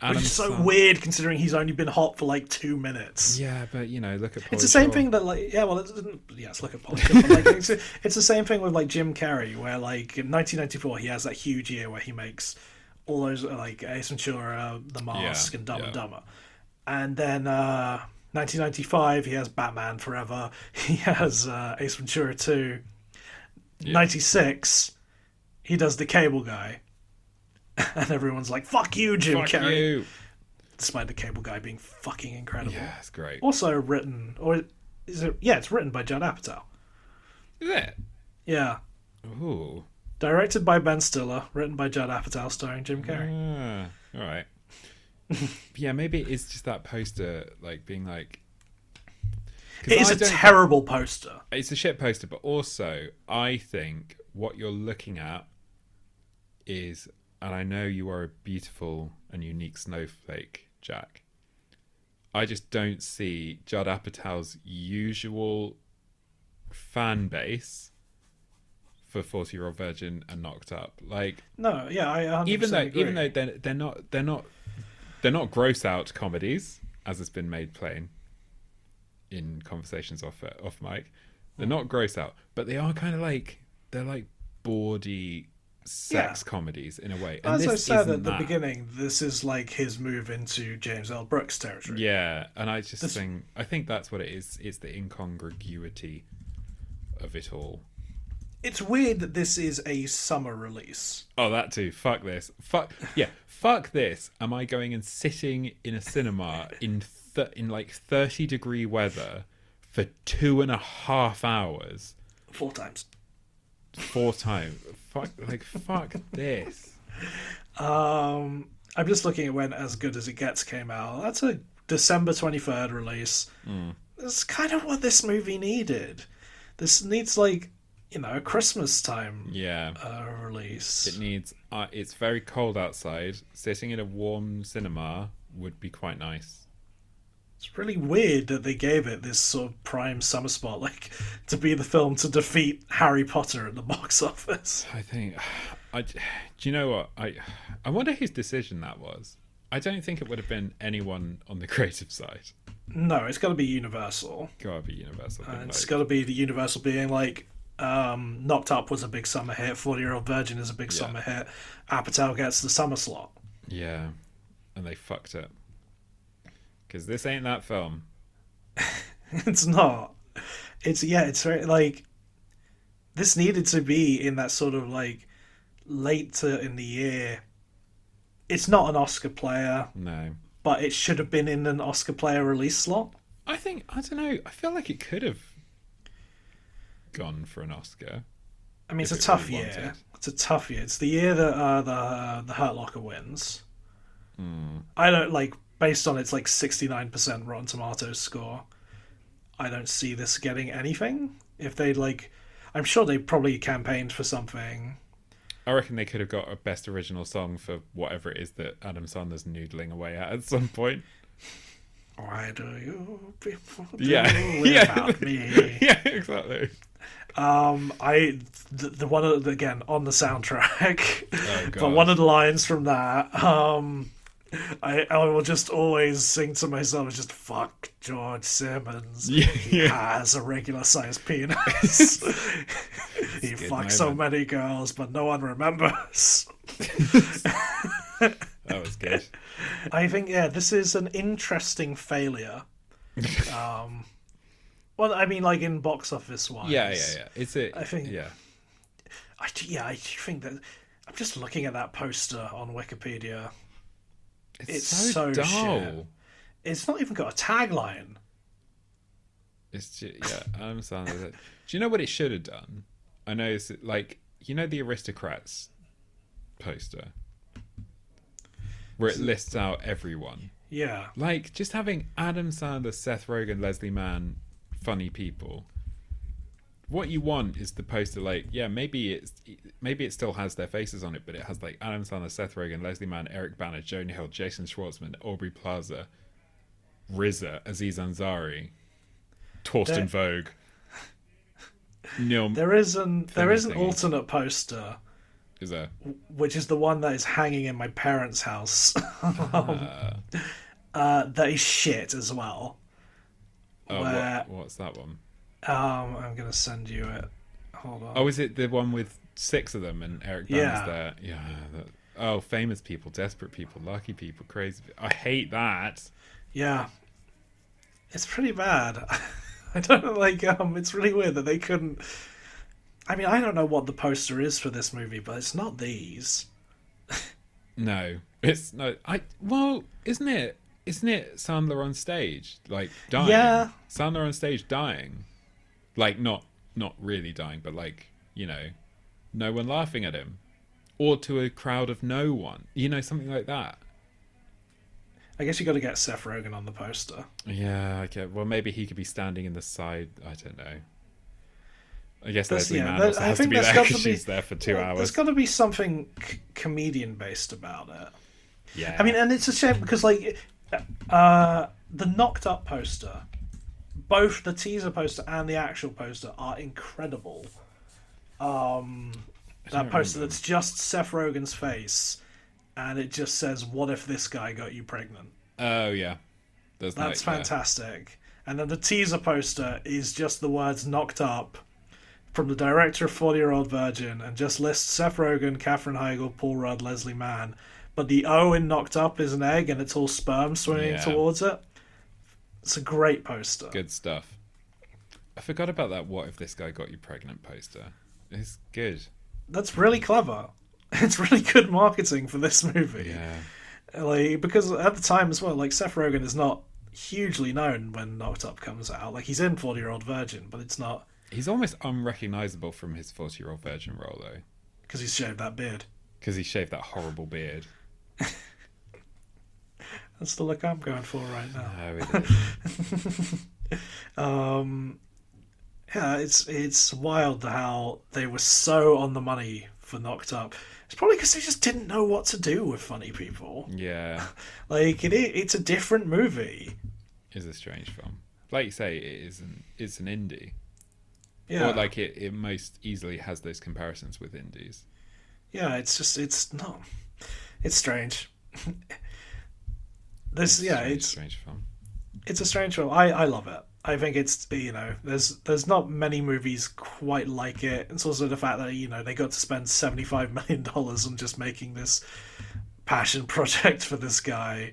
Adam Which is so Sand- weird considering he's only been hot for like two minutes. Yeah, but you know, look at It's Pauly the same Shore. thing that like yeah well it's, yeah it's like a [LAUGHS] politician but like it's, it's the same thing with like Jim Carrey where like in 1994 he has that huge year where he makes all those uh, like Ace Ventura, The Mask, Yeah, and Dumb yeah. and Dumber, and then uh, 1995 he has Batman Forever, [LAUGHS] he has uh, Ace Ventura 2, 96 he does The Cable Guy, [LAUGHS] and everyone's like fuck you Jim Fuck Carrey you. despite The Cable Guy being fucking incredible Yeah, it's great. also written or is it yeah it's written by john apatow Is it? yeah Ooh. directed by ben stiller written by john apatow starring jim carrey Ah, all right. yeah, maybe it's just that poster, like being like. 'Cause it is I a don't- terrible poster It's a shit poster, but also I think what you're looking at is, and I know you are a beautiful and unique snowflake, Jack. I just don't see Judd Apatow's usual fan base for Forty Year Old Virgin and Knocked Up. Like No, yeah, I 100% even though agree. even though they're they're not they're not they're not gross out comedies as has been made plain in conversations off uh, off mic they're not gross out but they are kind of like they're like bawdy sex Yeah. comedies in a way and as I this said isn't at the that. beginning, this is like his move into James L. Brooks territory. yeah and i just think i think that's what it is it's the incongruity of it all It's weird that this is a summer release. Oh, that too. Fuck this. Fuck yeah. Fuck this. Am I going and sitting in a cinema in th- in like thirty degree weather for two and a half hours Four times. four times? Fuck like fuck this. Um, I'm just looking at when As Good as It Gets came out. That's a December 23rd release. Hmm. That's kind of what this movie needed. This needs, like, you know, a Christmas time Yeah. uh, It release. needs. Uh, it's very cold outside. Sitting in a warm cinema would be quite nice. It's really weird that they gave it this sort of prime summer spot, [LAUGHS] like, to be the film to defeat Harry Potter at the [LAUGHS] box office. I think. [SIGHS] I. Do you know what? I. I wonder whose decision that was. I don't think it would have been anyone on the [LAUGHS] creative side. No, it's got to be Universal. Gotta be universal. And been it's like- got to be the Universal being like, um, Knocked Up was a big summer hit, 40 Year Old Virgin is a big summer hit, Apatow gets the summer slot. Yeah, and they fucked it. Because this ain't that film. [LAUGHS] it's not. It's, yeah, it's very, like, this needed to be in that sort of like later in the year. It's not an Oscar player, No. but it should have been in an Oscar player release slot. I think, I don't know, I feel like it could have gone for an Oscar. I mean, it's If a it tough really year. wanted. It's a tough year. It's the year that uh, the the Hurt Locker wins. I don't like based on its like sixty nine percent Rotten Tomatoes score. I don't see this getting anything. If they like, I'm sure they probably campaigned for something. I reckon they could have got a best original song for whatever it is that Adam Sandler's noodling away at at some point. Why do you people do Yeah. [LAUGHS] Yeah. without me? [LAUGHS] yeah, exactly. Um, I the, the one of the- again on the soundtrack, [LAUGHS] but Oh, God. one of the lines from that, um, I I will just always sing to myself is just fuck George Simmons. Yeah, [LAUGHS] He yeah. has a regular sized [LAUGHS] penis. [LAUGHS] he good fucks so moment. many girls, but no one remembers. That was good. I think yeah, this is an interesting [LAUGHS] failure. Um, well, I mean, like in box office wise. Yeah, yeah, yeah. It's a, I think- yeah. I do, yeah, I do think that I'm just looking at that poster on Wikipedia. It's, it's so so, dull. shit. It's not even got a tagline. It's just, yeah, Adam Sandler. Do you know what it should have done? I know it's like you know the aristocrats poster where it lists out everyone. Yeah, Like just having Adam Sandler, Seth Rogen, Leslie Mann, funny people. What you want is the poster like yeah maybe it's maybe it still has their faces on it but it has like Adam Sandler, Seth Rogen, Leslie Mann, Eric Banner, Jonah Hill, Jason Schwartzman, Aubrey Plaza, RZA, Aziz Ansari, Torsten Vogue. Neil there is an there is an Thingy. alternate poster, is there? which is the one that is hanging in my parents' house. [LAUGHS] um, uh, that is shit as well. Oh, Where- what, what's that one? Um, I'm gonna send you it. Hold on. Oh, is it the one with six of them and Eric Banner's Yeah. there? Yeah. That, oh, famous people, desperate people, lucky people, crazy. pe- I hate that. Yeah, it's pretty bad. [LAUGHS] I don't know, like. Um, it's really weird that they couldn't. I mean, I don't know what the poster is for this movie, but it's not these. No, it's no. I well, isn't it? Isn't it Sandler on stage like dying? Yeah. Sandler on stage dying, like not not really dying, but like you know, no one laughing at him, or to a crowd of no one. You know, something like that. I guess you got to get Seth Rogen on the poster. Yeah, okay. Well, maybe he could be standing in the side. I don't know. I guess That's- Leslie yeah, Mann that- also I has to think be that's there got because to be- she's there for two There's hours. got to be something c- comedian based about it. Yeah. I mean, and it's a shame because like uh, the knocked up poster, both the teaser poster and the actual poster are incredible. um, don't that poster remember. that's just Seth Rogen's face, and it just says, "What if this guy got you pregnant?" Oh yeah, There's That's that, yeah. fantastic. And then the teaser poster is just the words knocked up from the director of 40 Year Old Virgin and just lists Seth Rogen, Catherine Heigl, Paul Rudd, Leslie Mann. But the O in knocked up is an egg and it's all sperm swimming Yeah. towards it. It's a great poster. Good stuff. I forgot about that. What if this guy got you pregnant poster? It's good. That's really clever. [LAUGHS] It's really good marketing for this movie. Yeah. like because at the time as well, like Seth Rogen is not hugely known when Knocked Up comes out. Like he's in Forty Year Old Virgin, but it's not He's almost unrecognizable from his 40 year old virgin role, though, because he's shaved that beard. because he shaved that horrible beard. That's the look I'm going for right now. Oh, it is. [LAUGHS] Yeah, it's it's wild how they were so on the money for Knocked Up. It's probably because they just didn't know what to do with funny people. yeah. Like it, i- it's a different movie. It's a strange film. Like you say, it is an, it's an indie. Yeah, Or like it, it most easily has those comparisons with indies. yeah, it's just it's not. It's strange. [LAUGHS] this yeah, strange, it's strange film. it's a strange film. I, I love it. I think it's you know there's there's not many movies quite like it. It's also the fact that you know they got to spend seventy five million dollars on just making this passion [LAUGHS] project for this guy.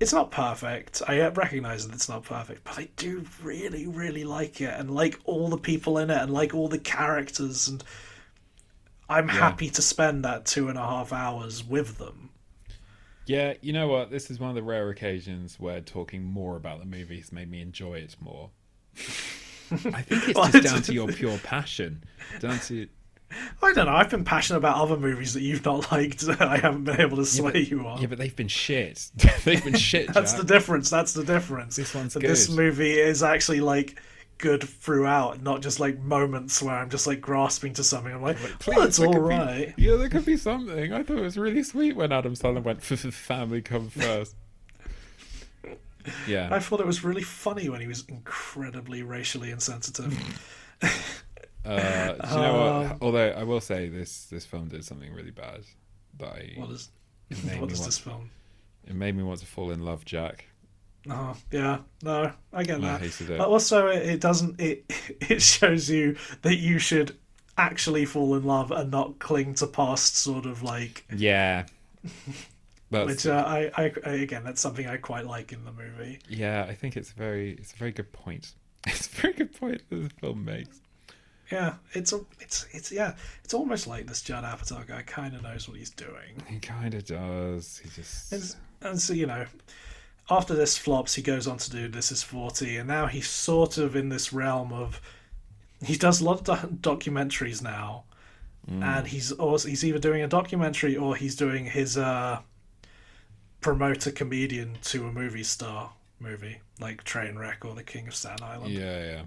It's not perfect. I recognize that it's not perfect, but I do really really like it and like all the people in it and like all the characters and I'm happy to spend that two and a half hours with them. Yeah, you know what? This is one of the rare occasions where talking more about the movie has made me enjoy it more. I [LAUGHS] think it's Well, just it's- down to your pure passion. Down to I don't know. I've been passionate about other movies that you've not [LAUGHS] liked. that I haven't been able to sway but- you on. yeah, but they've been shit. [LAUGHS] they've been shit. That's Jack. the difference. That's the difference. This one's that this good. movie is actually like good throughout, not just like moments where I'm just like grasping to something. I'm like, well, it's there all could be- right. yeah, there could be something. I thought it was really sweet when Adam Sandler went [LAUGHS] for [LAUGHS] family come first. Yeah, I thought it was really funny when he was incredibly racially insensitive. [LAUGHS] uh, do you know Um, what? Although I will say this, this film did something really bad. That I, what is made what me is want- this film? it made me want to fall in love, Jack. Oh yeah, no, I get that. hated it. But also, it, it doesn't. It [LAUGHS] it shows you that you should actually fall in love and not cling to past sort of like. [LAUGHS] Yeah, that's Which uh, I, I again, that's something I quite like in the movie. yeah. I think it's a very, it's a very good point. [LAUGHS] It's a very good point that the film makes. Yeah, it's a, it's it's yeah, it's almost like this Judd Apatow guy kind of knows what he's doing. He kind of does. He just It's- and so you know, after this flops, he goes on to do This Is Forty, and now he's sort of in this realm of he does a lot of do- documentaries now, Mm. and he's also he's either doing a documentary or he's doing his uh promoter comedian to a movie star movie like Trainwreck or The King of Staten Island, yeah, yeah.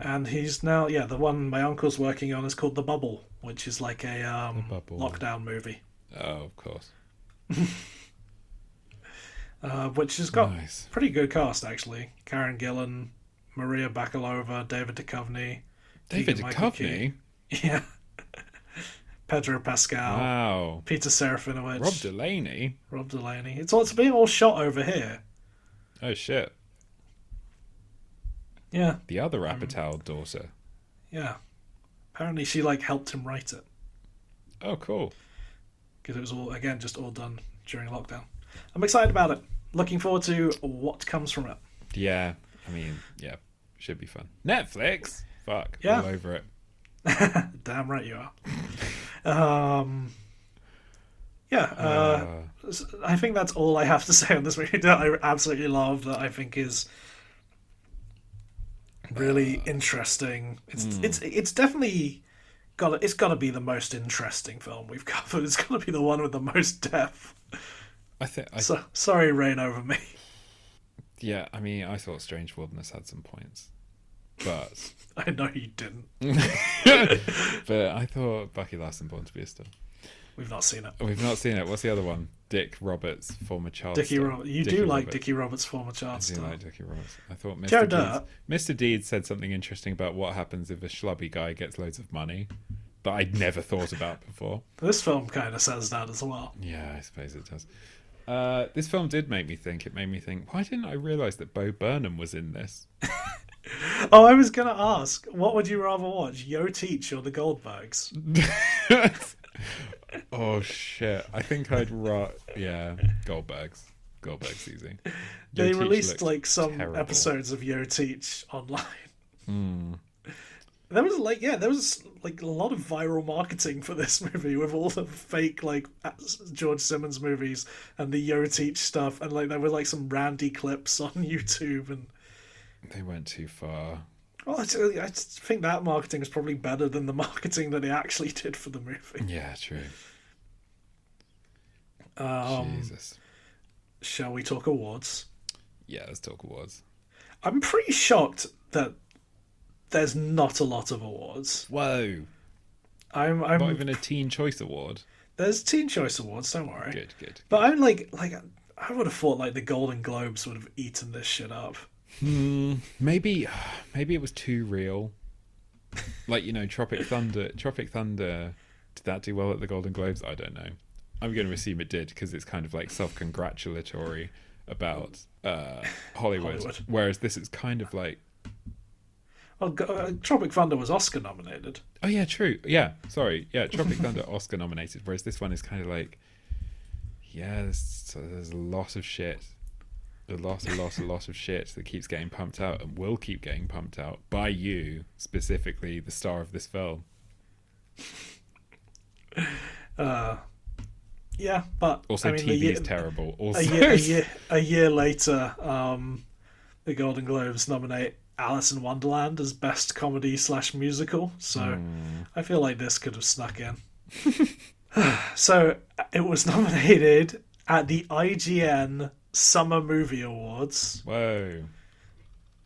and he's now yeah the one my uncle's working on is called The Bubble, which is like a um, Bubble. lockdown movie. Oh, of course. uh, which has got Nice. pretty good cast actually. Karen Gillan, Maria Bakalova, David Duchovny, [LAUGHS] David Keegan-Michael Duchovny. Key. yeah, Pedro Pascal, Wow. Peter Serafinowicz, Rob Delaney. Rob Delaney. It's all it's being all shot over here. Oh shit. Yeah, The other Um, Apatow daughter. yeah. Apparently, she like helped him write it Oh cool. because it was all again just all done during lockdown. I'm excited about it. Looking forward to what comes from it. Yeah. I mean, yeah. Should be fun. Netflix. Fuck. Yeah. All over it. Damn right you [LAUGHS] are. um, yeah, uh, Uh, s- I think that's all I have to [LAUGHS] say on this movie that I absolutely love. That I think is really Uh, interesting. It's hmm. it's it's definitely got to, it's got to be the most interesting film we've [LAUGHS] covered. It's got to be the one with the most depth. I think. I, So sorry, rain over me. [LAUGHS] yeah. I mean, I thought Strange Wilderness had some points, but I know you didn't. but I thought Bucky Larson Born to Be a Star. We've not seen it. We've not seen it. What's the other one? Dick Roberts, former child. Dickie star. Roberts. You Dickie do like Roberts. Dickie Roberts' former I child do star. like Dickie Roberts. I thought Mr. Joe Deeds, Dirt. Mr. Deeds said something interesting about what happens if a schlubby guy gets loads of money that I'd never thought about before. This film kind of says that as well. Yeah, I suppose it does. Uh, this film did make me think. It made me think. Why didn't I realise that Bo Burnham was in this? Oh, I was going to ask, what would you rather watch, Yo Teach or The Goldbergs? oh shit! I think I'd ra- yeah Goldbergs. Goldbergs easy. Your they teach released looks like some terrible. Hmm. episodes of Yo Teach online. There was like yeah, there was like a lot of viral marketing for this [LAUGHS] movie with all the fake like George Simmons movies and the Yo Teach stuff, and like there were like some randy clips [LAUGHS] on YouTube, and They went too far. well, I t- I just think that marketing is probably better than the [LAUGHS] marketing that they actually did for the movie. Yeah, true. Um, Jesus. Shall we talk awards? Yeah, let's talk awards. I'm pretty shocked that there's not a lot of awards. Whoa! I'm Not I'm even a Teen Choice Award. there's Teen Choice Awards, don't worry. Good, good. But I'm like, like I would have thought like the Golden Globes would have eaten this shit up. Maybe, maybe it was too real. Like you know, Tropic Thunder. Tropic Thunder. Did that do well at the Golden Globes? I don't know. I'm going to assume it did because it's kind of like self-congratulatory about uh, Hollywood, Hollywood. Whereas this is kind of like, Well, Go- uh, Tropic Thunder was Oscar nominated. oh yeah, true. Yeah, sorry. Yeah, Tropic Thunder [LAUGHS] Oscar nominated. Whereas this one is kind of like, yeah, there's, there's a lot of shit. A lot, a lot, a lot of shit that keeps getting pumped out and will keep getting pumped out by you, specifically the star of this film. Yeah, but Also, I mean, TV a year, is terrible. a Also, year, [LAUGHS] a year, a year later, um, the Golden Globes nominate Alice in Wonderland as best comedy slash musical. So Hmm. I feel like this could have snuck in. [SIGHS] so it was [LAUGHS] nominated at the IGN Summer Movie Awards whoa!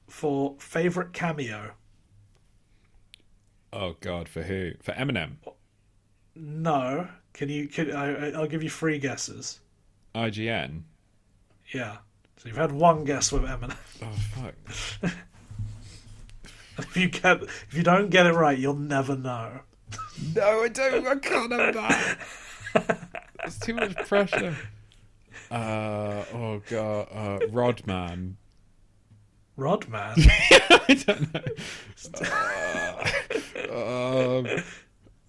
for favorite cameo. Oh God, for who? For Eminem, No. Can you? Can, I, I- I'll give you three guesses. IGN. Yeah. So you've had one guess with Eminem. [LAUGHS] Oh fuck! If you get, if you don't get it right, you'll never know. No, I don't. I can't have that. [LAUGHS] It's too much pressure. Uh, oh God, uh, Rodman. [LAUGHS] Rodman. I don't know. Uh, um,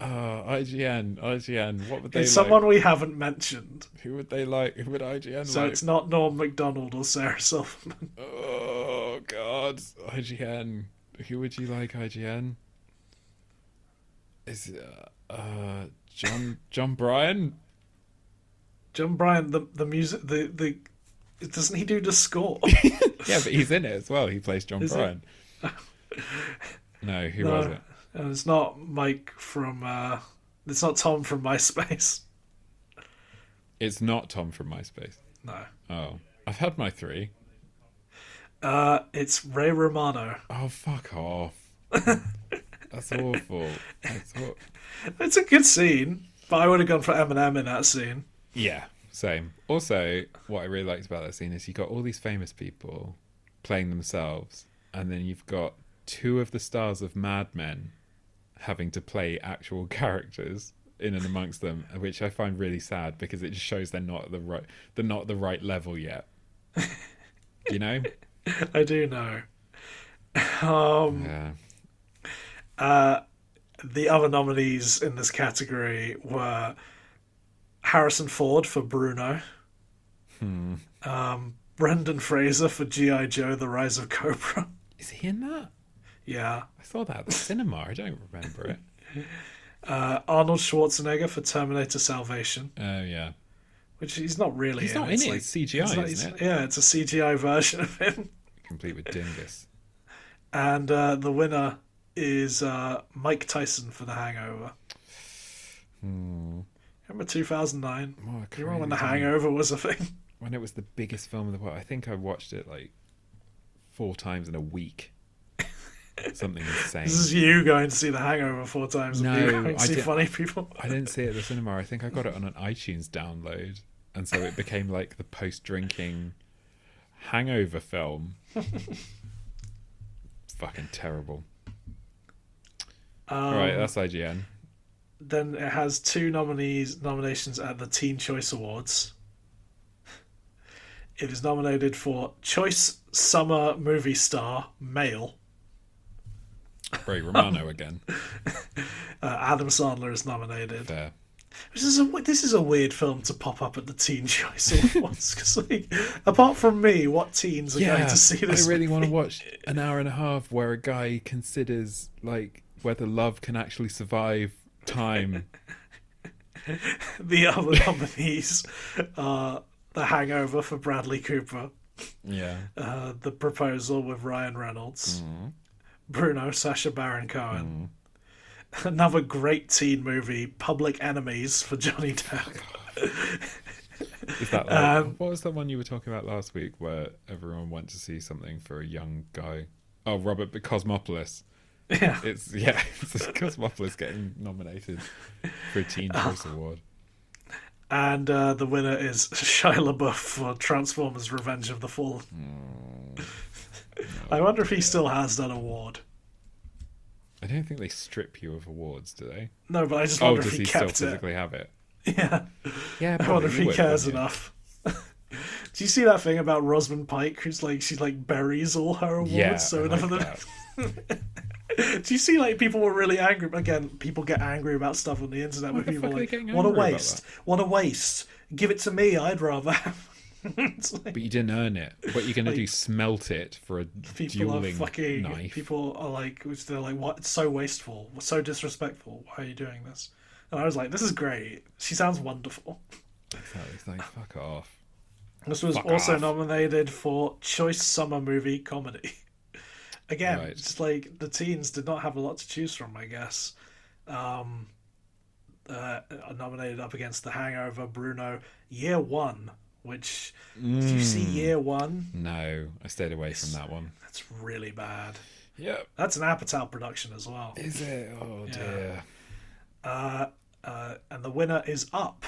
uh, IGN, IGN. What would they? It's someone Like? we haven't mentioned, Who would they like? Who would IGN so like? it's not Norm Macdonald or Sarah Silverman. [LAUGHS] Oh God, IGN. Who would you like, IGN? Is it, uh, uh John John Bryan? John Bryan, the the music, the the, doesn't he do the score? [LAUGHS] Yeah, but he's in it as well. He plays John Is he? [LAUGHS] Bryan. no, who was No, it? and it's not Mike from. Uh, it's not Tom from MySpace. [LAUGHS] It's not Tom from MySpace. No. Oh, I've had my three. Uh, it's Ray Romano. Oh, fuck off. That's awful. That's aw- It's a good scene, but I would have gone for Eminem in that scene. Yeah, same. Also, what I really liked about that scene is you got all these famous people playing themselves, and then you've got two of the stars of Mad Men having to play actual [LAUGHS] characters in and amongst them, which I find really sad because it just shows they're not at the right they're not at the right level yet. You know? I do know. Yeah. The other nominees in this category were Harrison Ford for Bruno, um, Hmm. Brendan Fraser for G.I. Joe The Rise of Cobra. [LAUGHS] Is he in that? Yeah. I saw that at the cinema. I don't remember it. Uh, Arnold Schwarzenegger for Terminator Salvation, Oh yeah. which he's not really He's in. not in It's it. like- it's CGI, it's not- isn't it's- it? Yeah, it's a CGI version of him. Complete with dingus. And uh, the winner is uh, Mike Tyson for The Hangover. Remember 2009? What a Do you remember when The Hmm. crazy- Hangover was a thing? [LAUGHS] when it was the [LAUGHS] biggest film of the world. I think I watched it like four times in a week. something insane. This is you going to see The Hangover four times and No, me [LAUGHS] going to I see did- funny people. I didn't see it at the cinema. I think I got it on an iTunes download, and so it became like the post-drinking [LAUGHS] hangover film. Fucking terrible. Um, All right, that's IGN. Then it has two nominees nominations at the Teen Choice Awards. It is nominated for Choice Summer Movie Star Male. Ray [LAUGHS] Romano again. Uh, Adam Sandler is nominated. There. This is a this is a weird film to pop up at the Teen Choice Awards because, like, apart from me, what teens are going to see this? I really want to watch an hour and a half where a guy considers like whether love can actually survive [LAUGHS] time. The other nominees are The Hangover for Bradley Cooper, Yeah. uh, The Proposal with Ryan Reynolds, Mm-hmm. Bruno Sasha Baron Cohen, Mm-hmm. another great teen movie, Public Enemies for Johnny Depp. Is that like, Um, what was that one you were talking about last week where everyone went to see something for a young guy? Oh, Robert Cosmopolis. Yeah, It's [LAUGHS] yeah, it's Cosmopolis getting nominated for [LAUGHS] a Teen Uh. Choice Award. and uh, the winner is [LAUGHS] Shia LaBeouf for Transformers: Revenge of the Fallen. Mm. [LAUGHS] I wonder if he still has that award. I don't think they strip you of awards, do they? No, but I just Oh, wonder does if he, he still kept it. physically have it? [LAUGHS] Yeah, Yeah, I wonder if he cares enough. [LAUGHS] Do you see that thing about Rosamund Pike, who's like she like buries all her awards? Yeah, so I none like of them. that. [LAUGHS] Do you see like people were really angry? Again, people get angry about stuff on the internet where the people are fuck are they like, getting "What a angry about waste! What a waste! Give it to me, I'd rather." have." [LAUGHS] it's like But you didn't earn it. What you're gonna do? Smelt it for a people are dueling fucking. knife? People are like, which they're like, "What? It's so wasteful! So disrespectful! Why are you doing this?" And I was like, "This is great. She sounds wonderful." Exactly. [LAUGHS] It's like fuck off. This was Fuck also off. nominated for Choice Summer Movie Comedy. [LAUGHS] Again, Right. just like the teens did not have a lot to choose from, I guess. Um, uh, nominated up against The Hangover, Bruno, Year One, which, did you Mm. see Year One? No, I stayed away from that one. That's really bad. Yep. That's an Apatow production as well. Is it? Oh dear. Uh, and the winner is Up.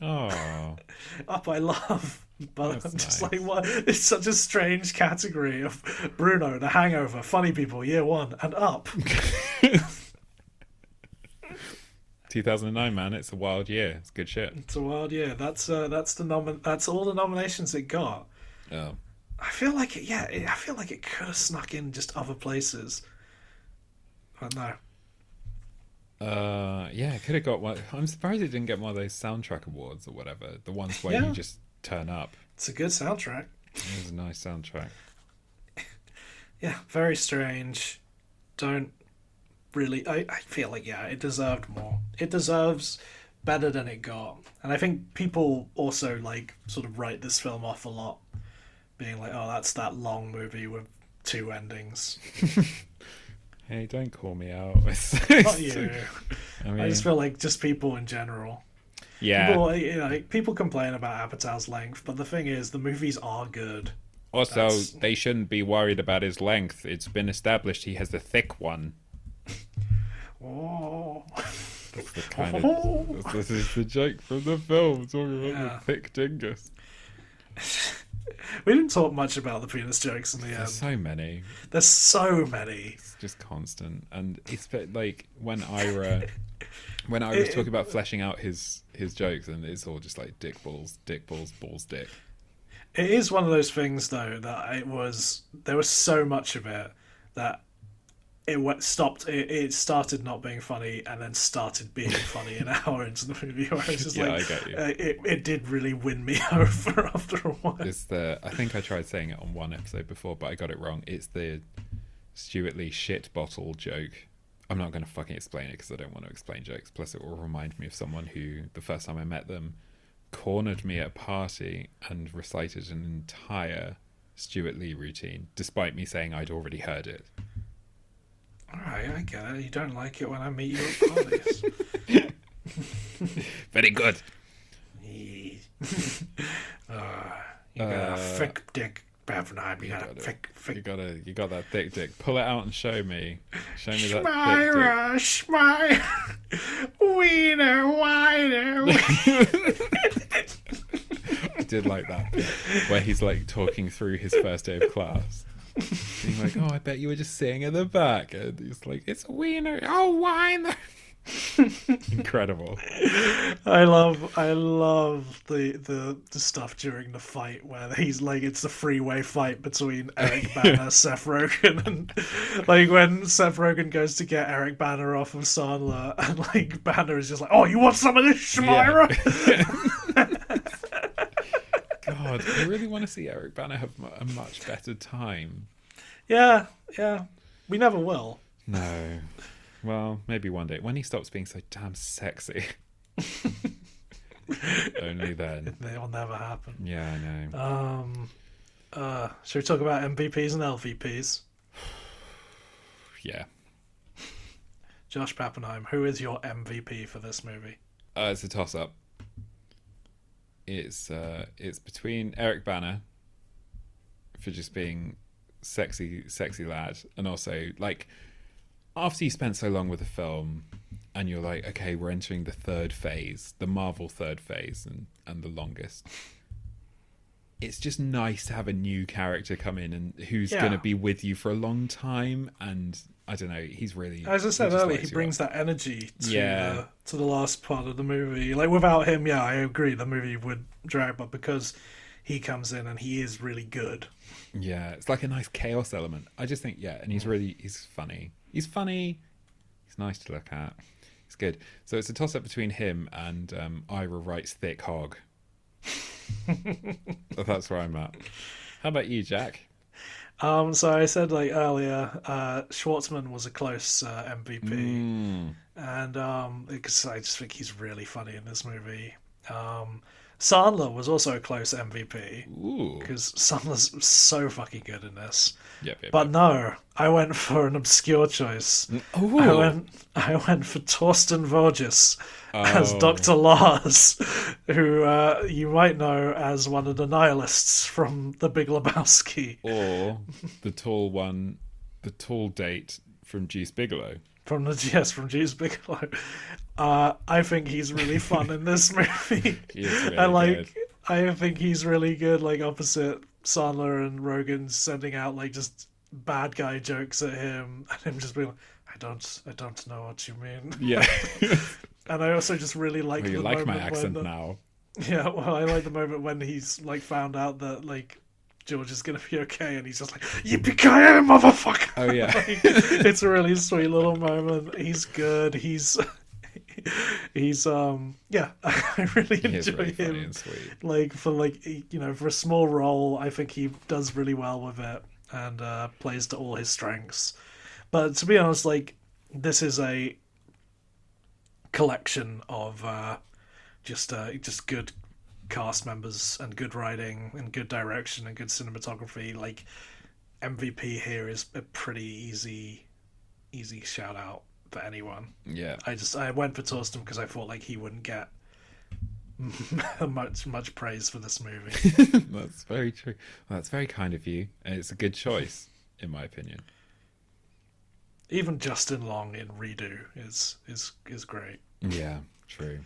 Oh. Up I love. [LAUGHS] But I'm just nice. like, what? It's such a strange category of Bruno, The Hangover, Funny People, Year One, and Up. 2009, man. It's a wild year. It's good shit. [LAUGHS] It's a wild year. That's uh, that's the nom- That's all the nominations it got. Oh. I feel like it. Yeah, it, I feel like it could have snuck in just other places. But no, Uh, yeah, it could have got one. I'm surprised it didn't get one of those soundtrack awards or whatever. The ones where Yeah. you just turn up. it's a good soundtrack. It was a nice soundtrack. Yeah, very strange. Don't really. I, I feel like yeah, it deserved more. It deserves better than it got. And I think people also like sort of write this film off a lot, being like, oh, that's that long movie with two endings. Hey, don't call me out. [LAUGHS] It's- Not you. I mean, I just feel like just people in general. yeah. People, you know, like, people complain about Apatow's length, but the thing is, the movies are good. also, that's- they shouldn't be worried about his length. It's been established he has a thick one. Oh, That's the kind [LAUGHS] of, this- this is the joke from the film talking about Yeah. the thick dingus. we didn't talk much about the penis jokes in the There's end. so many. There's so many. It's just constant, and it's bit like [LAUGHS] when Ira, when I was It- talking about fleshing out his his jokes, and it's all just like dick balls, dick balls, balls, dick. It is one of those things, though, that it was there was so much of it that it went, stopped. It, it started not being funny and then started [LAUGHS] being funny an hour into the movie. Where it's just Yeah, like I get you. uh, it, it did really win me [LAUGHS] over after a while. It's the I think I tried saying it on one episode before, but I got it wrong. It's the Stuart Lee shit bottle joke. I'm not going to fucking explain it because I don't want to explain jokes. Plus, it will remind me of someone who the first time I met them cornered me at a party and recited an entire Stuart Lee routine, despite me saying I'd already heard it. All right, I get it. You don't like it when I meet you at [LAUGHS] parties. [LAUGHS] Very good. Ah, you got a thick dick. Bev and I, we Uh, You gotta gotta- fick, you fick. gotta, you got that thick dick. Pull it out and show me. Show me that Myra, Schmyra, [LAUGHS] Wiener, Wiener. thick dick. I did like that bit where he's like talking through his first day of class. Being like, oh, I bet you were just sitting in the back, and he's like, it's a wiener. Oh, wiener. [LAUGHS] Incredible. I love, I love the, the the stuff during the fight where he's like, it's a freeway fight between Eric Banner, Seth Rogen, and like when Seth Rogen goes to get Eric Banner off of Sandler, [LAUGHS] and like Banner is just like, oh, you want some of this, Schmyra? God, I really want to see Eric Banner have mu- a much better time. yeah, yeah. We never will. No. Well, maybe one day when he stops being so damn sexy. Only then. It'll never happen. Yeah, I know. Um, uh, should we talk about MVPs and LVPs? yeah. Josh Pappenheim, who is your MVP for this movie? Uh, it's a toss up. It's uh, it's between Eric Banner for just being sexy, sexy lad, and also like after you spent so long with the film, and you're like, okay, we're entering the third phase, the Marvel third phase, and and the longest. It's just nice to have a new character come in and who's Yeah. going to be with you for a long time. And I don't know, he's really As I said just earlier, lights he you up. brings that energy to Yeah. the, to the last part of the movie. Like without him, yeah, I agree the movie would drag, but because he comes in and he is really good. Yeah, it's like a nice chaos element. I just think yeah, and he's Mm. really he's funny. He's funny. He's nice to look at. He's good. So it's a toss up between him and um, Ira Wright's thick hog. [LAUGHS] That's where I'm at. How about you, Jack? Um, so I said like earlier, uh, Schwartzman was a close uh, MVP, Hmm. and um, because I just think he's really funny in this movie. Um, Sandler was also a close MVP. Ooh. because Summer's so fucking good in this. Yep, yep, But no, I went [LAUGHS] for an obscure choice. yep. Ooh. I went, I went for Torsten Voges as Oh. Dr. Lars, who uh, you might know as one of the nihilists from The Big Lebowski, [LAUGHS] Or the tall one, the tall date from Juice Bigelow. from the GS from Jews Bigelow. Uh, I think he's really fun in [LAUGHS] this movie. He is really I like. good. I think he's really good. Like opposite Sandler and Rogan sending out like just bad guy jokes at him, and him just being like, "I don't, I don't know what you mean." [LAUGHS] Yeah. And I also just really like Oh, you [LAUGHS] the like my moment accent when the, [LAUGHS] now. yeah. Well, I like the moment when he's like found out that like George is gonna be okay, and he's just like, "Yippee ki motherfucker!" [LAUGHS] Oh yeah. it's a really sweet little moment. He's good. He's [LAUGHS] he's um yeah. [LAUGHS] I really He is enjoy really him funny and sweet. like for like e- you know for a small role i think he does really well with it and uh, plays to all his strengths but to be honest like this is a collection of uh, just uh, just good cast members and good writing and good direction and good cinematography like mvp here is a pretty easy easy shout out for anyone Yeah. I just I went for Torsten because I thought like he wouldn't get [LAUGHS] much much praise for this movie. [LAUGHS] That's very true. Well, that's very kind of you, and it's a good choice, in my opinion. Even Justin Long in Redo is is is great. Yeah, true.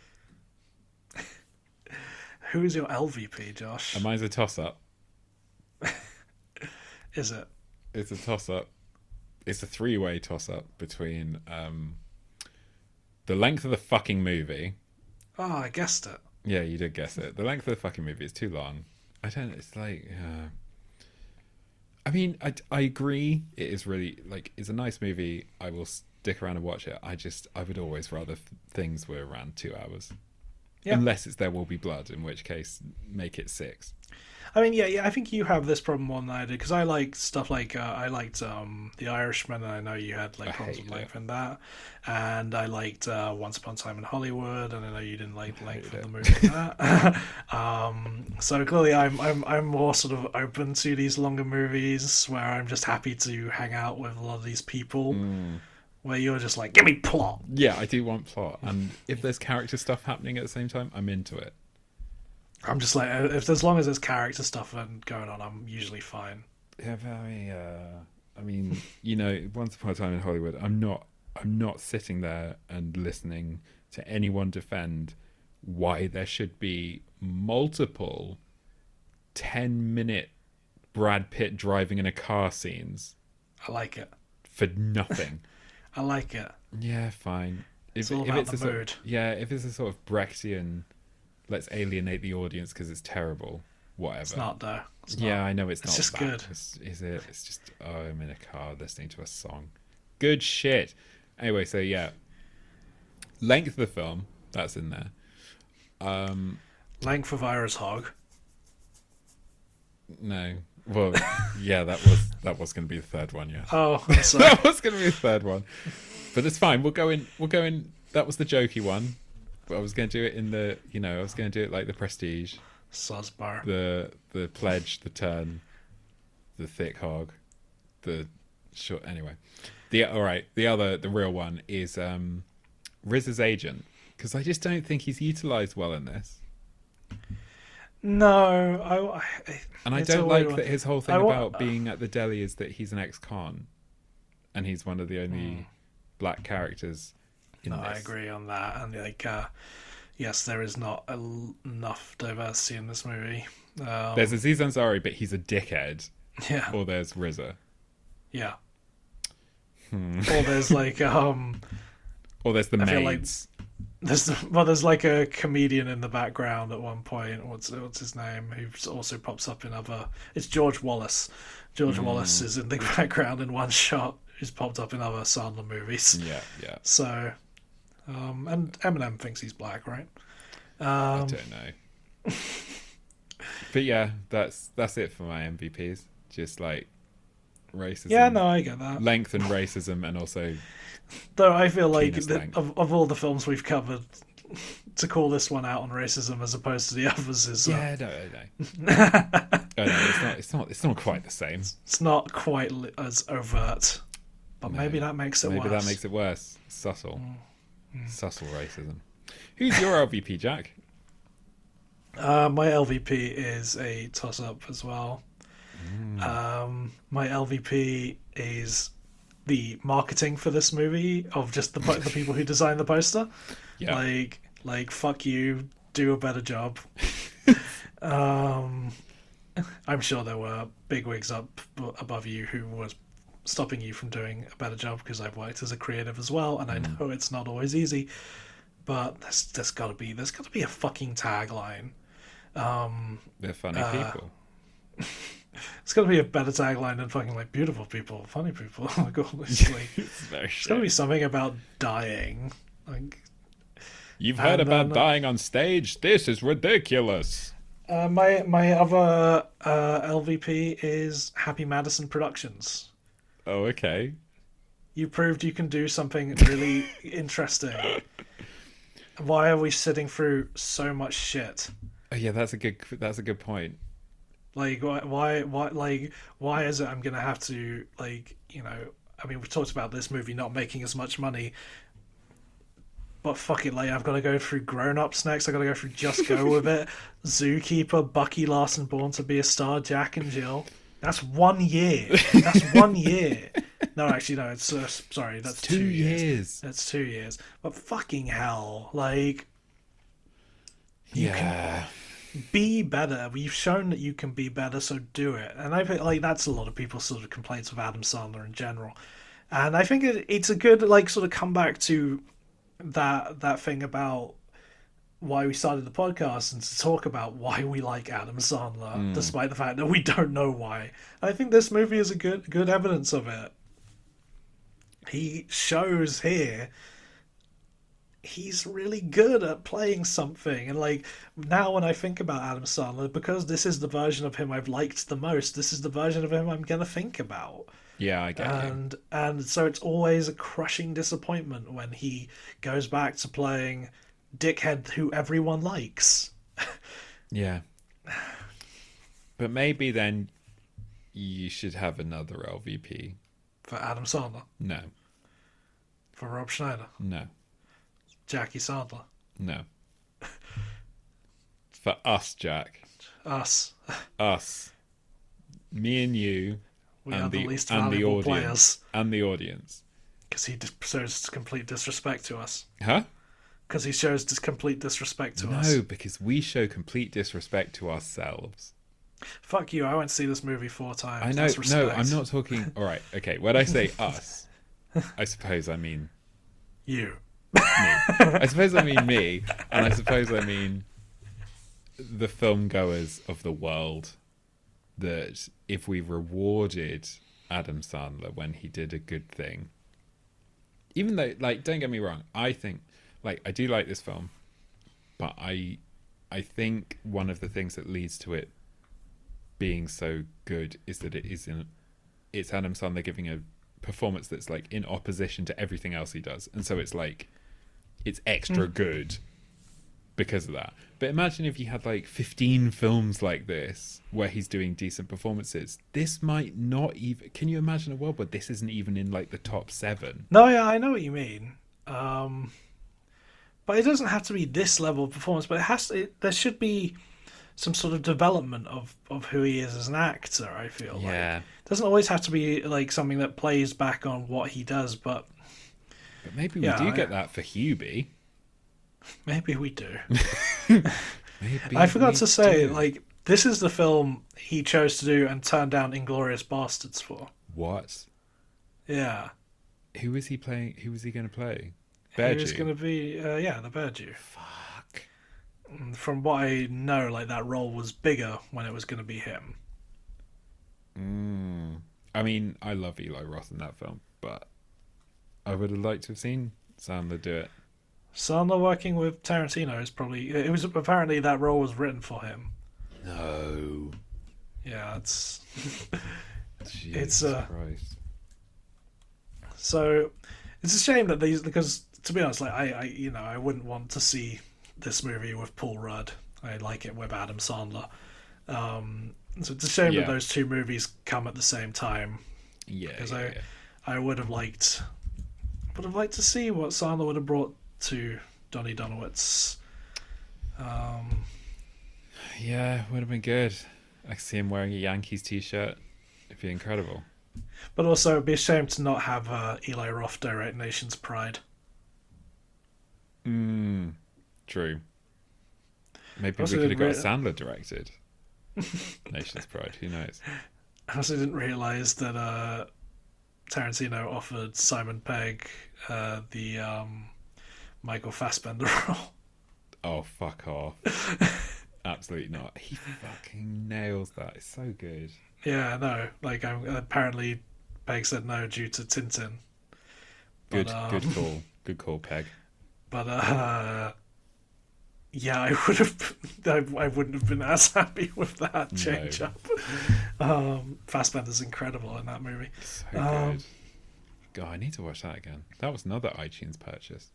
Who is your LVP, Josh? And mine's a toss-up. Is it? It's a toss-up. It's a three-way toss-up between um, the length of the fucking movie. Oh, I guessed it. Yeah, you did guess it. The length of the fucking movie is too long. I don't. It's like. Uh, I mean, I, I agree. It is really like it's a nice movie. I will stick around and watch it. I just I would always rather f- things were around two hours, Yeah. unless it's There Will Be Blood, in which case make it six. I mean, yeah, yeah. I think you have this problem more than I did because I like stuff like uh, I liked um, The Irishman, and I know you had like I problems hate with it. length and that, and I liked uh, Once Upon a Time in Hollywood, and I know you didn't like the length of the movie. and that. [LAUGHS] um, so clearly, I'm I'm I'm more sort of open to these longer movies where I'm just happy to hang out with a lot of these people. Mm. Where you're just like, give me plot. Yeah, I do want plot, and if there's character stuff happening at the same time, I'm into it. I'm just like, uh, if as long as there's character stuff and going on, I'm usually fine. Yeah, very. Uh, I mean, you know, once upon a time in Hollywood, I'm not. I'm not sitting there and listening to anyone defend why there should be multiple ten-minute Brad Pitt driving in a car scenes I like it. for [LAUGHS] nothing. I like it. yeah, fine. If, It's all about the a sort- mood. yeah, if it's a sort of Brechtian, let's alienate the audience because it's terrible. Whatever. It's not though. It's not. Yeah, I know it's, It's not just that. good. It's, is it? It's just oh, I'm in a car listening to a song. Good shit. Anyway, so yeah, length of the film that's in there. Length of Ira's hog. No, [LAUGHS] well, yeah, that was that was going to be the third one. Yeah, Oh, I'm [LAUGHS] sorry. that was going to be the third one, but it's fine. We'll go in. We'll go in. That was the jokey one. But I was going to do it in the, you know, I was going to do it like the prestige, Sozbar. the the pledge, the turn, the thick hog, the short. Anyway, the all right. The other, the real one is um, Riz's agent because I just don't think he's utilized well in this, No, I. I and I it's a don't weird like one. that his whole thing I wa- about being at the deli is that he's an ex-con, and he's one of the only black characters. In Hmm. No, I this. agree on that. And like, uh, yes, there is not el- enough diversity in this movie. Um, There's Aziz Ansari, but he's a dickhead, yeah, or there's Rizza, yeah. Or there's like, um, or there's the I feel like- maids. there's well, there's like a comedian in the background at one point. What's what's his name? Who also pops up in other. It's George Wallace. George Wallace is in the [LAUGHS] background in one shot. Who's popped up in other Sandler movies. Yeah, yeah. So, um, and Eminem thinks he's black, right? Um, I don't know. [LAUGHS] but yeah, that's that's it for my MVPs. Just like racism, Yeah, no, I get that. length and racism, and also Though I feel like Penis that length. of, of all the films we've covered, [LAUGHS] to call this one out on racism as opposed to the [LAUGHS] others is uh, yeah, no, no, no. [LAUGHS] oh, no, it's not, it's not, it's not quite the same. it's not quite li- as overt. But maybe that makes it Maybe worse. Mm. that makes it worse. Subtle, subtle racism. Who's your LVP, Jack? Uh, my LVP is a toss up as well. Um, my LVP is the marketing for this movie of just the po- the people who designed the poster. Yeah, Like, like fuck you, do a better job. um, I'm sure there were big wigs up b- above you who was stopping you from doing a better job because I've worked as a creative as well, and I know it's not always easy. But there's, there's gotta be there's gotta be a fucking tagline. they're funny Uh, people. It's gotta be a better tagline than fucking like beautiful people, funny people. [LAUGHS] like honestly, it's It's very gotta shit. be something about dying. Like You've heard and about then- dying on stage. This is ridiculous. Uh, my my other uh, LVP is Happy Madison Productions. Oh, okay. You proved you can do something [LAUGHS] really interesting. Why are we sitting through so much shit? Oh, yeah, that's a good. That's a good point. Like why why why like why is it I'm gonna have to like you know I mean we talked about this movie not making as much money. But fuck it, like I've got to go through Grown Ups next. I've got to go through Just Go with [LAUGHS] It, Zookeeper, Bucky Larson, Born to Be a Star, Jack and Jill. That's one year. [LAUGHS] That's one year. No, actually, no. It's uh, sorry. That's Two, years. That's two years. But fucking hell, like yeah. be better. You've shown that you can be better, so do it. And I think like that's a lot of people's sort of complaints with Adam Sandler in general. And I think it, it's a good like sort of comeback to that that thing about why we started the podcast and to talk about why we like Adam Sandler, despite the fact that we don't know why. And I think this movie is a good good evidence of it. He shows here he's really good at playing something. And like now, when I think about Adam Sandler, because this is the version of him I've liked the most, this is the version of him I'm gonna think about. Yeah, I get you. And and so it's always a crushing disappointment when he goes back to playing dickhead who everyone likes. Yeah. But maybe then you should have another LVP. For Adam Sandler, No, for Rob Schneider, no, Jackie Sandler. no. for us, Jack. Us. Us. Me and you We and are the, the, least and the valuable audience. players And the audience. because he dis- shows complete disrespect to us. Huh? Because he shows dis- complete disrespect to us. No, because we show complete disrespect to ourselves. Fuck you! I went to see this movie four times. I know. That's No, respect. I'm not talking. All right. Okay. When I say us, I suppose I mean You. I suppose I mean me, and I suppose I mean the film goers of the world. That if we rewarded Adam Sandler when he did a good thing, even though, like, don't get me wrong, I think, like, I do like this film, but I, I think one of the things that leads to it being so good is that it isn't. It's Adam Sandler giving a performance that's like in opposition to everything else he does, and so it's like it's extra Mm. good because of that. But imagine if you had like 15 films like this where he's doing decent performances. This might not even. Can you imagine a world where this isn't even in like the top seven? No, yeah, I know what you mean. Um, but it doesn't have to be this level of performance. But it has. To, it, there should be some sort of development of of who he is as an actor. I feel. like. it doesn't always have to be like something that plays back on what he does, but But maybe we Yeah, do I- get that for Hubie. maybe we [LAUGHS] do. Maybe I forgot we to say, do. like, this is the film he chose to do and turned down Inglorious Bastards for. What? Yeah. Who is he playing? Who is he going to play? He was Bergie. going to be, uh, yeah, the Bear Jew. Fuck. From what I know, like, that role was bigger when it was going to be him. Mm. I mean, I love Eli Roth in that film, but I would have liked to have seen Sandler do it. Sandler working with Tarantino is probably, it was apparently that role was written for him. No. Yeah, it's. Jesus It's, uh, Christ. So it's a shame that these because to be honest, like I, I you know, I wouldn't want to see this movie with Paul Rudd. I like it with Adam Sandler. Um, so it's a shame Yeah. that those two movies come at the same time. Yeah. Because yeah, I- yeah. I would have liked, would have liked to see what Sandler would have brought to Donny Donowitz. Um, Yeah, would have been good. I see him wearing a Yankees t-shirt. It'd be incredible. but also, it'd be a shame to not have uh, Eli Roth direct Nation's Pride. [LAUGHS] Mm, true. Maybe Also we could have got didn't Sandler directed. [LAUGHS] Nation's Pride. Who knows? I also didn't realize that uh, Tarantino offered Simon Pegg uh, the um, Michael Fassbender [LAUGHS] role. Oh, fuck off. Absolutely not. He fucking nails that. It's so good. yeah, no, like I'm, apparently Pegg said no due to Tintin, Good, But, good call. Good call, Peg. but uh, yeah, I would have, I, I wouldn't have been as happy with that change up. Um, Fassbender's incredible in that movie. So Um, good. God, I need to watch that again. That was another iTunes purchase.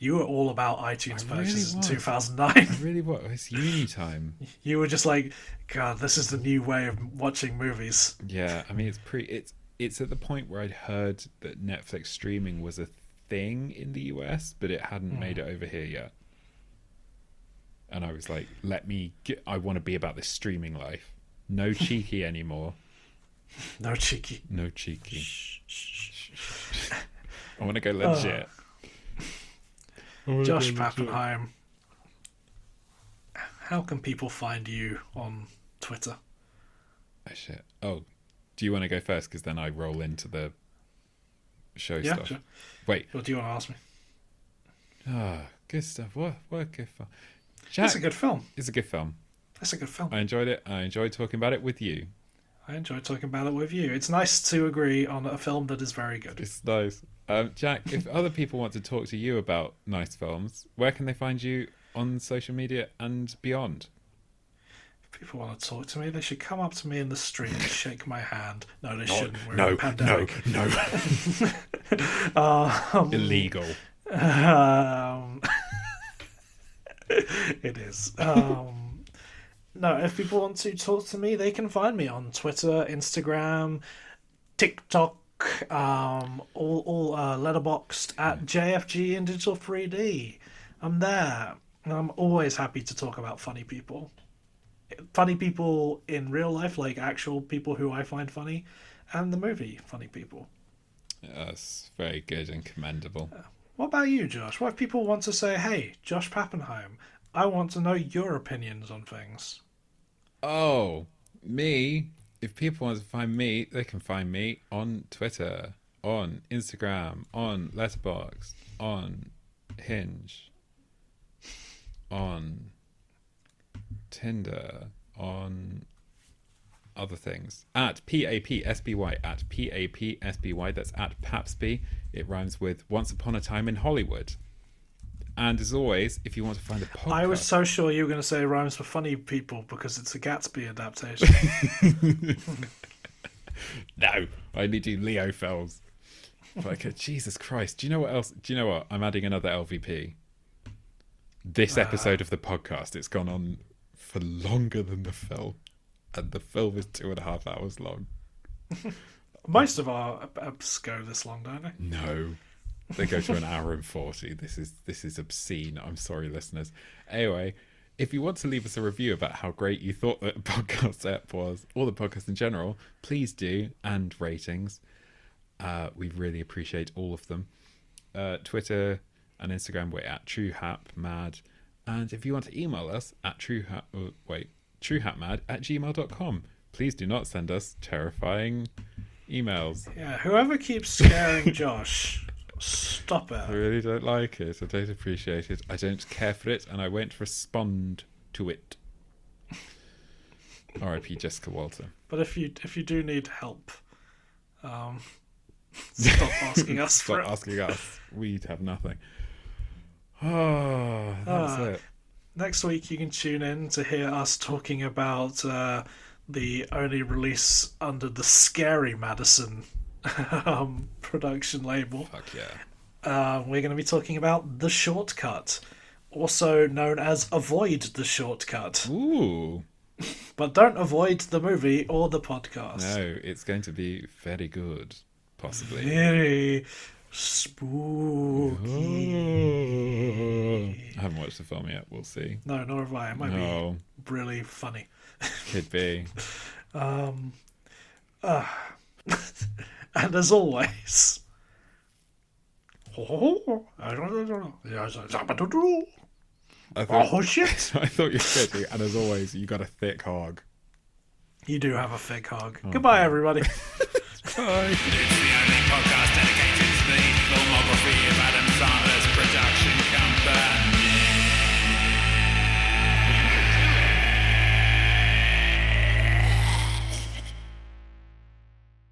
You were all about iTunes I really purchases was. in 2009. I really what? It's uni time. [LAUGHS] You were just like, God, this is the new way of watching movies. Yeah, I mean it's pretty. It's it's at the point where I'd heard that Netflix streaming was a thing in the US, but it hadn't Hmm. made it over here yet. And I was like, let me. Get, I want to be about this streaming life. [LAUGHS] No cheeky anymore. No cheeky. No cheeky. [LAUGHS] I want to go legit. Josh Pappenheim. How can people find you on Twitter? Oh, shit. Oh, do you want to go first? Because then I roll into the show Yeah, stuff. sure. Wait. Or do you want to ask me? Ah, good stuff. What? What a good film. That's Jack a good film. it's a good film. That's a good film. I enjoyed it. I enjoyed talking about it with you. I enjoyed talking about it with you. It's nice to agree on a film that is very good. It's nice. Um, Jack, if other people want to talk to you about nice films, where can they find you on social media and beyond? If people want to talk to me, they should come up to me in the street and shake my hand. No, they shouldn't. We're in a pandemic. no. Illegal. Um, [LAUGHS] it is. Um, no, if people want to talk to me, they can find me on Twitter, Instagram, TikTok, um, all all uh, letterboxed at JFG and Digital 3D. I'm there. And I'm always happy to talk about funny people. Funny people in real life, like actual people who I find funny, and the movie Funny People. That's very good and commendable. What about you, Josh? What if people want to say, hey, Josh Pappenheim, I want to know your opinions on things? Oh, me. If people want to find me, they can find me on Twitter, on Instagram, on Letterboxd, on Hinge, on Tinder, on other things. At PAPSBY, at PAPSBY, that's at Papsby. It rhymes with Once Upon a Time in Hollywood. And as always, if you want to find a podcast. I was so sure you were going to say rhymes for funny people because it's a Gatsby adaptation. No, I only do Leo Fells. Like [LAUGHS] uh, Jesus Christ. Do you know what else? Do you know what? I'm adding another LVP. This episode of the podcast, it's gone on for longer than the film, and the film is two and a half hours long. Most of our eps go this long, don't they? No, they go to an hour and forty. This is this is obscene. I'm sorry, listeners. Anyway, if you want to leave us a review about how great you thought the [LAUGHS] podcast app was, or the podcast in general, please do, and ratings. Uh, we really appreciate all of them. Uh, Twitter and Instagram, we're at TrueHapMad. And if you want to email us at TrueHap, oh, wait, TrueHapMad at gmail.com. Please do not send us terrifying emails. Yeah, whoever keeps scaring Josh, stop I it. really don't like it. I don't appreciate it. I don't care for it, and I won't respond to it. [LAUGHS] R.I.P. Jessica Walter. But if you if you do need help, um, [LAUGHS] stop asking us for Stop it. asking us. We'd have nothing. [SIGHS] Oh, that's Ah. it. Next week, you can tune in to hear us talking about uh, the only release under the Scary Madison [LAUGHS] um, production label. Fuck yeah. Uh, we're going to be talking about The Shortcut, also known as Avoid the Shortcut. Ooh. But don't avoid the movie or the podcast. No, it's going to be very good, possibly. Very spooky. I haven't watched the film yet. We'll see. No, nor have I. It might No, be really funny. could be. [LAUGHS] And as always. Oh, I don't know. Yes, I- I don't know. [LAUGHS] I thought, [LAUGHS] Oh, shit. I thought you said, to, and as always, you got a thick hog. You do have a thick hog. Goodbye, everybody. Bye. It's the